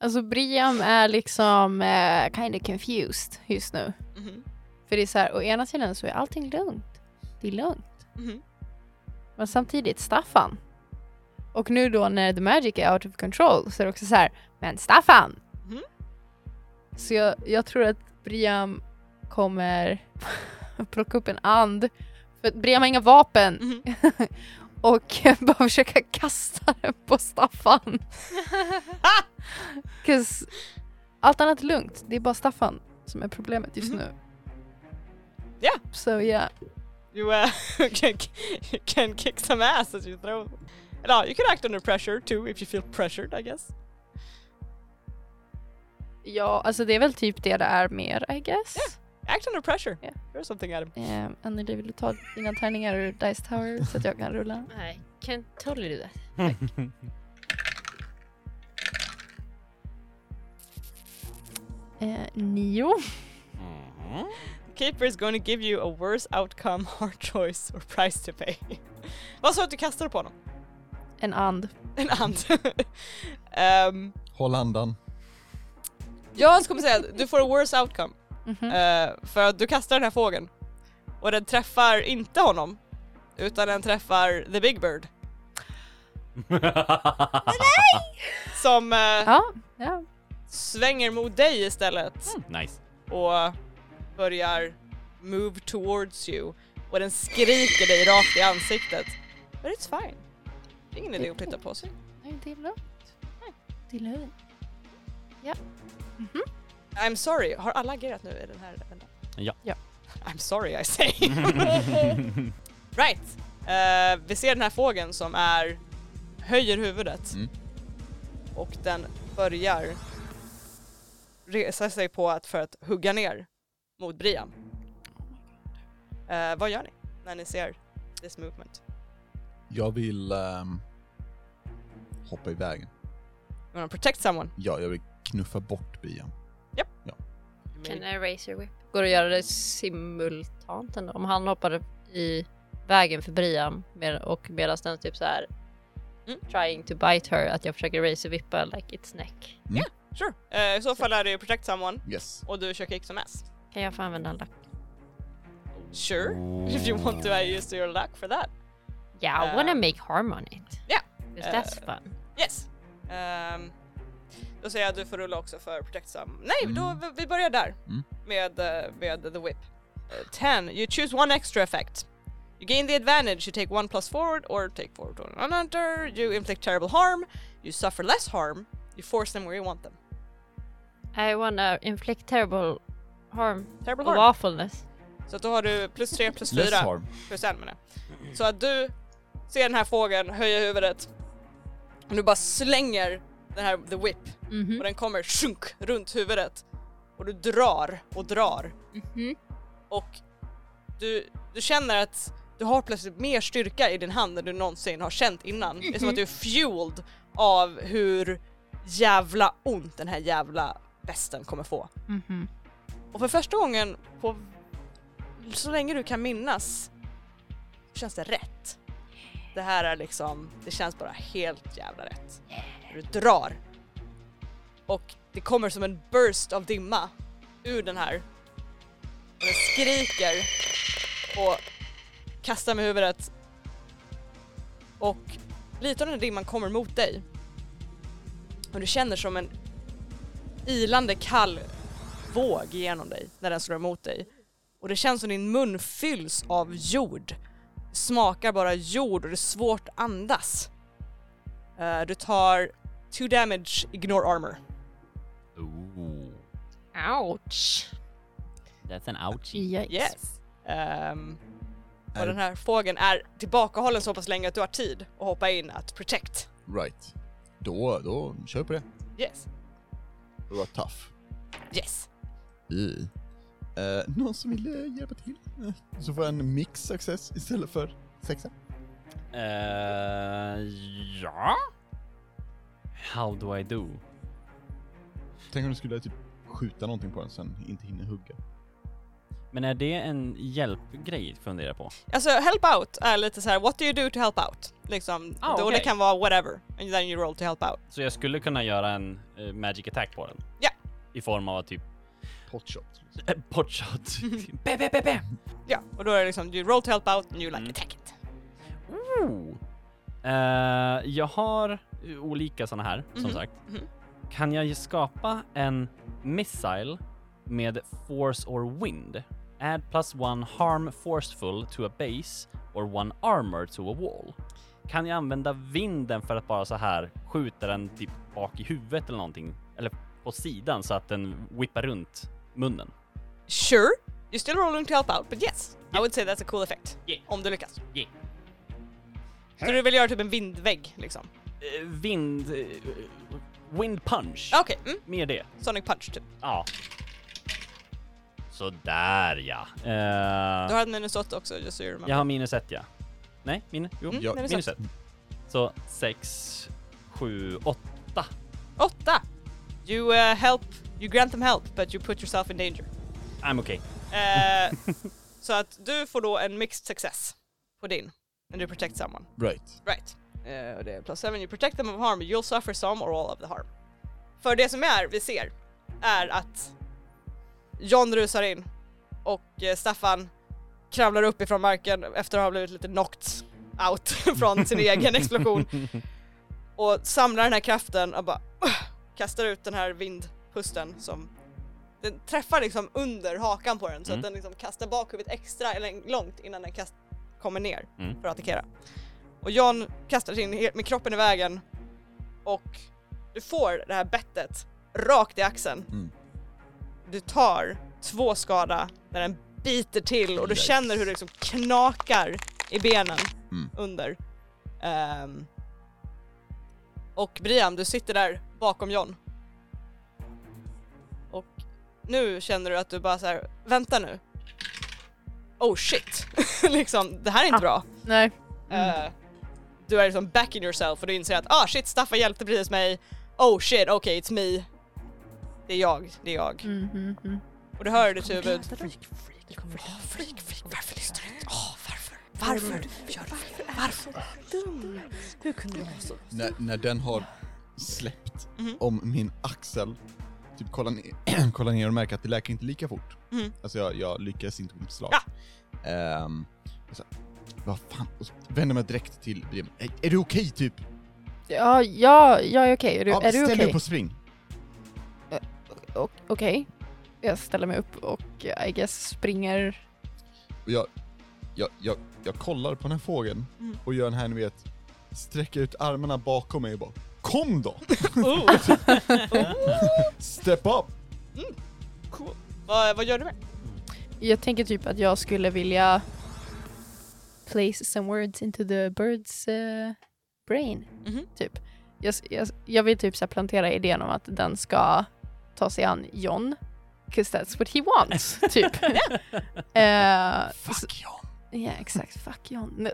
Speaker 4: Alltså Briam är liksom eh, kind of confused just nu.
Speaker 2: Mhm.
Speaker 4: För det är så här, å ena sidan så är allting lugnt. Det är lugnt.
Speaker 2: Mhm.
Speaker 4: Men samtidigt Staffan. Och nu då när the magic är out of control så är det också så här, men Staffan!
Speaker 2: Mhm.
Speaker 4: Så jag, jag tror att Briam kommer plocka upp en and. För att Briam har inga vapen.
Speaker 2: Mhm.
Speaker 4: och bara försöka kasta den på Staffan. Cause allt annat är lugnt, det är bara Staffan som är problemet just nu.
Speaker 2: Mhm. Ja.
Speaker 4: Så ja.
Speaker 2: You uh, can, can kick some ass as you throw. No, you can act under pressure too if you feel pressured, I guess.
Speaker 4: Ja, alltså det är väl typ det det är mer I guess.
Speaker 2: Act under pressure.
Speaker 4: Yeah.
Speaker 2: There's something Adam.
Speaker 4: Yeah. Anneli, vill Eh, du ta dina tärningar ur Dice Tower så att jag kan rulla?
Speaker 3: I can totally do that.
Speaker 4: Eh, nio.
Speaker 2: Keeper is going to give you a worse outcome, hard choice or price to pay. Vad sa du att du kastade på honom?
Speaker 4: En and.
Speaker 2: En and. um,
Speaker 1: Håll andan.
Speaker 2: Jans kommer säga att du får a worse outcome.
Speaker 4: Mhm.
Speaker 2: Eh, för att du kastar den här fågeln och den träffar inte honom utan den träffar the big bird som eh,
Speaker 4: Ja, ja.
Speaker 2: svänger mot dig istället
Speaker 5: nice.
Speaker 2: och börjar move towards you och den skriker dig rakt i ansiktet. But it's fine. Det är ingen idé att flytta på sig.
Speaker 4: Nej, det är lugnt.
Speaker 6: Det är lugnt.
Speaker 2: I'm sorry, har alla agerat nu i den här vändan?
Speaker 5: Ja.
Speaker 4: Ja.
Speaker 2: I'm sorry I say. right. Eh, vi ser den här fågeln som är höjer huvudet
Speaker 1: Mm.
Speaker 2: och den börjar resa sig på att för att hugga ner mot Brian. Eh, vad gör ni när ni ser this movement?
Speaker 1: Jag vill ehm, hoppa i vägen.
Speaker 2: You wanna protect someone?
Speaker 1: Ja, jag vill knuffa bort Brian.
Speaker 3: Can I raise your whip? Går det att göra det simultant ändå? Om han hoppade i vägen för Brian med, och medan den typ så här
Speaker 2: Mm.
Speaker 3: trying to bite her att jag försöker raise och vippa like its neck.
Speaker 2: Sure. Eh, I så fall är det ju protect someone
Speaker 1: Yes.
Speaker 2: och du kör kick som ass.
Speaker 3: Kan jag få använda en lapp?
Speaker 2: Sure. If you want to I use your luck for that.
Speaker 3: Yeah, I
Speaker 2: Eh.
Speaker 3: wanna make harm on it.
Speaker 2: Yeah.
Speaker 3: 'Cause that's fun.
Speaker 2: Yes. Ehm, då säger jag att du får rulla också för Protect Some. Nej, då, vi börjar där.
Speaker 1: Mm.
Speaker 2: Med, eh, med The Whip. 10. you choose one extra effect. You gain the advantage, you take one plus forward or take forward on an hunter, you inflict terrible harm, you suffer less harm, you force them where you want them.
Speaker 3: I wanna inflict terrible harm
Speaker 2: Terrible
Speaker 3: of
Speaker 2: harm.
Speaker 3: awfulness.
Speaker 2: Så att då har du plus 3 plus
Speaker 1: Less
Speaker 2: 4.
Speaker 1: harm.
Speaker 2: plus en menar jag. Så att du ser den här fågeln höja huvudet och du bara slänger den här the whip och den kommer sjunk runt huvudet och du drar och drar och du, du känner att du har plötsligt mer styrka i din hand än du någonsin har känt innan. Det är som att du är fueled av hur jävla ont den här jävla besten kommer få. Och för första gången på så länge du kan minnas känns det rätt. Det här är liksom, det känns bara helt jävla rätt. Du drar. Och det kommer som en burst av dimma ur den här. Och den skriker och kastar med huvudet. Och lite av den här dimman kommer mot dig. Och du känner som en ilande kall våg genom dig när den slår emot dig och det känns som din mun fylls av jord. Det smakar bara jord och det är svårt att andas. Eh, du tar 2 damage, ignore armor.
Speaker 5: Ooh,
Speaker 3: Ouch!
Speaker 5: that's an ouchie.
Speaker 4: Yikes.
Speaker 2: Yes. Ehm, och
Speaker 1: Är-
Speaker 2: den här fågeln är tillbakahållen så pass länge att du har tid att hoppa in att protect.
Speaker 1: Right. Då, då kör vi på det.
Speaker 2: Yes.
Speaker 1: Det var tough.
Speaker 2: Yes.
Speaker 1: I. Eh, någon som vill eh, hjälpa till? Eh, Så får jag en mix success istället för sexa.
Speaker 5: Eh, ja? How do I do?
Speaker 1: Tänk om du skulle typ skjuta någonting på den sen inte hinner hugga.
Speaker 5: Men är det en hjälpgrej fundera på?
Speaker 2: Alltså help out är lite så här, what do you do to help out? Liksom,
Speaker 5: Ah,
Speaker 2: då
Speaker 5: okej.
Speaker 2: det kan vara whatever, and then you roll to help out.
Speaker 5: Så jag skulle kunna göra en eh, magic attack på den?
Speaker 2: Ja.
Speaker 5: I form av typ
Speaker 1: Potshot.
Speaker 5: eh, potshot.
Speaker 2: Ja, och då är det liksom, you roll to help out and you like attack it.
Speaker 5: Ooh. Eh, jag har eh, olika såna här, som
Speaker 2: Mhm,
Speaker 5: sagt.
Speaker 2: mhm.
Speaker 5: Kan jag ju skapa en missile med force or wind? Add plus one harm forceful to a base or one armor to a wall. Kan jag använda vinden för att bara så här skjuta den typ bak i huvudet eller någonting? Eller på sidan så att den whippar runt munnen?
Speaker 2: Sure, you're still rolling to help out, but yes, I would say that's a cool effect.
Speaker 5: Yeah.
Speaker 2: Om du lyckas.
Speaker 5: Yeah.
Speaker 2: Så du vill göra typ en vindvägg liksom?
Speaker 5: Eh, Vind... eh, Wind punch!
Speaker 2: Okej, mm.
Speaker 5: Mer det.
Speaker 2: Sonic punch typ.
Speaker 5: Ja. Så där ja. Eh,
Speaker 2: Du har ett minus 8 också, just so you remember.
Speaker 5: jag har minus ett ja. Nej, min, jo,
Speaker 2: Mm,
Speaker 5: ja,
Speaker 2: minus
Speaker 5: minus, ett. Så sex, sju, åtta.
Speaker 2: 8! You uh, help, you grant them help, but you put yourself in danger.
Speaker 5: I'm okay.
Speaker 2: Eh, så att du får då en mixed success på din, när du protect someone.
Speaker 1: Right.
Speaker 2: Right. Eh, och det är plus 7, you protect them of harm, you'll suffer some or all of the harm. För det som är, vi ser, är att John rusar in och eh, Staffan kravlar upp ifrån marken efter att ha blivit lite knocked out från sin egen explosion. Och samlar den här kraften och bara "Ugh", kastar ut den här vindpusten som den träffar liksom under hakan på den så
Speaker 5: Mm.
Speaker 2: att den liksom kastar bakhuvudet extra eller långt innan den kast kommer ner
Speaker 5: Mm.
Speaker 2: för att attackera. Och John kastar sin he- med kroppen i vägen och du får det här bettet rakt i axeln.
Speaker 1: Mm.
Speaker 2: Du tar två skada när den biter till och du
Speaker 1: Yikes.
Speaker 2: känner hur det liksom knakar i benen
Speaker 1: Mm.
Speaker 2: under. Ehm. och Briam, du sitter där bakom John. Och nu känner du att du bara så här, vänta nu. Oh shit, liksom det här är inte
Speaker 4: Ah.
Speaker 2: bra.
Speaker 4: Nej.
Speaker 2: Eh, du är liksom back in yourself och du inser att ah shit Staffan hjälpte precis mig, oh shit okej it's me. Det är jag, det är jag.
Speaker 4: Mm, mm, mm.
Speaker 2: Och du hör det i huvudet.
Speaker 6: Du kommer döda dig.
Speaker 2: Freak, freak, varför lyssnar du inte? Åh, varför? Varför? Gör du fel? Varför?
Speaker 6: Dum. Hur kunde du vara så?
Speaker 1: När, när den har släppt
Speaker 2: Mhm.
Speaker 1: om min axel, typ kolla ner, kolla ner och märka att det läker inte lika fort.
Speaker 2: Mhm.
Speaker 1: Alltså jag, jag lyckas inte på mitt slag.
Speaker 2: Ja.
Speaker 1: Ehm, och så, vad fan, och så vänder mig direkt till Brim. Är, är du okej typ?
Speaker 4: Ja, ja, jag är okej. Är du,
Speaker 1: Ja,
Speaker 4: är du
Speaker 1: ställ dig
Speaker 4: okej?
Speaker 1: upp och spring.
Speaker 4: O- Okej. Jag ställer mig upp och eh, I guess springer.
Speaker 1: Och jag, jag, jag, jag kollar på den här fågeln
Speaker 2: Mm.
Speaker 1: och gör den här, ni vet, sträcker ut armarna bakom mig och bara Kom då!
Speaker 2: Oh,
Speaker 1: Step up!
Speaker 2: cool. Vad, vad gör du med?
Speaker 4: Jag tänker typ att jag skulle vilja place some words into the bird's eh, brain.
Speaker 2: Mhm.
Speaker 4: Typ. Jag, s- jag, s- jag vill typ så här plantera idén om att den ska ta sig an John. 'Cause that's what he wants, typ. Eh, s-
Speaker 1: Fuck John!
Speaker 4: Ja exakt, fuck John. Nej,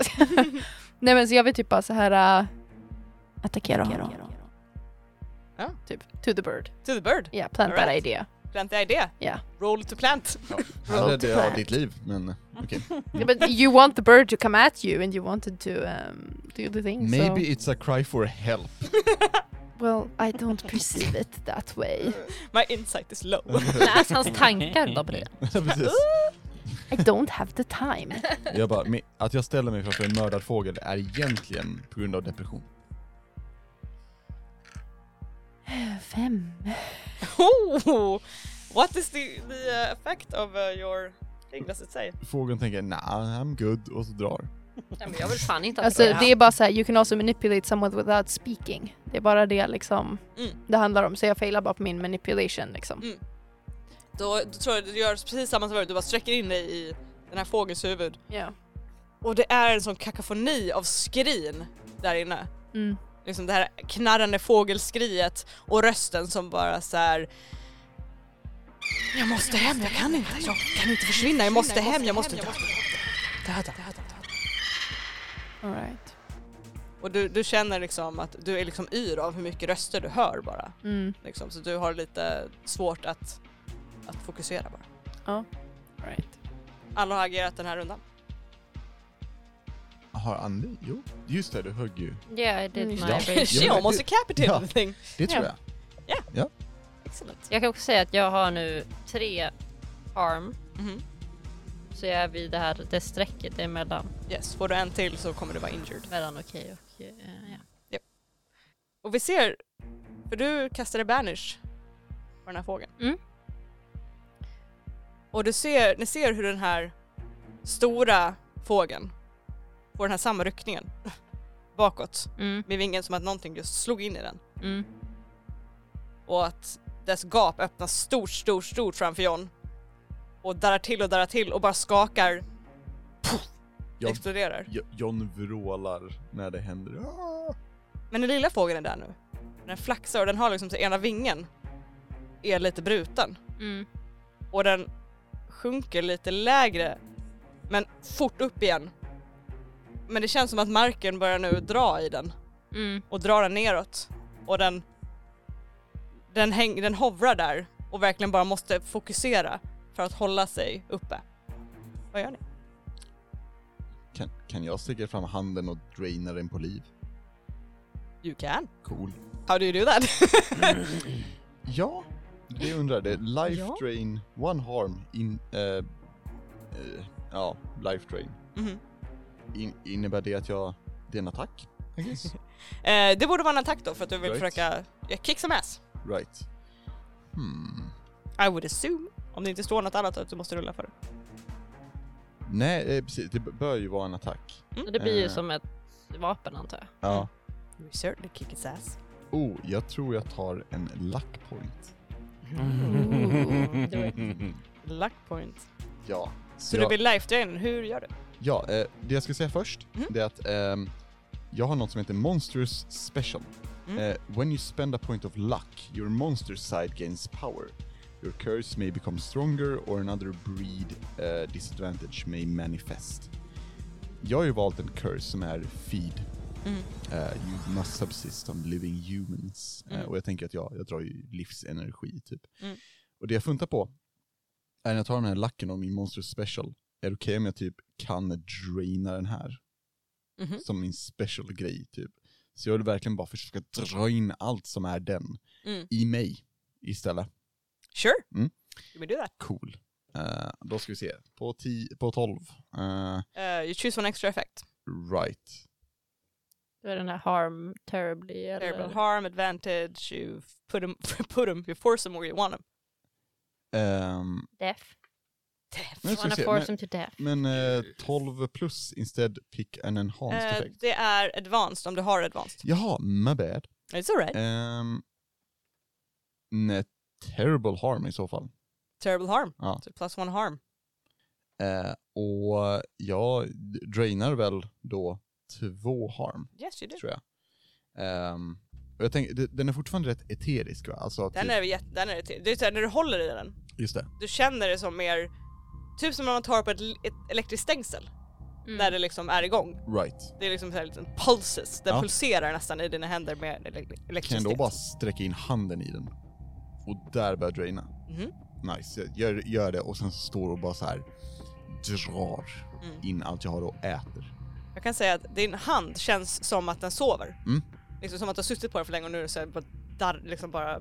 Speaker 4: Nej men så jag vill typ bara så här äh, attackera honom.
Speaker 2: Ja.
Speaker 4: Typ, to the bird.
Speaker 2: To the bird.
Speaker 4: Ja, planta
Speaker 2: All
Speaker 4: right.
Speaker 2: right.
Speaker 4: idé.
Speaker 2: Plant idé.
Speaker 4: Ja.
Speaker 2: Roll to plant.
Speaker 1: Här räddade jag ditt liv, men okej.
Speaker 4: Ja, But you want the bird to come at you and you wanted to um, do the thing.
Speaker 1: Maybe
Speaker 4: So.
Speaker 1: it's a cry for help.
Speaker 4: Well, I don't perceive it that way.
Speaker 2: My insight is low.
Speaker 3: Läs hans tankar då Brian.
Speaker 1: Ja, Precis.
Speaker 4: I don't have the time.
Speaker 1: Jag bara, "Men att jag ställer mig framför en mördad fågel är egentligen på grund av depression.
Speaker 4: Fem.
Speaker 2: Oh, what is the, the uh, effect of uh, your thing does it say?
Speaker 1: Fågeln tänker nah, I'm good och så drar.
Speaker 3: Nej, men jag vill fan inte att
Speaker 4: Alltså
Speaker 3: du gör
Speaker 4: det är bara så här, you can also manipulate someone without speaking. Det är bara det liksom
Speaker 2: Mm.
Speaker 4: det handlar om. Så jag failar bara på min manipulation liksom.
Speaker 2: Mm. Då, då tror jag du gör precis samma som förut, du bara sträcker in dig i den här fågelns huvud.
Speaker 4: Ja.
Speaker 2: Och det är en sån kakafoni av skrin där inne.
Speaker 4: Mm.
Speaker 2: Liksom det här knarrande fågelskriet och rösten som bara så här. Jag måste hem, jag kan inte, jag kan inte försvinna, jag måste hem, jag måste döda. döda.
Speaker 4: All right.
Speaker 2: Och du, du känner liksom att du är liksom yr av hur mycket röster du hör bara.
Speaker 4: Mm.
Speaker 2: Liksom. Så du har lite svårt att, att fokusera bara.
Speaker 4: All right.
Speaker 2: Alla har agerat den här rundan.
Speaker 1: Har Andy? Jo. Just det, du högg ju.
Speaker 3: det. Yeah, I did
Speaker 4: Mm,
Speaker 3: my
Speaker 1: ja.
Speaker 3: best.
Speaker 2: She
Speaker 1: men
Speaker 2: almost
Speaker 1: det-
Speaker 2: decapitated
Speaker 1: ja.
Speaker 2: the thing.
Speaker 1: Det tror
Speaker 4: Ja.
Speaker 1: jag.
Speaker 2: Excellent.
Speaker 3: Jag kan också säga att jag har nu tre arm.
Speaker 2: Mhm.
Speaker 3: Så jag är vid det här det strecket emellan.
Speaker 2: Yes, får du en till så kommer du vara injured.
Speaker 3: Mellan okej och eh, ja.
Speaker 2: Och vi ser, för du kastade banish på den här fågeln.
Speaker 3: Mm.
Speaker 2: Och du ser, ni ser hur den här stora fågeln får den här samma ryckningen bakåt
Speaker 3: Mm,
Speaker 2: med vingen som att någonting just slog in i den.
Speaker 3: mm.
Speaker 2: Och att dess gap öppnas stort, stort, stort framför John. Och darrar till och darrar till och bara skakar,
Speaker 1: Jag,
Speaker 2: exploderar.
Speaker 1: jag John vrålar när det händer. Ah!
Speaker 2: Men den lilla fågeln är där nu. Den flaxar och den har liksom så ena vingen är lite bruten.
Speaker 3: Mm.
Speaker 2: och den sjunker lite lägre men fort upp igen. Men det känns som att marken börjar nu dra i den
Speaker 3: Mm.
Speaker 2: och dra den neråt och den den, häng, den hovrar där och verkligen bara måste fokusera för att hålla sig uppe. Vad gör ni?
Speaker 1: Kan, kan jag sticka fram handen och draina den på liv?
Speaker 2: You can.
Speaker 1: Cool.
Speaker 2: How do you do that?
Speaker 3: Mm.
Speaker 1: Ja, det undrar det. Life
Speaker 3: Ja.
Speaker 1: drain, one harm in... eh, eh, Ja, life drain.
Speaker 3: Mm.
Speaker 2: Mhm.
Speaker 1: In, innebär det att jag... Det är en attack? I guess.
Speaker 2: Eh, det borde vara en attack då för att du vill
Speaker 1: Right.
Speaker 2: försöka ja, kick some ass.
Speaker 1: right. Hmm.
Speaker 2: I would assume. Om det inte står något annat att du måste rulla för det.
Speaker 1: Nej, eh, precis. Det b- bör ju vara en attack.
Speaker 3: Så det blir ju
Speaker 1: Eh.
Speaker 3: som ett vapen antar jag.
Speaker 2: Mm.
Speaker 1: Ja.
Speaker 2: You certainly kick his ass.
Speaker 1: Oh, jag tror jag tar en luck point.
Speaker 4: Mm.
Speaker 2: Luck point.
Speaker 1: Ja.
Speaker 2: Så
Speaker 1: Ja.
Speaker 2: det blir life drain. Hur gör du?
Speaker 1: Ja, eh, det jag ska säga först,
Speaker 2: Mm.
Speaker 1: det är att ehm, jag har något som heter Monsters Special.
Speaker 2: Mm.
Speaker 1: Eh, when you spend a point of luck, your monster side gains power. Your curse may become stronger or another breed eh, disadvantage may manifest. Jag har ju valt en curse som är feed.
Speaker 2: Mm.
Speaker 1: Eh, you must subsist on living humans. Eh,
Speaker 2: Mm.
Speaker 1: och jag tänker att jag, jag drar ju livsenergi typ.
Speaker 2: Mm.
Speaker 1: Och det jag funtar på är när jag tar den här lacken av min Monster Special, är det okej om jag typ kan draina den här?
Speaker 2: Mhm.
Speaker 1: Som min special grej typ. Så jag vill verkligen bara försöka dra in allt som är den
Speaker 2: Mm.
Speaker 1: i mig istället.
Speaker 2: Sure.
Speaker 1: Mm.
Speaker 2: You may do that.
Speaker 1: Cool. Eh, då ska vi se. På, ti- på 12. Eh,
Speaker 2: Eh, you choose one extra effect.
Speaker 1: right.
Speaker 3: Då är den här harm terribly eller...
Speaker 2: Terrible harm, advantage, you put him, put him, you force him where you want him.
Speaker 1: Ehm,
Speaker 3: Death.
Speaker 1: men
Speaker 3: You
Speaker 1: jag ska
Speaker 3: wanna
Speaker 1: se.
Speaker 3: force
Speaker 1: Men,
Speaker 3: him to death.
Speaker 1: men eh, 12 plus instead pick an enhanced
Speaker 2: Eh,
Speaker 1: effect.
Speaker 2: det är advanced om du har advanced.
Speaker 1: Jaha, my bad.
Speaker 2: It's alright.
Speaker 1: Um, nej, terrible harm i så fall.
Speaker 2: Terrible harm.
Speaker 1: Ja.
Speaker 2: Så plus one harm.
Speaker 1: Eh, och jag d- drainar väl då två harm,
Speaker 2: Yes you do.
Speaker 1: tror jag. Ehm, och jag tänker, d- den är fortfarande rätt eterisk va? Alltså,
Speaker 2: Den
Speaker 1: typ-
Speaker 2: är, jätte, den är, det är så här, när du håller i den,
Speaker 1: Just det.
Speaker 2: du känner det som mer, typ som när man tar på ett, ett elektriskt stängsel.
Speaker 3: Mm.
Speaker 2: När det liksom är igång.
Speaker 1: Right.
Speaker 2: Det är liksom så här liten pulses, den
Speaker 1: Ja.
Speaker 2: pulserar nästan i dina händer med ele- elektriskt
Speaker 1: Kan jag då
Speaker 2: stängsel.
Speaker 1: bara sträcka in handen i den? Och där börjar jag draina.
Speaker 2: Mhm.
Speaker 1: Nice, jag gör, gör det och sen står och bara så här drar
Speaker 2: Mm.
Speaker 1: in allt jag har och äter.
Speaker 2: Jag kan säga att din hand känns som att den sover.
Speaker 1: Mm.
Speaker 2: Liksom som att du har suttit på den för länge och nu är det så här bara, darr, liksom bara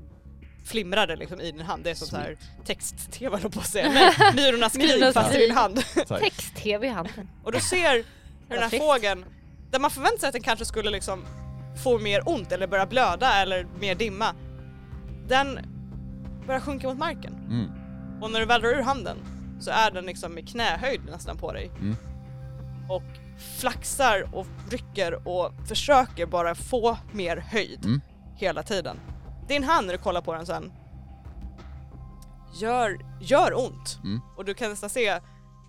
Speaker 2: flimrar det liksom i din hand. Det är som så här text-tv höll jag på att säga. Nej, Myrorna skriver
Speaker 3: Myrornas
Speaker 2: fast i
Speaker 3: skrik.
Speaker 2: din hand.
Speaker 1: Tack.
Speaker 3: Text-tv i handen.
Speaker 2: Och du ser hur den här
Speaker 3: Vad fint.
Speaker 2: fågeln, där man förväntar sig att den kanske skulle liksom få mer ont eller börja blöda eller mer dimma. Den börjar sjunka mot marken.
Speaker 1: Mm.
Speaker 2: Och när du väl drar ur handen så är den liksom i knähöjd nästan på dig.
Speaker 1: Mm.
Speaker 2: Och flaxar och rycker och försöker bara få mer höjd
Speaker 1: Mm.
Speaker 2: hela tiden. Din hand när du kollar på den sen gör, gör ont.
Speaker 1: Mm.
Speaker 2: Och du kan nästan se,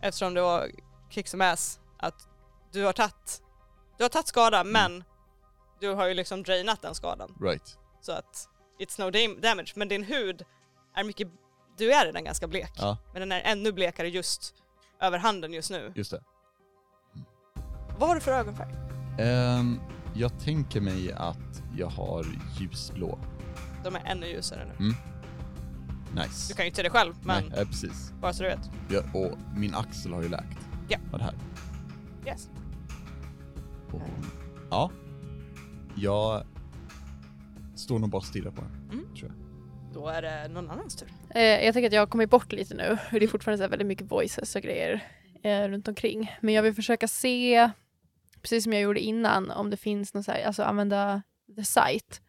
Speaker 2: eftersom det var kick som ass, att du har tagit du har tagit skada
Speaker 1: Mm.
Speaker 2: men du har ju liksom drainat den skadan.
Speaker 1: Right.
Speaker 2: Så att it's no dam- damage. Men din hud är mycket, du är redan ganska blek.
Speaker 1: Ja.
Speaker 2: Men den är ännu blekare just över handen just nu.
Speaker 1: Just det.
Speaker 2: Vad har du för ögonfärg?
Speaker 1: Ehm, jag tänker mig att jag har ljusblå.
Speaker 2: De är ännu ljusare nu. Du
Speaker 1: Nice.
Speaker 2: kan ju inte det själv men
Speaker 1: Nej, eh, precis.
Speaker 2: bara så du vet.
Speaker 1: Ja, och min axel har ju läkt.
Speaker 2: Ja.
Speaker 1: Av det här.
Speaker 2: Yes.
Speaker 1: Och, ja. Jag står nog bara och stirrar på den.
Speaker 2: Då är det någon annans tur.
Speaker 4: Eh, jag tänker att jag har kommit bort lite nu. och Det är fortfarande så här väldigt mycket voices och grejer eh, runt omkring. Men jag vill försöka se, precis som jag gjorde innan, om det finns någon så här, alltså använda the sight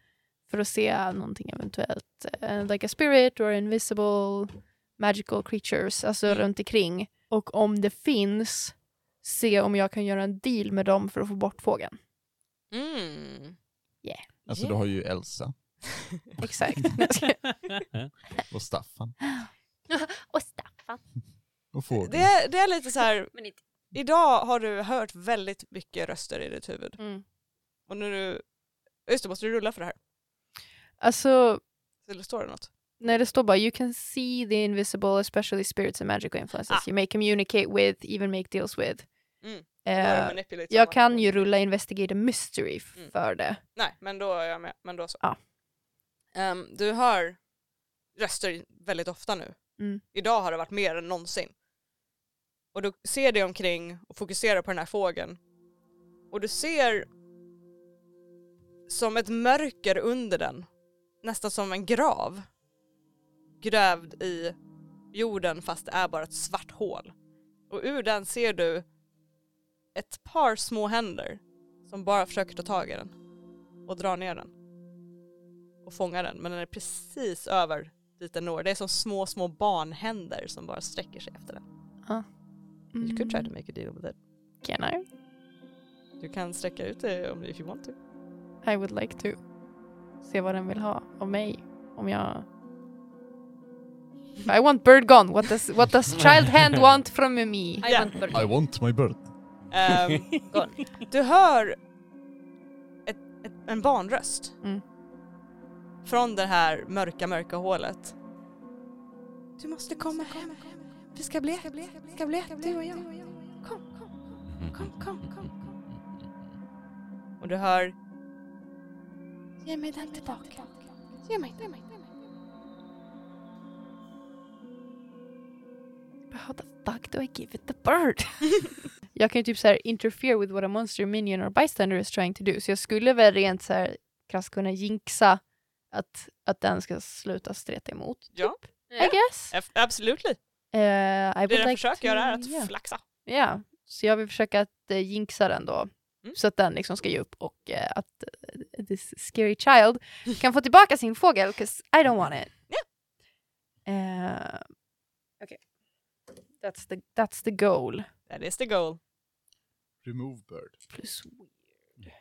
Speaker 4: för att se någonting eventuellt. eh, like a spirit or invisible magical creatures, alltså runt omkring. Och om det finns, se om jag kan göra en deal med dem för att få bort fågeln.
Speaker 2: Mm.
Speaker 1: Alltså du har ju Elsa
Speaker 4: Exakt. Nej, jag skojar.
Speaker 1: och Staffan
Speaker 3: Och Staffan.
Speaker 1: och fågeln.
Speaker 2: Det, är- det är lite så här,
Speaker 3: Men inte...
Speaker 2: idag har du hört väldigt mycket röster i ditt huvud.
Speaker 4: mm.
Speaker 2: Och nu, du- just det, måste du rulla för det här?
Speaker 4: Alltså,
Speaker 2: Eller står det något?
Speaker 4: Nej, det står bara you can see the invisible, especially spirits and magical influences
Speaker 2: Ah.
Speaker 4: you may communicate with, even make deals with.
Speaker 2: Mm. Då är det
Speaker 4: Eh,
Speaker 2: manipulate
Speaker 4: jag
Speaker 2: someone.
Speaker 4: kan ju rulla investigate a mystery f-
Speaker 2: Mm.
Speaker 4: för det.
Speaker 2: Nej, men då är jag med. Men då så.
Speaker 4: Ja.
Speaker 2: Ehm, du hör röster väldigt ofta nu.
Speaker 4: Mm.
Speaker 2: Idag har det varit mer än någonsin. Och du ser dig omkring och fokuserar på den här fågeln. Och du ser som ett mörker under den. Nästan som en grav. Grävd i jorden fast det är bara ett svart hål. och ur den ser du ett par små händer som bara försöker ta tag i den och dra ner den och fånga den men den är precis över dit den når. Det är som små, små barnhänder som bara sträcker sig efter den.
Speaker 4: Mm.
Speaker 2: You could try to make a deal with it.
Speaker 4: Can I?
Speaker 2: Du kan sträcka ut det om if you want to.
Speaker 4: I would like to. Se vad den vill ha av mig. Om jag... I want bird gone. What does, what does child hand want from me?
Speaker 3: I
Speaker 2: Ja.
Speaker 3: want bird.
Speaker 1: I want my bird.
Speaker 2: Ehm,
Speaker 3: Gone.
Speaker 2: du hör ett, ett, en barnröst
Speaker 4: Mm.
Speaker 2: från det här mörka, mörka hålet. Du måste komma hem. Vi ska bli ett, Vi ska bli ett, du och jag. Kom, kom, kom, kom, kom, kom. Och du hör
Speaker 6: Ge mig den tillbaka. Ge mig, ge mig, ge mig.
Speaker 4: But How the fuck do I give it the bird? jag kan ju typ så här interfere with what a monster minion or bystander is trying to do. Så jag skulle väl rent så här krasst kunna jinxa att, att den ska sluta streta emot.
Speaker 2: Ja.
Speaker 4: Typ,
Speaker 3: Ja.
Speaker 4: I guess.
Speaker 2: F- absolutely.
Speaker 4: Uh, I
Speaker 2: Det
Speaker 4: would
Speaker 2: den
Speaker 4: like
Speaker 2: försöker
Speaker 4: to,
Speaker 2: göra är att
Speaker 4: yeah.
Speaker 2: flaxa.
Speaker 4: Ja, så jag vill försöka att eh, jinxa den då.
Speaker 2: Mm.
Speaker 4: Så att den liksom ska ge upp och eh, att eh, this scary child kan få tillbaka sin fågel, 'cause I don't want it. Yeah. Okej. That's, the, that's the goal.
Speaker 2: That is the goal.
Speaker 1: Remove bird.
Speaker 4: Plus weird.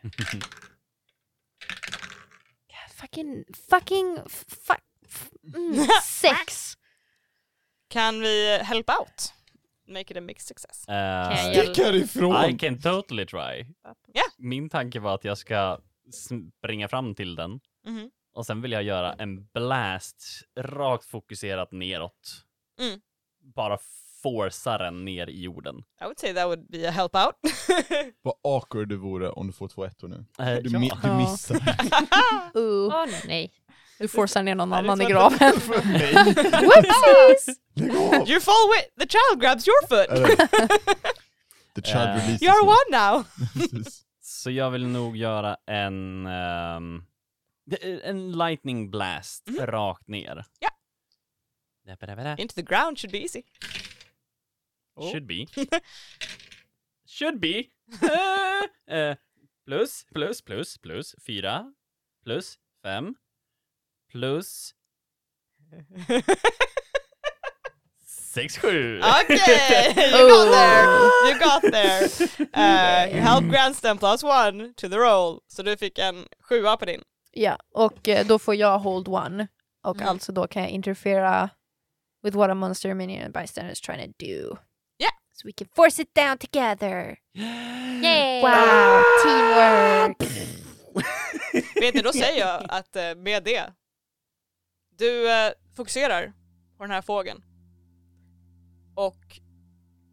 Speaker 4: God, fucking, fucking, fuck, mm, sex.
Speaker 2: Kan vi help out? Make it a mixed success.
Speaker 3: Kan jag
Speaker 5: Eh,
Speaker 3: göra-
Speaker 1: Stick härifrån!
Speaker 5: I can totally try.
Speaker 2: Ja.
Speaker 5: Min tanke var att jag ska springa fram till den
Speaker 2: Mhm.
Speaker 5: och sen vill jag göra en blast rakt fokuserat neråt.
Speaker 2: Mm.
Speaker 5: Bara forsa den ner i jorden.
Speaker 2: I would say that would be a help out.
Speaker 1: Vad awkward det vore om du får två ettor nu.
Speaker 5: Eh,
Speaker 1: Du,
Speaker 5: ja.
Speaker 1: mi- du
Speaker 4: Ja.
Speaker 1: missar.
Speaker 4: Uh,
Speaker 3: Åh nej.
Speaker 4: du forcear ner någon
Speaker 2: Nej, det
Speaker 4: annan i
Speaker 2: tror jag inte.
Speaker 4: graven.
Speaker 1: Nej,
Speaker 4: Whoopsies!
Speaker 1: lägg av!
Speaker 2: you fall with the child grabs your foot.
Speaker 1: Eller- The child
Speaker 5: Eh.
Speaker 1: releases
Speaker 2: You're
Speaker 1: me.
Speaker 2: one now.
Speaker 1: Precis.
Speaker 5: Så jag vill nog göra en... ehm, det är en lightning blast
Speaker 2: Mhm.
Speaker 5: rakt ner.
Speaker 2: Ja.
Speaker 5: Ja.
Speaker 2: Into the ground should be easy.
Speaker 5: Should be. Should be. Eh, plus, plus, plus, plus, fyra, plus, fem, plus, sex, sju.
Speaker 2: okay, you got there. You got there. Uh, help grants them plus one to the roll. Så du fick en sjua på din.
Speaker 4: Ja, och eh, då får jag hold one. Och
Speaker 2: Mm.
Speaker 4: alltså då kan jag interfera with what a monster minion and bystander is trying to do.
Speaker 2: Ja.
Speaker 4: So we can force it down together.
Speaker 3: Yay!
Speaker 4: Wow, teamwork!
Speaker 2: Vet ni, då säger jag att eh, med det, du eh, fokuserar på den här fågeln. Och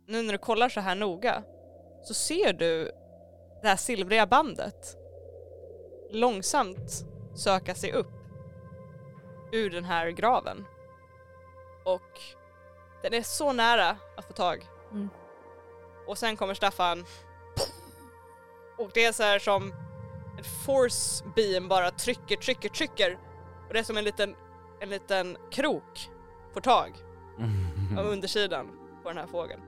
Speaker 2: nu när du kollar så här noga så ser du det här silvriga bandet långsamt söka sig upp ur den här graven. Och den är så nära att få tag.
Speaker 4: Mm.
Speaker 2: Och sen kommer Staffan och det är så här som en force beam bara trycker, trycker, trycker. Och det är som en liten, en liten krok får tag av undersidan på den här fågeln.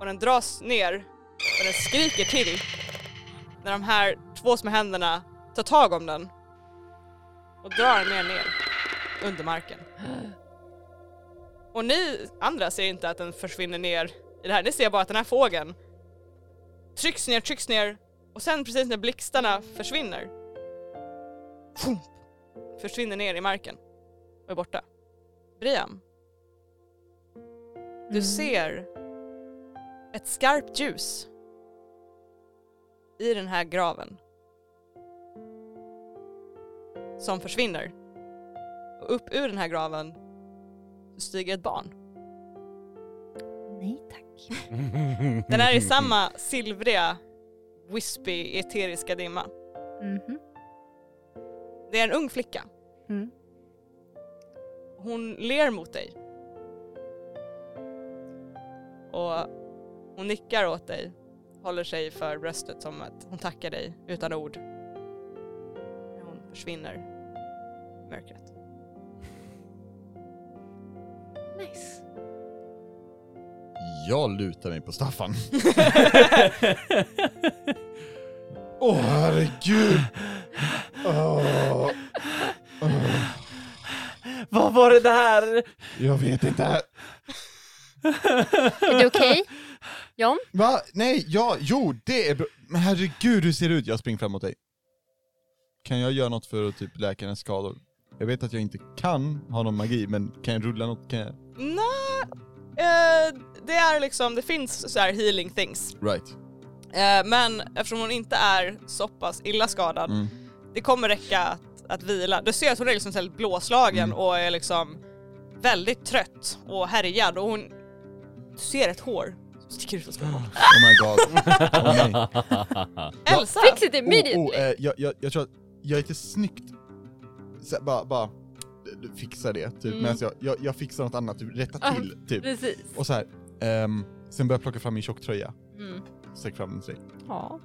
Speaker 2: Och den dras ner och den skriker till när de här två små händerna tar tag om den och drar den ner, ner under marken. Och ni andra ser inte att den försvinner ner i det här, ni ser bara att den här fågeln trycks ner, trycks ner och sen precis när blixtarna försvinner pum, försvinner ner i marken och är borta. Brian, du ser ett skarpt ljus i den här graven som försvinner. Och upp ur den här graven stiger ett barn.
Speaker 3: Nej tack.
Speaker 2: Den är i samma silvriga, wispy, eteriska dimma.
Speaker 4: Mhm.
Speaker 2: Det är en ung flicka.
Speaker 4: Mm.
Speaker 2: Hon ler mot dig. Och hon nickar åt dig, håller sig för bröstet som att hon tackar dig utan ord. När hon försvinner i mörkret.
Speaker 3: Nice.
Speaker 1: Jag lutar mig på Staffan. Åh herregud! Åh,
Speaker 5: Vad var det där?
Speaker 1: jag vet inte.
Speaker 3: Är det okej? John?
Speaker 1: Va? Nej, ja, jo, det är bra. Men herregud, hur ser det ut? Jag springer fram mot dig. Kan jag göra något för att typ läka hennes skador? Jag vet att jag inte kan ha någon magi, men kan jag rulla något? Kan jag...
Speaker 2: Nej, eh, det är liksom, det finns så här healing things.
Speaker 1: Right.
Speaker 2: Eh, men eftersom hon inte är så pass illa skadad,
Speaker 1: Mm.
Speaker 2: det kommer räcka att, att vila. Du ser att hon är liksom så här blåslagen
Speaker 1: Mm.
Speaker 2: och är liksom väldigt trött och härjad och hon... Du ser ett hår som sticker ut och
Speaker 1: Oh
Speaker 2: skadar.
Speaker 1: my god. Åh, nej. Ja.
Speaker 2: Elsa!
Speaker 3: Fix it
Speaker 1: Oh,
Speaker 3: immediately!
Speaker 1: oh, eh, jag, jag, jag tror att jag är lite snyggt, så, här, bara, bara eh, fixa det typ,
Speaker 3: Mm.
Speaker 1: medan jag, jag, jag fixar något annat, typ, rätta
Speaker 3: Ah.
Speaker 1: till typ.
Speaker 3: Precis.
Speaker 1: Och så här, ehm, sen börjar jag plocka fram min tjocktröja,
Speaker 3: Mm.
Speaker 1: sträck fram den till dig.
Speaker 3: Ja.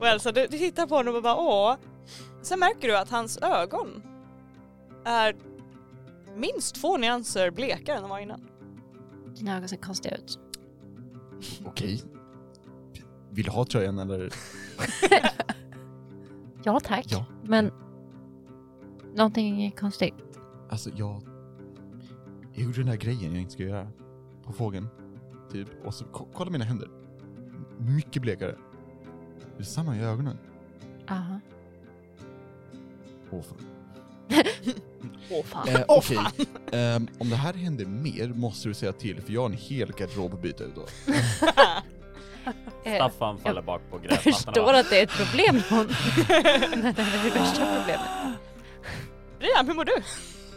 Speaker 2: Och Elsa, du, du tittar på honom och bara åh. Sen märker du att hans ögon är minst två nyanser blekare än de var innan.
Speaker 3: Dina ögon ser konstiga ut.
Speaker 1: Okej. Vill du ha tröjan eller?
Speaker 3: Ja tack.
Speaker 1: Ja.
Speaker 3: Men någonting är konstigt.
Speaker 1: Alltså jag... Jag gjorde den där grejen jag inte skulle göra. På fågeln. Typ. Och så, ko- kolla mina händer. Mycket blekare. Det är samma i ögonen.
Speaker 3: Aha.
Speaker 1: Åh fan.
Speaker 2: Åh fan.
Speaker 1: Eh,
Speaker 2: Åh,
Speaker 1: Okej, Ehm, om det här händer mer måste du säga till för jag har en hel garderob att byta ut då.
Speaker 3: Eh,
Speaker 5: Staffan faller bak på
Speaker 3: jag
Speaker 5: gräsmattan.
Speaker 3: förstår att det är ett problem John. Men det här är det värsta problemet.
Speaker 2: Brian, hur mår du?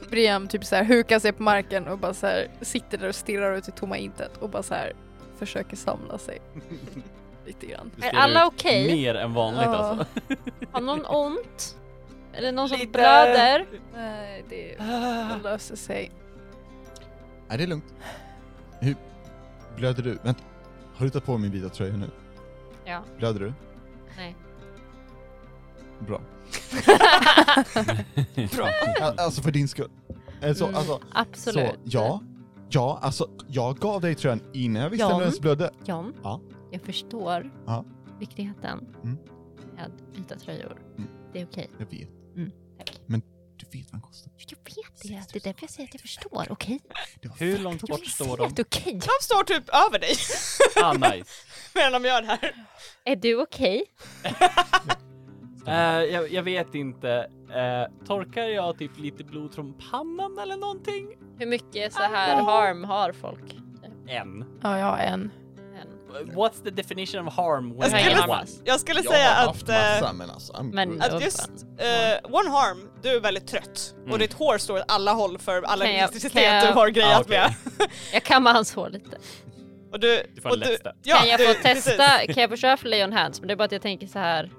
Speaker 4: Briam typ så här hukar sig på marken och bara så här sitter där och stirrar ut i tomma intet och bara så här försöker samla sig lite grann.
Speaker 5: Du ser
Speaker 3: Är alla
Speaker 5: ut
Speaker 3: okej? Mm.
Speaker 5: Mer än vanligt
Speaker 4: Ja.
Speaker 5: alltså.
Speaker 3: Har någon ont? Är det någon som
Speaker 2: Lite.
Speaker 3: blöder?
Speaker 4: Nej, det löser sig.
Speaker 1: Är det är lugnt? Hur blöder du? Vänta, har du tagit på min vita tröja nu?
Speaker 3: Ja.
Speaker 1: Blöder du?
Speaker 3: Nej.
Speaker 1: Bra. Bra. Al- Alltså för din skull. Eh, Så,
Speaker 3: Mm,
Speaker 1: alltså,
Speaker 3: Absolut.
Speaker 1: så, ja. Ja, alltså jag gav dig tröjan innan jag visste
Speaker 3: Ja.
Speaker 1: om du ens blödde.
Speaker 3: John,
Speaker 1: Ja.
Speaker 3: jag förstår
Speaker 1: Ja.
Speaker 3: viktigheten
Speaker 1: Mm.
Speaker 3: med vita tröjor.
Speaker 1: Mm.
Speaker 3: Det är okej.
Speaker 1: Jag vet,
Speaker 3: Tack.
Speaker 1: du vet vad den kostar.
Speaker 3: Jag vet det. Det är därför jag säger att jag förstår. Okej?
Speaker 1: Det var
Speaker 5: Hur
Speaker 1: fett.
Speaker 5: långt
Speaker 3: Jag
Speaker 5: bort står
Speaker 3: är
Speaker 5: de?
Speaker 3: helt okej.
Speaker 2: De står typ över dig
Speaker 5: Ah, nice.
Speaker 2: medan de gör det här.
Speaker 3: Är du okej?
Speaker 5: Eh, jag, jag vet inte. Eh, torkar jag typ lite blod från pannan eller någonting?
Speaker 3: Hur mycket så här harm har folk?
Speaker 5: En.
Speaker 4: Ja, jag har en.
Speaker 5: What's the definition of harm?
Speaker 2: Jag
Speaker 5: When
Speaker 3: Nej,
Speaker 5: I
Speaker 2: skulle,
Speaker 5: get
Speaker 3: jag
Speaker 5: one?
Speaker 3: hoppas.
Speaker 2: jag skulle
Speaker 1: Jag
Speaker 2: säga
Speaker 1: har
Speaker 2: att,
Speaker 1: haft
Speaker 2: eh,
Speaker 1: massa men alltså. I'm
Speaker 3: Men
Speaker 1: good.
Speaker 3: Uppen.
Speaker 2: att just eh, One Harm, du är väldigt trött och
Speaker 5: Mm.
Speaker 2: ditt hår står åt alla håll för alla
Speaker 3: Kan jag- kan
Speaker 2: elektricitet
Speaker 3: jag-
Speaker 2: du har grejat
Speaker 5: Ah, okej.
Speaker 2: med.
Speaker 3: Jag kammar hans hår lite.
Speaker 2: Och du,
Speaker 5: Du får
Speaker 2: och
Speaker 5: en lätt stöt.
Speaker 2: ja,
Speaker 3: kan jag
Speaker 2: du,
Speaker 3: få
Speaker 2: precis.
Speaker 3: testa? Kan jag få köra för Leon Hands? Men det är bara att jag tänker så här.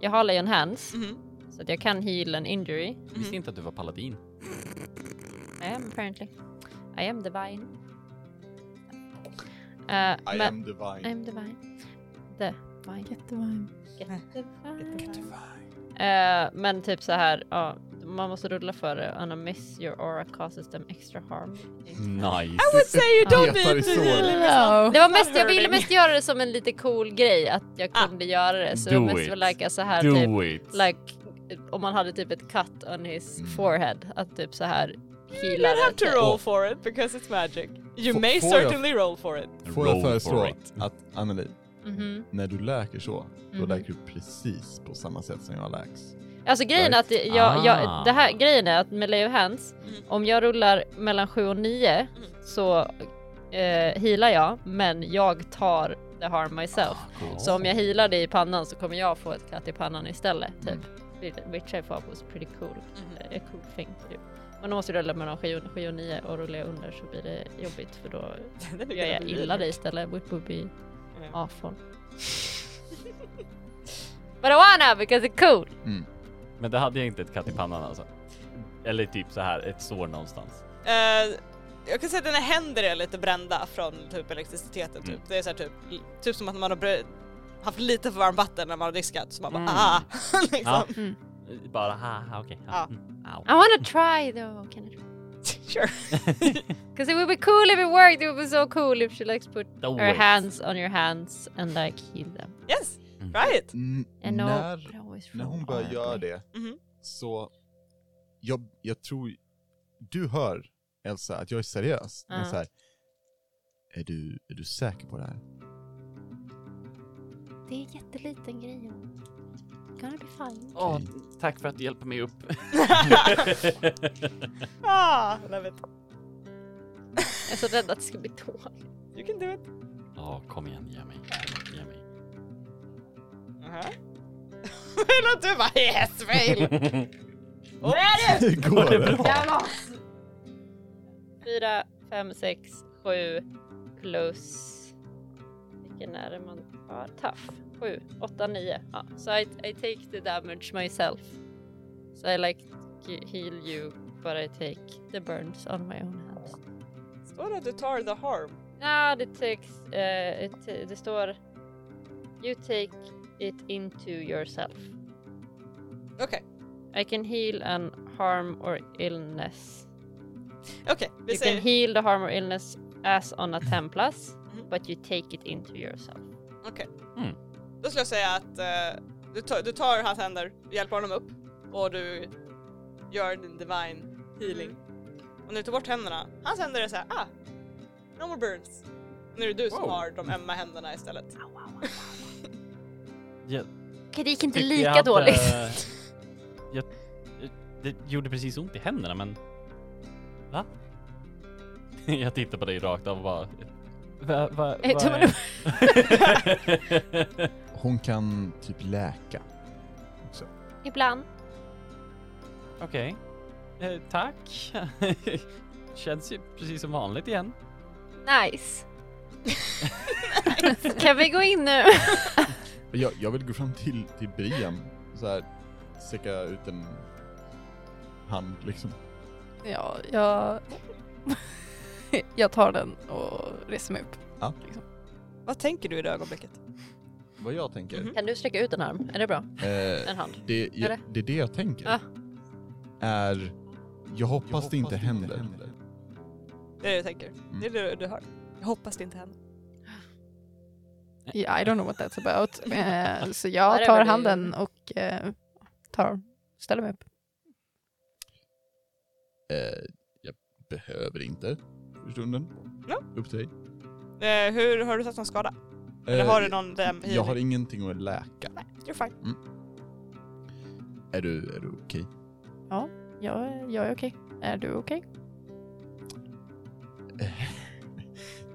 Speaker 3: Jag har Leon Hands
Speaker 2: Mhm.
Speaker 3: så att jag kan heal an injury.
Speaker 5: Visste inte att du var paladin.
Speaker 3: I am apparently. I am divine. Uh,
Speaker 1: I
Speaker 3: men-
Speaker 1: am divine.
Speaker 3: I am divine. The vine.
Speaker 4: Jättevarm.
Speaker 3: Get the vine. Eh, men typ så här, ja, man måste rulla för det. Anna miss your aura causes them extra harm.
Speaker 2: Mm,
Speaker 5: Nice.
Speaker 2: I would say you don't
Speaker 1: Petar i
Speaker 2: need to
Speaker 1: såren.
Speaker 2: heal.
Speaker 3: Det var mest,
Speaker 2: Not
Speaker 3: jag ville
Speaker 2: hurting.
Speaker 3: mest göra det som en lite cool grej att jag
Speaker 2: Ah.
Speaker 3: kunde göra det. Så
Speaker 5: Do
Speaker 3: det var mest
Speaker 5: it.
Speaker 3: för läka så här typ,
Speaker 5: Do it.
Speaker 3: like om man hade typ ett cut on his
Speaker 1: Mm.
Speaker 3: forehead att typ så här
Speaker 2: You
Speaker 3: heala
Speaker 2: don't have
Speaker 3: det.
Speaker 2: to
Speaker 3: typ.
Speaker 2: roll for it because it's magic. You
Speaker 1: F-
Speaker 2: may
Speaker 1: får jag-
Speaker 2: certainly roll for it.
Speaker 1: Får jag
Speaker 5: Roll for
Speaker 1: föreslå
Speaker 5: it. Ah,
Speaker 1: att Anneli,
Speaker 3: Mhm.
Speaker 1: när du läker så, då
Speaker 3: Mhm.
Speaker 1: läker du precis på samma sätt som jag läks.
Speaker 3: Alltså grejen är att jag,
Speaker 5: Ah.
Speaker 3: jag, det här, grejen är att med Leo Hands,
Speaker 2: Mm.
Speaker 3: om jag rullar mellan 7 och 9 så eh, healar jag, men jag tar the harm myself. Så om jag healar dig i pannan så kommer jag få ett klatt i pannan istället, typ. Which I thought was pretty cool. A cool thing to do. Men då måste jag rulla mellan 7 och 9 och rullar jag under så blir det jobbigt för då
Speaker 2: Den är
Speaker 3: gör jag
Speaker 2: gonna be
Speaker 3: illa
Speaker 2: weird.
Speaker 3: dig istället, which would be
Speaker 2: Mm.
Speaker 3: awful. But I wanna because it's cool!
Speaker 5: Men det hade jag inte ett katt i pannan alltså. Eller typ så här ett sår någonstans.
Speaker 2: Eh, jag kan säga att dina händer är lite brända från typ elektriciteten typ.
Speaker 5: Mm.
Speaker 2: Det är så här, typ, typ som att man har brö- haft lite för varmt vatten när man har diskat så man bara
Speaker 5: Mm.
Speaker 2: ah! liksom.
Speaker 5: Bara haha okej.
Speaker 2: Ja.
Speaker 5: Mm. Au.
Speaker 3: I wanna try though, can I try?
Speaker 2: Sure.
Speaker 3: Because it would be cool if it worked. It would be so cool if she likes put
Speaker 5: Don't
Speaker 3: her
Speaker 5: wait.
Speaker 3: hands on your hands and like heal them.
Speaker 2: Yes,
Speaker 5: Mm.
Speaker 2: try it.
Speaker 1: N-
Speaker 3: And no
Speaker 1: när,
Speaker 3: blows
Speaker 1: när
Speaker 3: from
Speaker 1: hon börjar
Speaker 3: arm.
Speaker 1: göra det
Speaker 2: Mhm.
Speaker 1: så, jag, jag tror, du hör Elsa att jag är seriös. Men
Speaker 3: Ja.
Speaker 1: så här, är du, är du säker på det här?
Speaker 3: Det är en jätteliten grej. Gonna be fine.
Speaker 5: Åh, tack för att du hjälper mig upp.
Speaker 2: ah, love it.
Speaker 3: Jag är så rädd att det ska bli tår.
Speaker 2: You can do it.
Speaker 5: Ja, kom igen, ge mig. Ge mig.
Speaker 2: Uh-huh. Eller du bara yes, fail. Vad är det?
Speaker 1: Hur går det?
Speaker 3: Jävlar! Fyra, fem, sex, sju plus... Vilken är det man har? Tough. Sju, åtta, nio. Ja. So I, I take the damage myself. So I like to heal you but I take the burns on my own hands.
Speaker 2: Står det att du tar the harm?
Speaker 3: No, det takes... eh, it, det står... You take it into yourself.
Speaker 2: Okej,
Speaker 3: I can heal an harm or illness.
Speaker 2: okej. vi
Speaker 3: You can
Speaker 2: säger...
Speaker 3: heal the harm or illness as on a 10 plus,
Speaker 2: Mhm.
Speaker 3: but you take it into yourself.
Speaker 2: Okej.
Speaker 5: Mm.
Speaker 2: Då skulle jag säga att eh, du, tar, du tar hans händer, hjälper honom upp och du gör din divine healing.
Speaker 3: Mm.
Speaker 2: Och när du tar bort händerna, hans händer är så här, ah, no more burns. Nu är det du som
Speaker 5: Wow.
Speaker 2: har de ömma händerna istället.
Speaker 5: Jag
Speaker 3: Okej, det gick inte
Speaker 5: tycker
Speaker 3: lika
Speaker 5: jag att,
Speaker 3: dåligt.
Speaker 5: eh, jag, det gjorde precis ont i händerna, men... Va? jag tittar på dig rakt av och bara... Va, va, va,
Speaker 3: Eh, tummen upp.
Speaker 5: är-
Speaker 1: Hon kan typ läka.
Speaker 3: Ibland.
Speaker 5: Okej. Eh, tack. Känns ju precis som vanligt igen.
Speaker 3: Nice. kan vi gå in nu?
Speaker 1: Jag, jag vill gå fram till, till Brian och så här, sträcka ut en hand liksom.
Speaker 4: Ja, jag... jag tar den och reser mig upp.
Speaker 2: Vad tänker du i det ögonblicket?
Speaker 1: Vad jag tänker.
Speaker 2: Mhm.
Speaker 3: Kan du sträcka ut en arm? Är det bra?
Speaker 1: Eh,
Speaker 3: En hand?
Speaker 1: det, jag,
Speaker 3: Eller?
Speaker 1: det är det jag tänker.
Speaker 3: Ah.
Speaker 1: Är, jag hoppas, det inte händer.
Speaker 2: Det är det jag tänker.
Speaker 5: Mm.
Speaker 2: Det är det du hör. Jag hoppas det inte händer.
Speaker 4: Yeah, I don't know what that's about. Eh, så
Speaker 3: Ja, det
Speaker 4: jag
Speaker 3: var
Speaker 4: tar
Speaker 3: det.
Speaker 4: handen och eh, tar, ställer mig upp.
Speaker 1: Eh, jag behöver inte för stunden.
Speaker 2: Ja.
Speaker 1: Upp till dig.
Speaker 2: Eh, hur har du tagit någon skada? Eller
Speaker 1: Eh,
Speaker 2: har du någon damn
Speaker 1: jag har
Speaker 2: healing?
Speaker 1: ingenting att läka. Mm.
Speaker 2: Nej, you're fine.
Speaker 1: Är du, är du okej?
Speaker 4: Jag, jag är okej. Är du okej?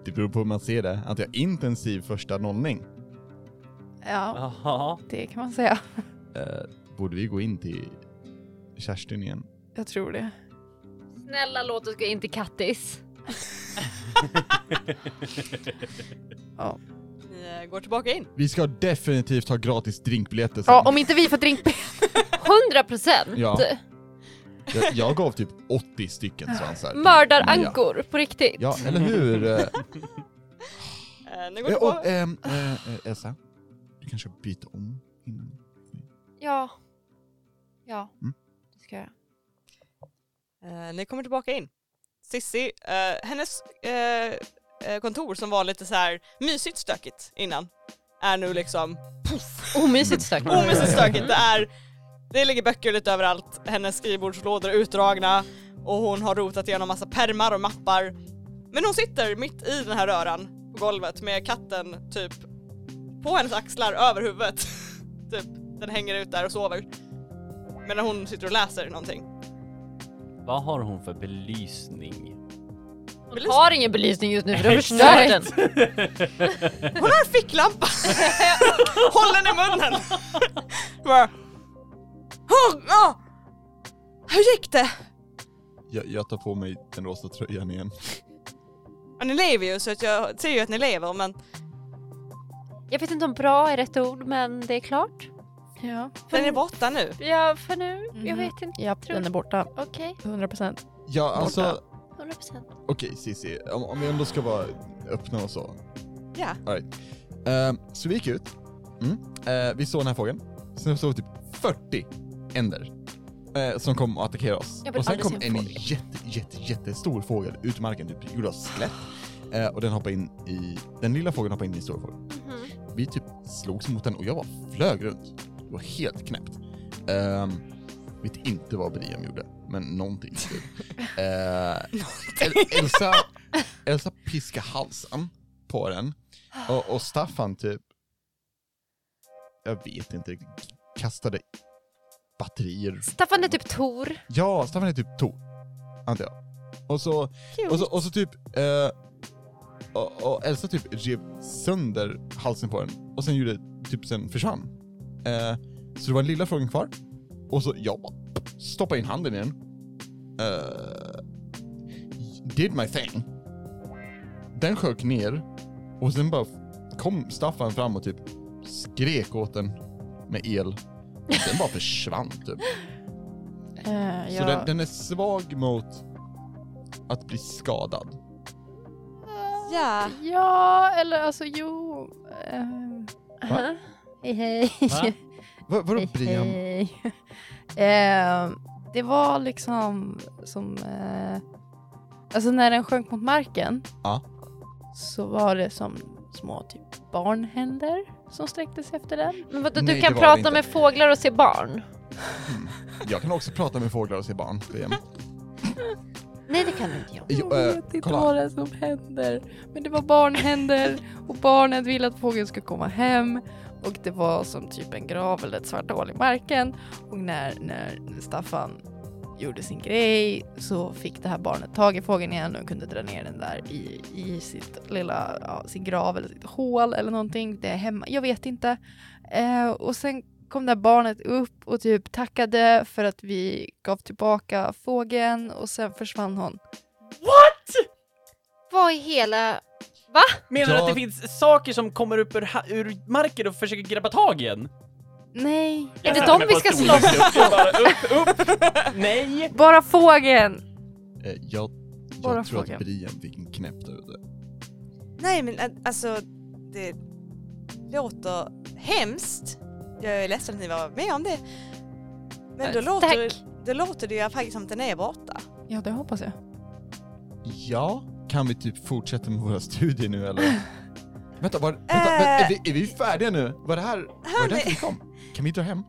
Speaker 1: Det beror på hur man ser det. Att jag intensiv första nollning.
Speaker 4: Ja,
Speaker 5: Jaha.
Speaker 4: det kan man säga.
Speaker 1: Eh, borde vi gå in till Kerstin igen?
Speaker 4: Jag tror det.
Speaker 3: Snälla låt oss gå in till Kattis.
Speaker 2: Ni eh, går tillbaka in.
Speaker 1: Vi ska definitivt ha gratis drinkbiljetter sen.
Speaker 4: Ja, om inte vi får drink...
Speaker 3: 100 procent!
Speaker 1: Ja. jag, jag gav typ 80 stycken svansar.
Speaker 3: Mördarankor, på riktigt.
Speaker 1: Ja, eller hur? Eh,
Speaker 2: Eh, ni går
Speaker 1: eh,
Speaker 2: tillbaka.
Speaker 1: och, ehm, eh, eh, Elsa, du kanske byter om innan?
Speaker 3: Ja. Ja.
Speaker 1: Mm.
Speaker 3: Det ska jag.
Speaker 2: Eh, ni kommer tillbaka in. Sissi, eh, hennes eh, eh, kontor som var lite så här mysigt stökigt innan är
Speaker 1: Mm.
Speaker 2: nu liksom
Speaker 3: Omysigt stök.
Speaker 2: omysigt Oh, stökigt. Det, är, det ligger böcker lite överallt, hennes skrivbordslådor är utdragna och hon har rotat igenom massa pärmar och mappar. Men hon sitter mitt i den här röran på golvet med katten typ på hennes axlar över huvudet. typ, den hänger ut där och sover. Medan hon sitter och läser någonting.
Speaker 5: Vad har hon för belysning?
Speaker 3: Hon har ingen belysning just nu för du förstör den.
Speaker 2: Hon har en ficklampa! Håll den i munnen! Bara... "Åh, åh. Hur gick det?
Speaker 1: Jag, jag tar på mig den rosa tröjan igen.
Speaker 2: Ja, ni lever ju så att jag ser ju att ni lever men
Speaker 3: Jag vet inte om bra är rätt ord, men det är klart.
Speaker 4: Ja,
Speaker 2: den är borta nu.
Speaker 3: Ja, för nu. Jag
Speaker 4: Mhm.
Speaker 3: vet inte.
Speaker 4: ja
Speaker 3: Tror-
Speaker 4: den är borta.
Speaker 3: Okej,
Speaker 4: 100 procent.
Speaker 1: Ja, alltså,
Speaker 3: 100 procent.
Speaker 1: okej Cissi, om, om vi ändå ska vara öppna och så.
Speaker 2: Ja.
Speaker 1: All right. Ehm, så vi gick Eh, ut, mm. Eh, vi såg den här fågeln, sen såg vi typ 40 änder. eh, som kom och attackerade oss.
Speaker 3: Jag vill
Speaker 1: Och sen
Speaker 3: aldrig
Speaker 1: kom
Speaker 3: se en
Speaker 1: en
Speaker 3: fågel.
Speaker 1: jätte, jätte, jättestor fågel ut ur marken, typ gjorde oss skelett. Eh, och den hoppade in i, den lilla fågeln hoppade in i en stor fågel.
Speaker 3: Mhm.
Speaker 1: Vi typ slogs mot den och jag bara flög runt. Det var helt knäppt. Um, vet inte vad Briam gjorde, men någonting. Typ. Eh, El- Elsa, Elsa piskade halsen på den och, och Staffan typ, jag vet inte riktigt, kastade batterier.
Speaker 3: Staffan är typ Tor.
Speaker 1: Ja, Staffan är typ Tor, antar jag. Och så,
Speaker 2: Kul.
Speaker 1: och så, och så typ, eh, och, och Elsa typ rev sönder halsen på den och sen gjorde typ sen försvann. Eh, så det var en lilla frågan kvar och så jag bara stoppade in handen i den. Eh, did my thing. Den sjönk ner och sen bara kom Staffan fram och typ skrek åt den med el. Den bara försvann typ.
Speaker 4: Eh,
Speaker 1: Så
Speaker 4: jag,
Speaker 1: den, den är svag mot att bli skadad.
Speaker 2: Ja.
Speaker 4: Ja, eller alltså jo. ehm,
Speaker 1: Va?
Speaker 4: hej hej.
Speaker 5: Va?
Speaker 1: Vad, vadå
Speaker 3: Eh,
Speaker 4: Hej,
Speaker 1: Brian?
Speaker 4: hej. Ehm, det var liksom som... eh, alltså när den sjönk mot marken
Speaker 1: Ja.
Speaker 4: så var det som små typ barnhänder som sträckte sig efter den.
Speaker 3: Men vadå,
Speaker 1: Nej,
Speaker 3: du
Speaker 1: det
Speaker 3: kan
Speaker 1: var det
Speaker 3: prata
Speaker 1: inte.
Speaker 3: med fåglar och se barn?
Speaker 1: Mm. Jag kan också prata med fåglar och se barn. Brian.
Speaker 3: Nej, det kan du inte göra.
Speaker 1: Jo,
Speaker 4: jag
Speaker 1: eh,
Speaker 4: vet inte
Speaker 1: kolla.
Speaker 4: vad det är som händer. Men det var barnhänder och barnet vill att fågeln ska komma hem. Och det var som typ en grav eller ett svart hål i marken. Och när, när Staffan gjorde sin grej så fick det här barnet tag i fågeln igen och kunde dra ner den där i, i sitt lilla, ja, sin grav eller sitt hål eller någonting. Det är hemma, jag vet inte. Eh, och sen kom det här barnet upp och typ tackade för att vi gav tillbaka fågeln och sen försvann hon.
Speaker 3: Vad i hela...
Speaker 5: Menar du att
Speaker 1: Jag-
Speaker 5: det finns saker som kommer upp ur, ha- ur marken och försöker greppa tag i en?
Speaker 4: Nej.
Speaker 3: Är det dem vi ska slåss
Speaker 5: Bara upp, upp! Nej!
Speaker 4: Bara fågeln!
Speaker 1: Eh, jag
Speaker 4: Bara
Speaker 1: jag tror
Speaker 4: fråga.
Speaker 1: att Brian fick en knäpp där ute.
Speaker 2: Nej men ä- alltså det låter hemskt. Jag är ledsen att ni var med om det. Men då
Speaker 3: Eh,
Speaker 2: låter,
Speaker 3: tack.
Speaker 2: då låter det ju faktiskt som att den är borta.
Speaker 4: Ja, det hoppas jag.
Speaker 1: Ja, kan vi typ fortsätta med våra studier nu eller? vänta, var, vänta,
Speaker 3: Eh.
Speaker 1: vänta är, vi, är vi färdiga nu? Var det här, var det därför vi kom? Kan vi dra hem?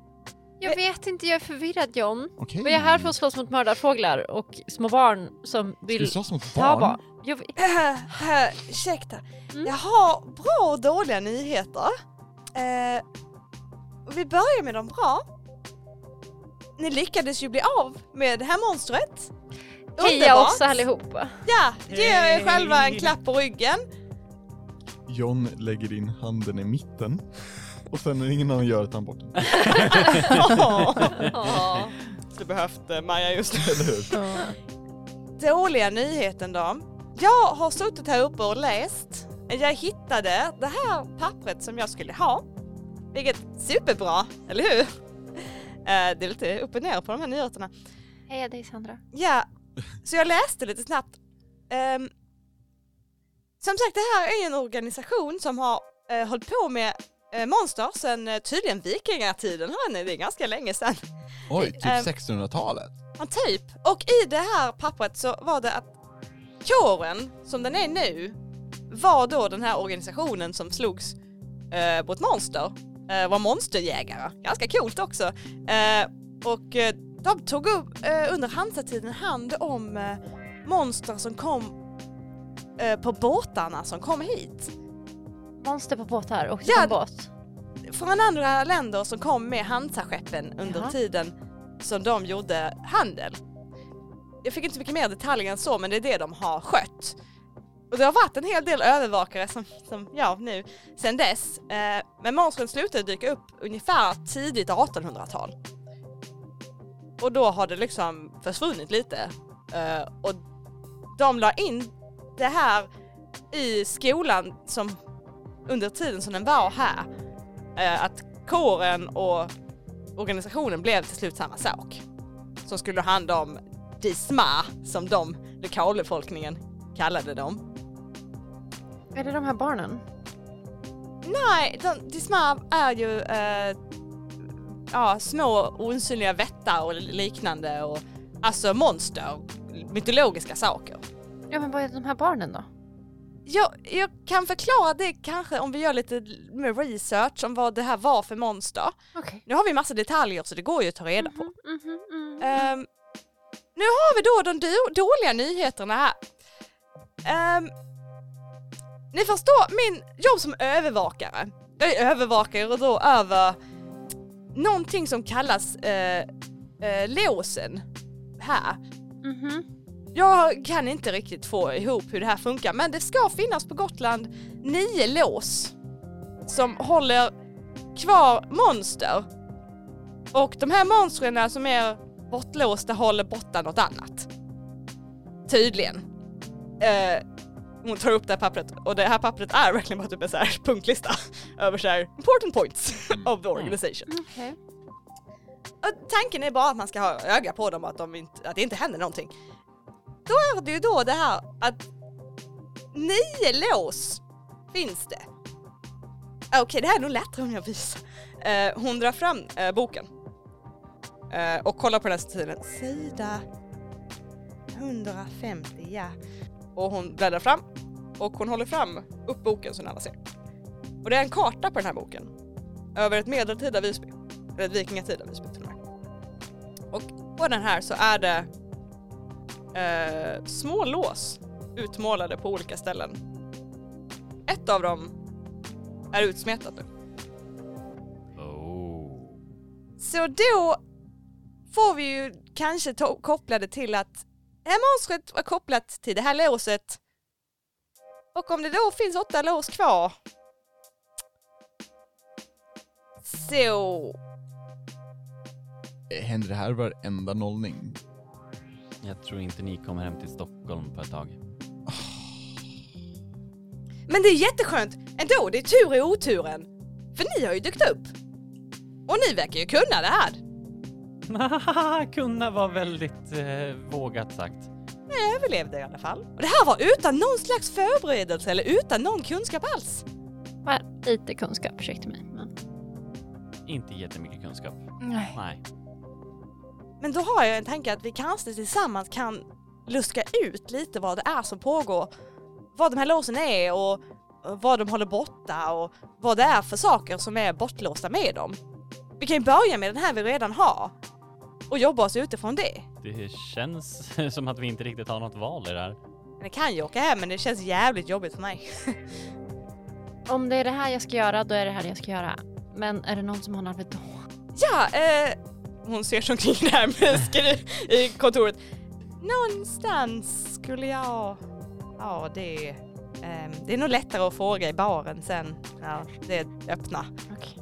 Speaker 3: Jag vet inte, jag är förvirrad John.
Speaker 1: Okej.
Speaker 3: Vi är här för att slåss mot mördarfåglar och små barn som
Speaker 1: Ska vi
Speaker 3: vill
Speaker 1: slåss mot
Speaker 3: ta
Speaker 1: barn?
Speaker 3: barn. Jag vet-
Speaker 2: Eh, eh, Ursäkta.
Speaker 3: Mm.
Speaker 2: Jag har bra och dåliga nyheter. Eh, och vi börjar med de bra. Ni lyckades ju bli av med det här monstret.
Speaker 3: Heja
Speaker 2: Underbart.
Speaker 3: oss allihopa.
Speaker 2: Ja, ge er
Speaker 5: Hej.
Speaker 2: själva en klapp på ryggen.
Speaker 1: John lägger in handen i mitten och sen när ingen annan gör det tar han bort den.
Speaker 3: Ja.
Speaker 2: Det behövde Maja just nu.
Speaker 1: Eller hur?
Speaker 2: Dåliga nyheten då. Jag har suttit här uppe och läst. Jag hittade det här pappret som jag skulle ha. Vilket superbra, eller hur? Eh, Det är lite upp och ner på de här nyheterna.
Speaker 3: Heja dig Sandra.
Speaker 2: Ja, så jag läste lite snabbt. Ehm, som sagt, det här är en organisation som har uh, hållit på med eh, monster sedan eh, tydligen vikingatiden, hörni. Det är ganska länge sedan.
Speaker 1: Oj, typ
Speaker 3: Eh.
Speaker 2: Ehm.
Speaker 1: 1600-talet.
Speaker 2: Ja, typ. Och i det här pappret så var det att kåren, som den är nu, var då den här organisationen som slogs eh, mot monster. Eh, var monsterjägare. Ganska coolt också. Eh, och eh, de tog upp eh, under handelstiden hand om eh, monster som kom eh, på båtarna som kom hit.
Speaker 3: Monster på båtar och
Speaker 2: Ja.
Speaker 3: ja. båt.
Speaker 2: Från andra länder som kom med handelsskeppen under
Speaker 3: Jaha.
Speaker 2: tiden som de gjorde handel. Jag fick inte så mycket mer detaljer än så men det är det de har skött. Och det har varit en hel del övervakare som, som ja nu sen dess. Eh, men monstren slutade dyka upp ungefär tidigt 1800-tal. Och då har det liksom försvunnit lite. Eh, och de la in det här i skolan som under tiden som den var här. Eh, att kåren och organisationen blev till slut samma sak. Som skulle handla om de sma som de lokalbefolkningen kallade dem.
Speaker 3: Är det de här barnen?
Speaker 2: Nej, de, de sma är ju eh, ja, små osynliga vättar och liknande och alltså monster och mytologiska saker.
Speaker 3: Ja men vad är de här barnen då?
Speaker 2: Jag, jag kan förklara det kanske om vi gör lite mer research om vad det här var för monster.
Speaker 3: Okej.
Speaker 2: Nu har vi massa detaljer så det går ju att ta reda på.
Speaker 3: Mhm, mhm.
Speaker 2: Ehm, nu har vi då de do- dåliga nyheterna här. Ehm, ni förstår, min jobb som övervakare, jag är övervakare då över någonting som kallas eh, eh, låsen här.
Speaker 3: Mhm.
Speaker 2: Jag kan inte riktigt få ihop hur det här funkar men det ska finnas på Gotland nio lås som håller kvar monster. Och de här monstren som är bortlåsta håller borta något annat. Tydligen. Eh, hon tar upp det här pappret och det här pappret är verkligen bara typ en så här punktlista över så här important points of the organization.
Speaker 3: Okej.
Speaker 2: Och tanken är bara att man ska ha öga på dem och att, de inte, att det inte händer någonting. Då är det ju då det här att nio lås finns det. Okej, det här är nog lättare om jag visar. Eh, hon drar fram eh, boken. Eh, och kollar på den här sidan. Sida 150, ja. Och hon bläddrar fram. Och hon håller fram upp boken så alla ser. Och det är en karta på den här boken. Över ett medeltida Visby eller vikingatida Visby till och med. Och på den här så är det eh, små lås utmålade på olika ställen. Ett av dem är utsmetat nu.
Speaker 5: Oh.
Speaker 2: Så då får vi ju kanske to- koppla det till att det här monstret var kopplat till det här låset. Och om det då finns åtta lås kvar så
Speaker 1: Händer det här varenda nollning?
Speaker 5: Jag tror inte ni kommer hem till Stockholm på ett tag.
Speaker 2: Men det är jätteskönt ändå, det är tur i oturen. För ni har ju dykt upp. Och ni verkar ju kunna det här.
Speaker 5: Kunna vara väldigt eh, vågat sagt.
Speaker 2: Jag överlevde i alla fall. Och det här var utan någon slags förberedelse eller utan någon kunskap alls.
Speaker 3: Bara lite kunskap, ursäkta mig. Men...
Speaker 5: Inte jättemycket kunskap.
Speaker 4: Nej.
Speaker 5: Nej.
Speaker 2: Men då har jag en tanke att vi kanske tillsammans kan luska ut lite vad det är som pågår. Vad de här låsen är och och vad de håller borta och vad det är för saker som är bortlåsta med dem. Vi kan ju börja med den här vi redan har och jobba oss utifrån det.
Speaker 5: Det känns som att vi inte riktigt har något val i det här.
Speaker 2: Men det kan ju åka hem men det känns jävligt jobbigt för mig.
Speaker 3: Om det är det här jag ska göra, då är det här jag ska göra. Men är det någon som har något vet
Speaker 2: Ja, eh, hon ser sig omkring där med skri- i kontoret. Någonstans skulle jag... Ja, det... ehm, det är nog lättare att fråga i baren sen när det öppna.
Speaker 3: Okej.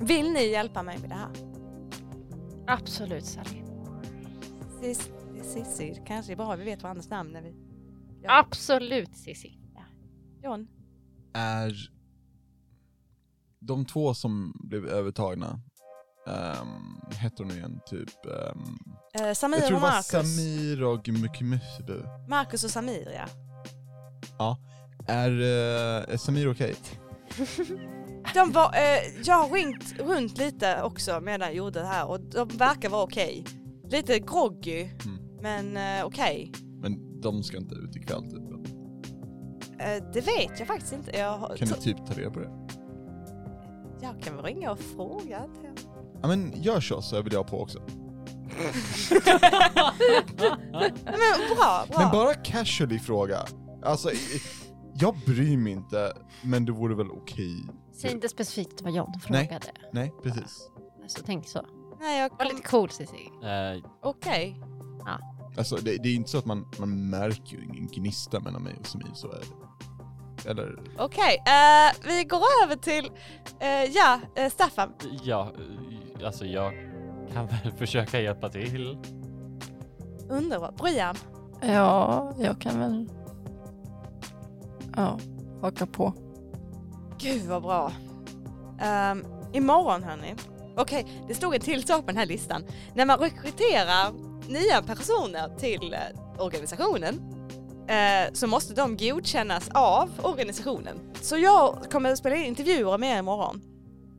Speaker 2: Vill ni hjälpa mig med det här?
Speaker 3: Absolut Sally.
Speaker 2: Sis- det är Cissi, det kanske är bra vi vet varandras namn när vi... Ja.
Speaker 3: Absolut Cissi.
Speaker 2: John?
Speaker 1: Är de två som blev övertagna, um, hette de nu igen typ? ehm,
Speaker 2: Eh, Samir
Speaker 1: jag tror
Speaker 2: och
Speaker 1: det var
Speaker 2: Marcus.
Speaker 1: Samir och Mukmubu.
Speaker 2: Marcus och Samir, ja.
Speaker 1: Är, eh, är Samir okej?
Speaker 2: De var, eh, jag har ringt runt lite också medan jag gjorde det här och de verkar vara okej. Lite groggy,
Speaker 1: Mm.
Speaker 2: men eh, okej.
Speaker 1: Men de ska inte ut ikväll typ.
Speaker 2: Eh, det vet jag faktiskt inte. Jag, har-
Speaker 1: Kan du
Speaker 2: tro-
Speaker 1: typ ta reda på det?
Speaker 2: jag kan väl ringa och fråga. antar jag.
Speaker 1: Ja men gör så, så vill jag på också.
Speaker 2: Men bra, bra.
Speaker 1: Men bara casually fråga. Alltså, i- jag bryr mig inte, men det vore väl okej?
Speaker 3: Säg inte specifikt vad John
Speaker 1: Nej.
Speaker 3: frågade.
Speaker 1: Nej, precis.
Speaker 3: Så tänk så.
Speaker 2: Nej, jag
Speaker 3: Var
Speaker 2: kom...
Speaker 3: lite cool Cissi.
Speaker 5: Eh,
Speaker 2: Okej.
Speaker 1: Alltså, det, det är inte så att man, man märker ju ingen gnista mellan mig och Samir, så är det. Eller?
Speaker 2: Okej, eh, vi går över till, eh, ja, eh, Staffan.
Speaker 5: ja, eh, alltså jag kan väl försöka hjälpa till.
Speaker 2: Underbart. Brian.
Speaker 4: Ja, jag kan väl... Ja, haka på.
Speaker 2: Gud vad bra. Um, imorgon hörni. Okej, det stod en till sak på den här listan. När man rekryterar nya personer till eh, organisationen eh, så måste de godkännas av organisationen. Så jag kommer att spela in intervjuer med er imorgon.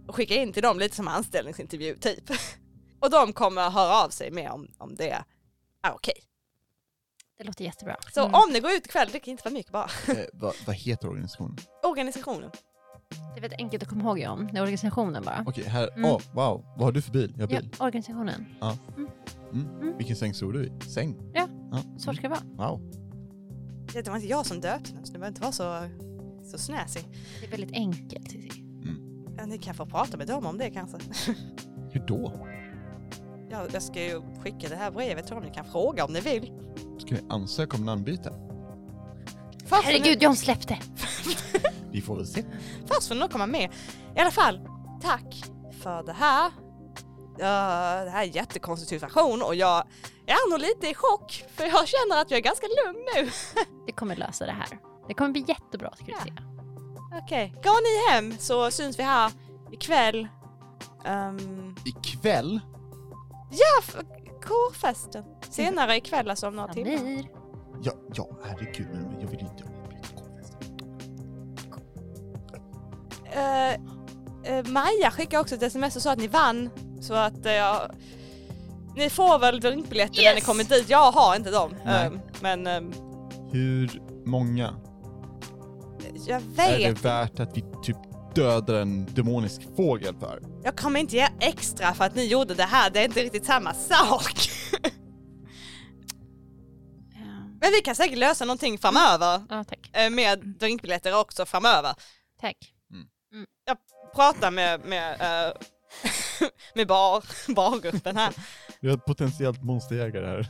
Speaker 2: och skicka in till dem lite som anställningsintervju typ. Och de kommer höra av sig med om, om det är ah, okej.
Speaker 3: Det låter jättebra.
Speaker 2: Så
Speaker 4: Mm.
Speaker 2: om ni går ut ikväll, drick inte för mycket bara.
Speaker 1: Eh, vad, vad heter organisationen?
Speaker 2: Organisationen.
Speaker 3: Det är väldigt enkelt att komma ihåg ju om. Det är organisationen bara.
Speaker 1: Okej, här,
Speaker 3: Mm.
Speaker 1: åh, wow, vad har du för bil? Jag har
Speaker 3: Ja,
Speaker 1: bil.
Speaker 3: organisationen.
Speaker 1: Vilken säng sov du i? Säng?
Speaker 3: Ja.
Speaker 1: ja.
Speaker 3: Så ska det vara.
Speaker 1: Wow.
Speaker 2: Det var inte jag som döpte den så du behöver inte vara så, så snäsig.
Speaker 3: Det är väldigt enkelt.
Speaker 2: Men Ni kan få prata med dem om det kanske.
Speaker 1: Hur då?
Speaker 2: Jag, jag ska ju skicka det här brevet till dem, ni kan fråga om ni vill.
Speaker 1: Ska vi ansöka om namnbyte?
Speaker 2: Först får ni-
Speaker 3: Herregud, John släppte!
Speaker 1: Vi får väl se.
Speaker 2: Först får ni nog komma med. I alla fall, tack för det här. Ja, det här är en jättekonstig situation och jag är nog lite i chock för jag känner att jag är ganska lugn nu.
Speaker 3: Det kommer lösa det här. Det kommer bli jättebra ska du
Speaker 2: Ja.
Speaker 3: se.
Speaker 2: Okej, går ni hem så syns vi här ikväll. Um,
Speaker 1: Ikväll?
Speaker 2: ja, för korfesten. Senare ikväll alltså om några timmar.
Speaker 3: Samir.
Speaker 1: Ja, ja herregud, men jag vill inte avbryta konfesten.
Speaker 2: Eh, eh, Maja skickade också ett sms och sa att ni vann så att eh, jag... Ni får väl drinkbiljetter när ni
Speaker 3: Yes!
Speaker 2: kommer dit. Jag har inte dem.
Speaker 1: Nej.
Speaker 2: Ehm, men ehm,
Speaker 1: Hur många?
Speaker 2: jag
Speaker 1: Är
Speaker 2: vet
Speaker 1: det värt att vi typ dödar en demonisk fågel för?
Speaker 2: Jag kommer inte ge extra för att ni gjorde det här, det är inte riktigt samma sak. Men vi kan säkert lösa någonting framöver
Speaker 3: Ja, tack.
Speaker 2: eh, med drinkbiljetter också framöver.
Speaker 3: Tack.
Speaker 2: Prata med, med, eh, med bar, bargruppen här.
Speaker 1: Vi har ett potentiellt monsterjägare här.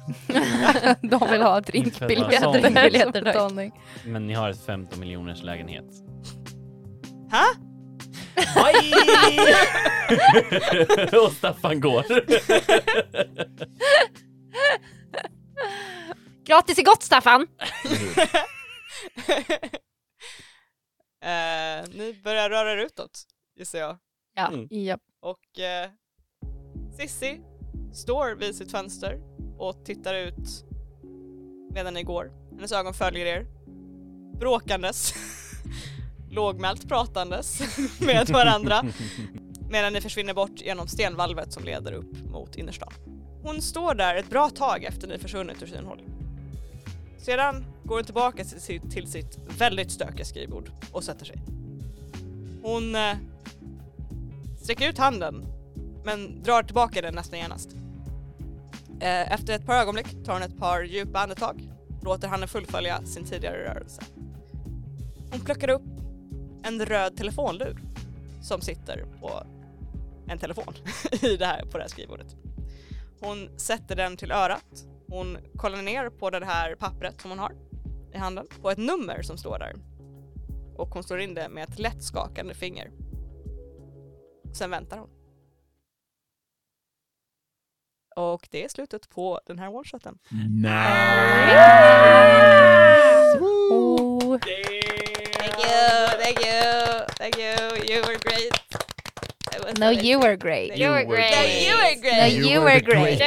Speaker 4: De vill ha
Speaker 5: Infödda sång.
Speaker 4: drinkbiljetter
Speaker 3: Drinkbiljetter,
Speaker 4: som
Speaker 3: tack.
Speaker 4: betalning.
Speaker 5: Men ni har ett 15 miljoners lägenhet.
Speaker 2: Ha?
Speaker 5: Oj! Och Staffan går.
Speaker 3: Gratis är gott Staffan!
Speaker 2: Eh, ni börjar röra er utåt, gissar jag.
Speaker 4: Japp.
Speaker 2: Och eh, Sissi står vid sitt fönster och tittar ut medan ni går. Hennes ögon följer er. Bråkandes. Lågmält pratandes med varandra. Medan ni försvinner bort genom stenvalvet som leder upp mot innerstan. Hon står där ett bra tag efter ni försvunnit ur synhåll. Sedan går hon tillbaka till sitt, till sitt väldigt stökiga skrivbord och sätter sig. Hon eh, sträcker ut handen men drar tillbaka den nästan genast. Eh, Efter ett par ögonblick tar hon ett par djupa andetag, låter handen fullfölja sin tidigare rörelse. Hon plockar upp en röd telefonlur som sitter på en telefon i det här, på det här skrivbordet. Hon sätter den till örat, hon kollar ner på det här pappret som hon har i handen, på ett nummer som står där. Och hon slår in det med ett lätt skakande finger. Sen väntar hon. Och det är slutet på den här one-shoten.
Speaker 3: Oh.
Speaker 2: Thank you, thank you, thank you, you were great. It was
Speaker 3: No
Speaker 2: amazing.
Speaker 3: you were great.
Speaker 5: You were
Speaker 2: No,
Speaker 5: great.
Speaker 2: you were
Speaker 3: No
Speaker 2: great.
Speaker 3: you were great.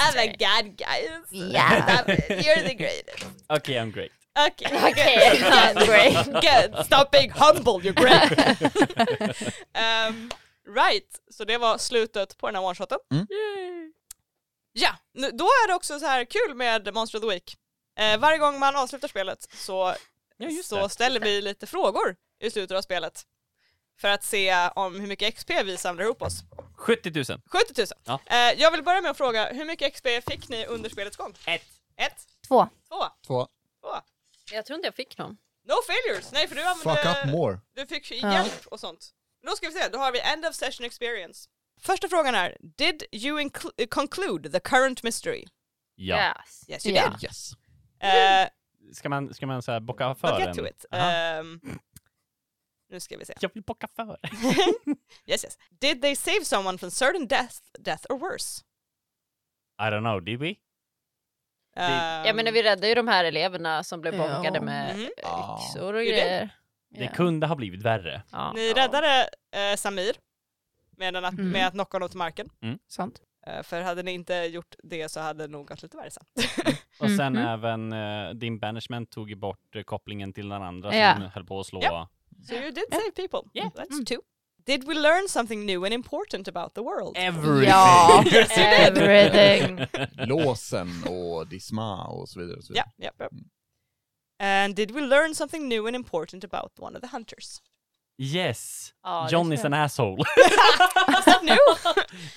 Speaker 2: Oh my god guys.
Speaker 3: Yeah.
Speaker 2: You're the greatest.
Speaker 5: Okej, I'm great.
Speaker 2: Okay.
Speaker 3: Okej,
Speaker 2: good,
Speaker 3: I'm great.
Speaker 2: Good. Stop being humble, you're great. Ehm, right, så det var slutet på den här one-shoten.
Speaker 1: Mm.
Speaker 2: Ja, nu, då är det också så här kul med Monster of the Week. Eh, varje gång man avslutar spelet så,
Speaker 5: Ja, just
Speaker 2: så
Speaker 5: det.
Speaker 2: ställer vi lite frågor i slutet av spelet. För att se om hur mycket XP vi samlar ihop oss.
Speaker 5: 70 000.
Speaker 2: 70 000.
Speaker 5: Ja.
Speaker 2: Eh, jag vill börja med att fråga, hur mycket XP fick ni under spelets gång?
Speaker 5: Ett.
Speaker 2: Ett?
Speaker 3: Två.
Speaker 2: Två?
Speaker 1: Två.
Speaker 2: Två?
Speaker 3: Jag tror inte jag fick någon.
Speaker 2: No failures! Nej, för du
Speaker 1: Fuck up
Speaker 2: använde...
Speaker 1: more.
Speaker 2: Du fick
Speaker 4: Ja.
Speaker 2: hjälp och sånt. Då ska vi se, då har vi end of session experience. Första frågan är, did you inclu- conclude the current mystery?
Speaker 5: Ja.
Speaker 3: Yes.
Speaker 2: Yes you
Speaker 4: Ja.
Speaker 2: did.
Speaker 1: Yes.
Speaker 2: Eh,
Speaker 5: Ska man, ska man så här bocka för
Speaker 2: I'll
Speaker 5: en?
Speaker 2: get to it.
Speaker 5: Aha.
Speaker 2: Ehm, nu ska vi se.
Speaker 5: Jag vill bocka för.
Speaker 2: Yes yes. Did they save someone from certain death, death or worse?
Speaker 5: I don't know, did we?
Speaker 3: Jag menar vi räddade ju de här eleverna som blev
Speaker 4: Ja.
Speaker 3: bombade med
Speaker 2: Ehm, Mhm.
Speaker 1: Ja.
Speaker 3: yxor och
Speaker 2: Gjorde
Speaker 3: grejer.
Speaker 5: Det kunde ha blivit värre.
Speaker 3: Ja.
Speaker 2: Ni räddade eh, Samir med, den att,
Speaker 4: Mm.
Speaker 2: med att knocka honom till marken.
Speaker 4: Sant.
Speaker 2: Eh, för hade ni inte gjort det så hade det nog gått lite värre sen.
Speaker 5: Och sen
Speaker 3: Mm-hmm.
Speaker 4: Mhm.
Speaker 5: även eh, din banishment tog ju bort eh, kopplingen till den andra
Speaker 3: Ja.
Speaker 5: som höll på att slå.
Speaker 2: Ja. so you did save people.
Speaker 5: Yeah.
Speaker 2: That's
Speaker 4: Mm.
Speaker 2: two. Did we learn something new and important about the world?
Speaker 5: Everything!
Speaker 4: Ja,
Speaker 2: Yes,
Speaker 5: eh,
Speaker 2: it did.
Speaker 4: everything.
Speaker 1: Låsen och Disma och så vidare. Och så
Speaker 2: Yep,
Speaker 1: vidare.
Speaker 2: yep, yep. And did we learn something new and important about one of the hunters?
Speaker 5: Yes!
Speaker 3: Ja, det
Speaker 5: John is
Speaker 3: tror
Speaker 5: an
Speaker 3: jag.
Speaker 5: asshole.
Speaker 2: Except Alltså, nu!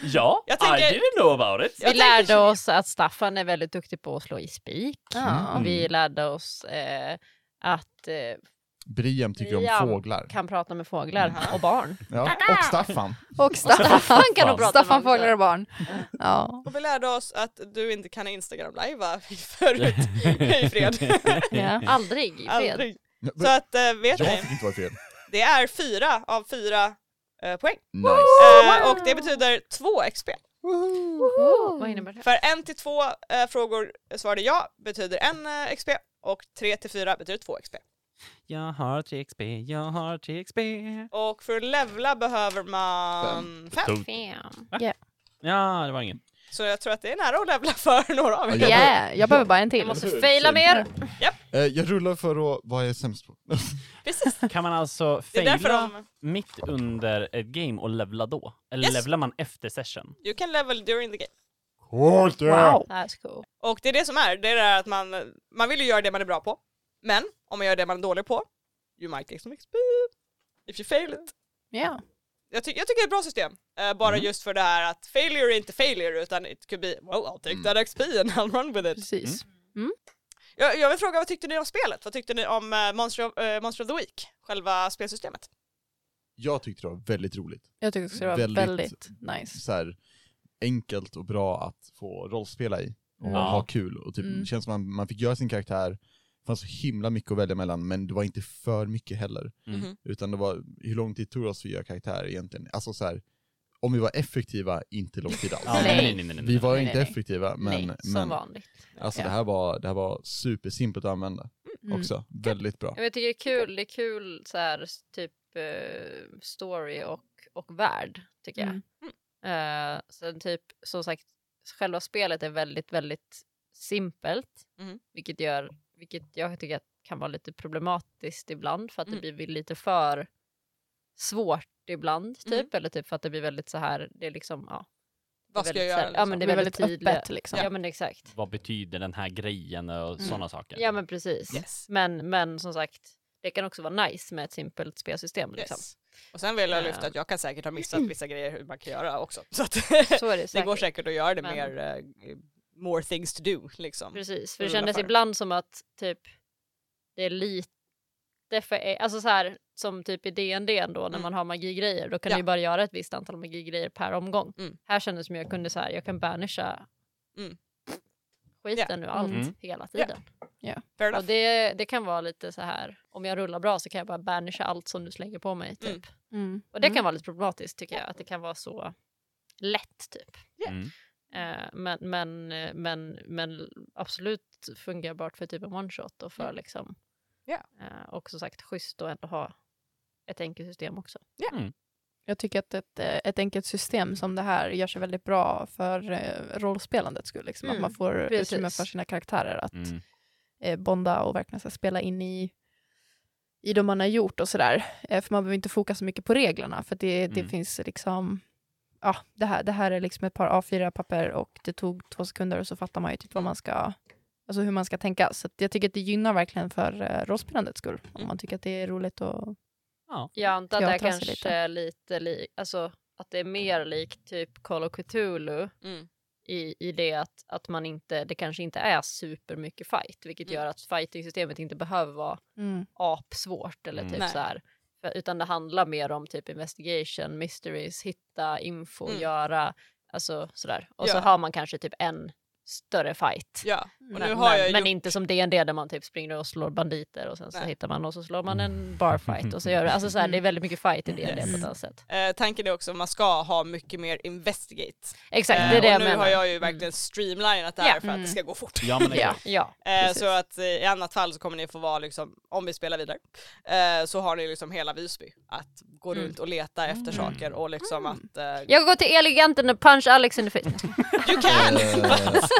Speaker 5: ja,
Speaker 2: Jag tänker-
Speaker 5: I didn't know about it.
Speaker 2: Jag
Speaker 3: Vi lärde
Speaker 2: tänker-
Speaker 3: oss att Staffan är väldigt duktig på att slå i spik.
Speaker 4: Ja.
Speaker 5: Mm.
Speaker 3: Vi lärde oss eh, att eh,
Speaker 1: Briam tycker
Speaker 3: Briam.
Speaker 1: om fåglar.
Speaker 3: kan prata med fåglar
Speaker 2: Mhm.
Speaker 3: och barn.
Speaker 1: Ja. Och Staffan.
Speaker 4: Och Staffan.
Speaker 3: kan nog prata med
Speaker 4: Staffan
Speaker 3: också.
Speaker 4: Fåglar och barn. Ja.
Speaker 2: Och vi lärde oss att du inte kan Instagram-lajva förut i fred.
Speaker 4: ja.
Speaker 3: Aldrig i fred.
Speaker 2: Aldrig.
Speaker 1: Ja,
Speaker 2: Så att, eh, vet
Speaker 1: Jag
Speaker 2: ni,
Speaker 1: fick inte vara fel.
Speaker 2: det är fyra av fyra eh, poäng.
Speaker 1: Nice.
Speaker 2: Eh, och det betyder två XP.
Speaker 3: Woho! Vad innebär det?
Speaker 2: För en till två eh, frågor svarade ja betyder en eh, XP och tre till fyra betyder två XP.
Speaker 5: Jag har 3 XP, jag har 3 XP.
Speaker 2: Och för att levla behöver man fem.
Speaker 3: Fem.
Speaker 5: Ja, det var ingen.
Speaker 2: Så jag tror att det är nära att levla för några av er.
Speaker 1: Ja.
Speaker 4: Yeah, jag behöver bara en
Speaker 3: Jag
Speaker 4: till.
Speaker 3: måste fejla mer.
Speaker 1: Eh, jag rullar för att, vad är sämst på?
Speaker 2: Precis.
Speaker 5: Kan man alltså
Speaker 2: Det är därför
Speaker 5: fejla
Speaker 2: de,
Speaker 5: mitt under ett game och levla då? Eller
Speaker 2: Yes.
Speaker 5: levlar man efter session?
Speaker 2: you can level during the game.
Speaker 1: Coolt!
Speaker 4: Wow.
Speaker 3: That's cool.
Speaker 2: Och det är det som är, det är det här att man, man vill ju göra det man är bra på. Men om man gör det man är dålig på, you might get some XP if you fail it.
Speaker 4: Yeah.
Speaker 3: Mm.
Speaker 2: Jag, ty- jag tycker det är ett bra system. Eh, bara
Speaker 5: Mm.
Speaker 2: just för det här att failure är inte failure utan it could be, well I'll take that XP and I'll run with it.
Speaker 4: Precis.
Speaker 2: Jag, jag vill fråga, vad tyckte ni om spelet? Vad tyckte ni om eh, Monster, of, eh, Monster of the Week? Själva spelsystemet?
Speaker 1: Jag tyckte det var väldigt roligt.
Speaker 4: Jag tycker också det var
Speaker 1: Väldigt-
Speaker 4: väldigt, nice.
Speaker 1: Så här, enkelt och bra att få rollspela i och
Speaker 5: Ja.
Speaker 1: ha kul. Och typ,
Speaker 4: Mm.
Speaker 1: Det känns som man, man fick göra sin karaktär, det fanns så himla mycket att välja mellan, men det var inte för mycket heller.
Speaker 5: Mm.
Speaker 2: Mhm.
Speaker 1: Utan det var, hur lång tid tog det oss för att göra karaktär egentligen? Alltså så här, om vi var effektiva, inte lång tid alls.
Speaker 5: Ja,
Speaker 3: Nej.
Speaker 5: nej, nej, nej.
Speaker 1: Vi var
Speaker 3: Nej,
Speaker 1: inte
Speaker 3: nej, nej.
Speaker 1: effektiva, men,
Speaker 3: Nej, som
Speaker 1: men
Speaker 3: vanligt.
Speaker 1: alltså,
Speaker 4: Ja.
Speaker 1: det, här var, det här var supersimpelt att använda
Speaker 4: Mm.
Speaker 1: också. Väldigt bra.
Speaker 3: Jag tycker det är kul, det är kul så här, s- typ eh, story och, och värld tycker jag.
Speaker 4: Mm.
Speaker 3: Eh, sen typ som sagt, själva spelet är väldigt, väldigt simpelt,
Speaker 2: Mm.
Speaker 3: vilket gör, vilket jag tycker att kan vara lite problematiskt ibland för att
Speaker 2: Mm.
Speaker 3: det blir lite för svårt ibland typ,
Speaker 2: Mm.
Speaker 3: eller typ för att det blir väldigt så här, det är liksom, ja. det är
Speaker 2: Vad ska jag
Speaker 3: väldigt
Speaker 2: göra? liksom?
Speaker 3: så här- Ja men det
Speaker 4: Det
Speaker 3: är
Speaker 4: var
Speaker 3: väldigt
Speaker 4: väldigt
Speaker 3: tydligt.
Speaker 4: öppet liksom.
Speaker 3: Ja men exakt.
Speaker 5: Vad betyder den här grejen och sådana saker?
Speaker 3: Ja men precis.
Speaker 2: Yes.
Speaker 3: Men, men som sagt, det kan också vara nice med ett simpelt spelsystem. Liksom.
Speaker 2: Yes. Och sen vill jag
Speaker 3: Ja.
Speaker 2: lyfta att jag kan säkert ha missat vissa grejer hur man kan göra också. Så att
Speaker 3: Så är det säkert.
Speaker 2: det går säkert att göra det
Speaker 3: Men-
Speaker 2: mer, eh, more things to do liksom.
Speaker 3: Precis, för det
Speaker 2: rulla
Speaker 3: kändes
Speaker 2: för.
Speaker 3: ibland som att typ det är lite för, alltså så här som typ i D&D ändå när
Speaker 2: Mm.
Speaker 3: man har magigrejer då kan
Speaker 2: Ja.
Speaker 3: du ju bara göra ett visst antal magigrejer per omgång.
Speaker 2: Mm.
Speaker 3: Här kändes det som jag kunde så här, jag kan banisha
Speaker 2: Mm.
Speaker 3: skiten nu allt
Speaker 5: Mm.
Speaker 3: hela
Speaker 2: Ja.
Speaker 3: tiden.
Speaker 2: Fair
Speaker 3: Och
Speaker 2: enough.
Speaker 3: det, det kan vara lite så här, om jag rullar bra så kan jag bara banisha allt som du slänger på mig typ.
Speaker 2: Mm.
Speaker 4: Mm.
Speaker 3: Och det kan vara lite problematiskt tycker jag, att det kan vara så lätt typ.
Speaker 5: Mm.
Speaker 3: Eh, men, men, eh, men, men absolut fungerbart för typ en one shot och för
Speaker 2: Mm.
Speaker 3: liksom.
Speaker 2: Ja.
Speaker 3: Eh, och som sagt schysst att ändå ha ett enkelt system också.
Speaker 4: Jag tycker att ett, eh, ett enkelt system som det här gör sig väldigt bra för eh, rollspelandet skull. Liksom,
Speaker 3: Mm,
Speaker 4: att man får
Speaker 3: precis.
Speaker 4: utrymme för sina karaktärer att
Speaker 5: Mm.
Speaker 4: eh, bonda och verkligen så här, spela in i, i det man har gjort och sådär. Eh, för man behöver inte fokusera så mycket på reglerna för det, det
Speaker 5: Mm.
Speaker 4: finns liksom, ja det här, det här är liksom ett par A4-papper och det tog två sekunder och så fattar man ju typ vad man ska, alltså hur man ska tänka. Så att jag tycker att det gynnar verkligen för eh, rollspelandets skull.
Speaker 2: Mm.
Speaker 4: Om man tycker att det är roligt och
Speaker 3: Jag antar att det här
Speaker 4: Teatrar sig
Speaker 3: kanske är lite, li- alltså att det är mer likt typ Call of Cthulhu
Speaker 2: Mm.
Speaker 3: i, i det att, att man inte, det kanske inte är supermycket fight, vilket
Speaker 2: Mm.
Speaker 3: gör att fighting-systemet inte behöver vara apsvårt eller
Speaker 5: Mm.
Speaker 3: typ
Speaker 2: Nej.
Speaker 3: så här. För- Utan det handlar mer om typ investigation, mysteries, hitta info,
Speaker 2: Mm.
Speaker 3: göra, alltså sådär. Och så
Speaker 2: Ja.
Speaker 3: har man kanske typ en större fight.
Speaker 2: Ja, och nu
Speaker 3: Mm. men,
Speaker 2: har
Speaker 3: men,
Speaker 2: jag
Speaker 3: men
Speaker 2: gjort...
Speaker 3: inte som D&D där man typ springer och slår banditer och sen så
Speaker 2: Nej.
Speaker 3: hittar man och så slår man en barfight och så gör det. Alltså såhär, det är väldigt mycket fight i D&D på
Speaker 4: Yes.
Speaker 3: ett annat sätt.
Speaker 2: Eh, tanken är också att man ska ha mycket mer investigate.
Speaker 3: Exakt, det
Speaker 2: Eh,
Speaker 3: är det
Speaker 2: och
Speaker 3: jag
Speaker 2: nu
Speaker 3: menar.
Speaker 2: har jag ju
Speaker 3: Mm.
Speaker 2: verkligen streamlinat det här
Speaker 3: Ja.
Speaker 2: för att
Speaker 4: Mm.
Speaker 2: det ska gå fort.
Speaker 5: Ja, men
Speaker 4: Ja.
Speaker 3: Ja,
Speaker 2: Eh,
Speaker 3: precis.
Speaker 2: så att eh, i annat fall så kommer ni få vara liksom, om vi spelar vidare, eh, så har ni liksom hela Visby att gå
Speaker 3: Mm.
Speaker 2: runt och leta efter saker och liksom
Speaker 4: Mm.
Speaker 2: att... Eh,
Speaker 3: Jag går till eleganten och punch Alex in the face.
Speaker 2: you can!
Speaker 1: Eh,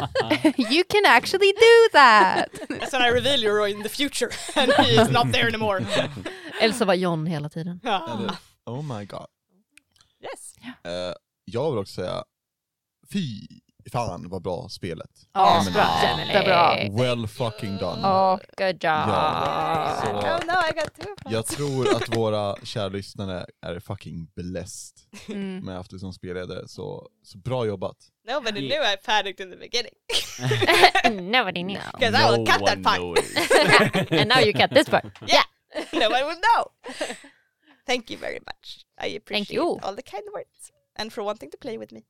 Speaker 4: You can actually do that!
Speaker 2: That's when I reveal you're in the future and he is not there anymore. Ah.
Speaker 3: Elsa var John hela tiden.
Speaker 2: Ja.
Speaker 1: eller- oh my god. Eh, jag vill också säga, fy fan vad bra spelet.
Speaker 4: Asbra.
Speaker 1: Ja,
Speaker 3: Jättebra.
Speaker 1: men, Well fucking done.
Speaker 3: Åh, Oh, good job.
Speaker 1: Ja, så-
Speaker 3: Oh no, I got two.
Speaker 1: Jag tror att våra kära lyssnare är fucking blessed
Speaker 4: Mm.
Speaker 1: med att du som spelledare, så, så bra jobbat.
Speaker 2: Nobody knew I panicked in the beginning.
Speaker 3: Nobody knew.
Speaker 2: Because I will cut that part.
Speaker 3: And now you cut this part.
Speaker 2: no one will know. Thank you very much. I appreciate
Speaker 3: you.
Speaker 2: all the kind words. And for wanting to play with me.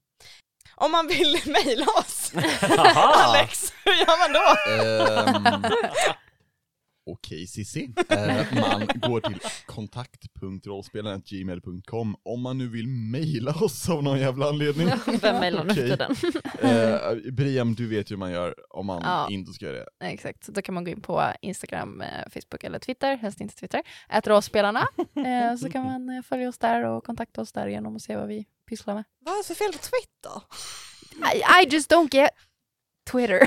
Speaker 2: Om man vill mejla oss,
Speaker 5: Aha.
Speaker 2: Alex, hur gör man då?
Speaker 1: Ehm, Okej Cissi. Eh, man går till kontakt.rollspelaren.gmail.com om man nu vill mejla oss av någon jävla anledning.
Speaker 3: Vem mejlar nu för
Speaker 1: Okej.
Speaker 3: tiden?
Speaker 1: Eh, Briam, du vet hur man gör om man
Speaker 4: Ja.
Speaker 1: inte ska göra det.
Speaker 4: Exakt, så då kan man gå in på Instagram, eh, Facebook eller Twitter, helst inte Twitter, att rollspelarna. eh, så kan man eh, följa oss där och kontakta oss där genom och se vad vi pysslar med.
Speaker 2: Vad är det för fel på Twitter?
Speaker 4: I, I just don't get Twitter.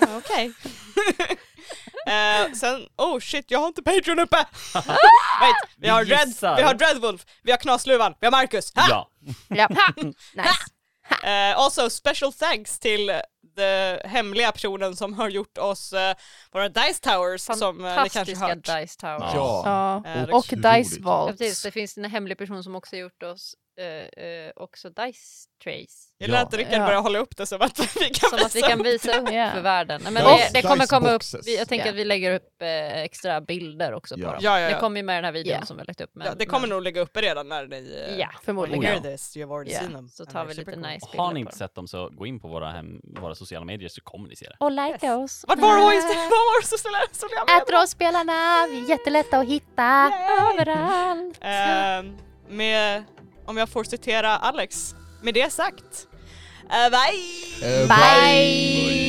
Speaker 2: Ja, Okej. Eh, sen, oh shit, jag har inte Patreon uppe! Wait, vi
Speaker 5: Vi
Speaker 2: har, Red,
Speaker 5: gissar.
Speaker 2: vi har Dreadwolf, vi har Knasluvan, vi har Marcus. Ha!
Speaker 5: Ja.
Speaker 4: ja.
Speaker 3: Mm.
Speaker 4: Nice.
Speaker 2: Eh, also special thanks till den hemliga personen som har gjort oss eh, våra Dice Towers som eh, ni kanske
Speaker 3: Fantastiska
Speaker 2: hört.
Speaker 3: Dice Tower.
Speaker 4: Ja.
Speaker 2: Eh,
Speaker 4: Och Dice
Speaker 1: Otroligt.
Speaker 3: Ja,
Speaker 4: Vault.
Speaker 3: precis. Det finns en hemlig person som också gjort oss eh, eh, också Dice Trace.
Speaker 2: Jag lät
Speaker 1: Ja.
Speaker 2: Rickard
Speaker 4: Ja.
Speaker 2: börja hålla upp det så att vi kan
Speaker 3: Som
Speaker 2: visa.
Speaker 3: att vi kan visa upp
Speaker 4: Ja.
Speaker 3: för världen. Nej, Men
Speaker 1: Ja,
Speaker 3: det, det kommer komma upp,
Speaker 1: diceboxes.
Speaker 3: vi, jag tänker
Speaker 4: Ja.
Speaker 3: att vi lägger upp eh, extra bilder också
Speaker 1: Ja.
Speaker 3: på dem.
Speaker 2: Ja, ja, ja.
Speaker 3: Det kommer ju med den här videon
Speaker 4: Ja.
Speaker 3: som vi har lagt upp. Men,
Speaker 2: ja, det kommer
Speaker 3: men,
Speaker 2: nog ligga uppe redan när ni eh,
Speaker 3: Ja,
Speaker 4: Förmodligen.
Speaker 2: hear
Speaker 5: Oh,
Speaker 2: this. You've already
Speaker 4: Ja.
Speaker 2: seen them.
Speaker 3: så
Speaker 2: And
Speaker 3: tar
Speaker 2: they're
Speaker 3: vi lite
Speaker 2: supercool.
Speaker 3: nice
Speaker 5: Har ni
Speaker 3: bilder på
Speaker 5: inte
Speaker 3: dem.
Speaker 5: sett dem så gå in på våra, hem, våra sociala medier så kommer ni se det.
Speaker 3: Och like
Speaker 2: Yes.
Speaker 3: oss.
Speaker 2: Vart var vår Instagram? Vad var det som skulle
Speaker 3: eh, Ät rollspelarna, vi är jättelätta att hitta överallt.
Speaker 2: Ehm, med, om jag får citera Alex, med det sagt. eh, bye!
Speaker 1: Eh,
Speaker 3: Bye.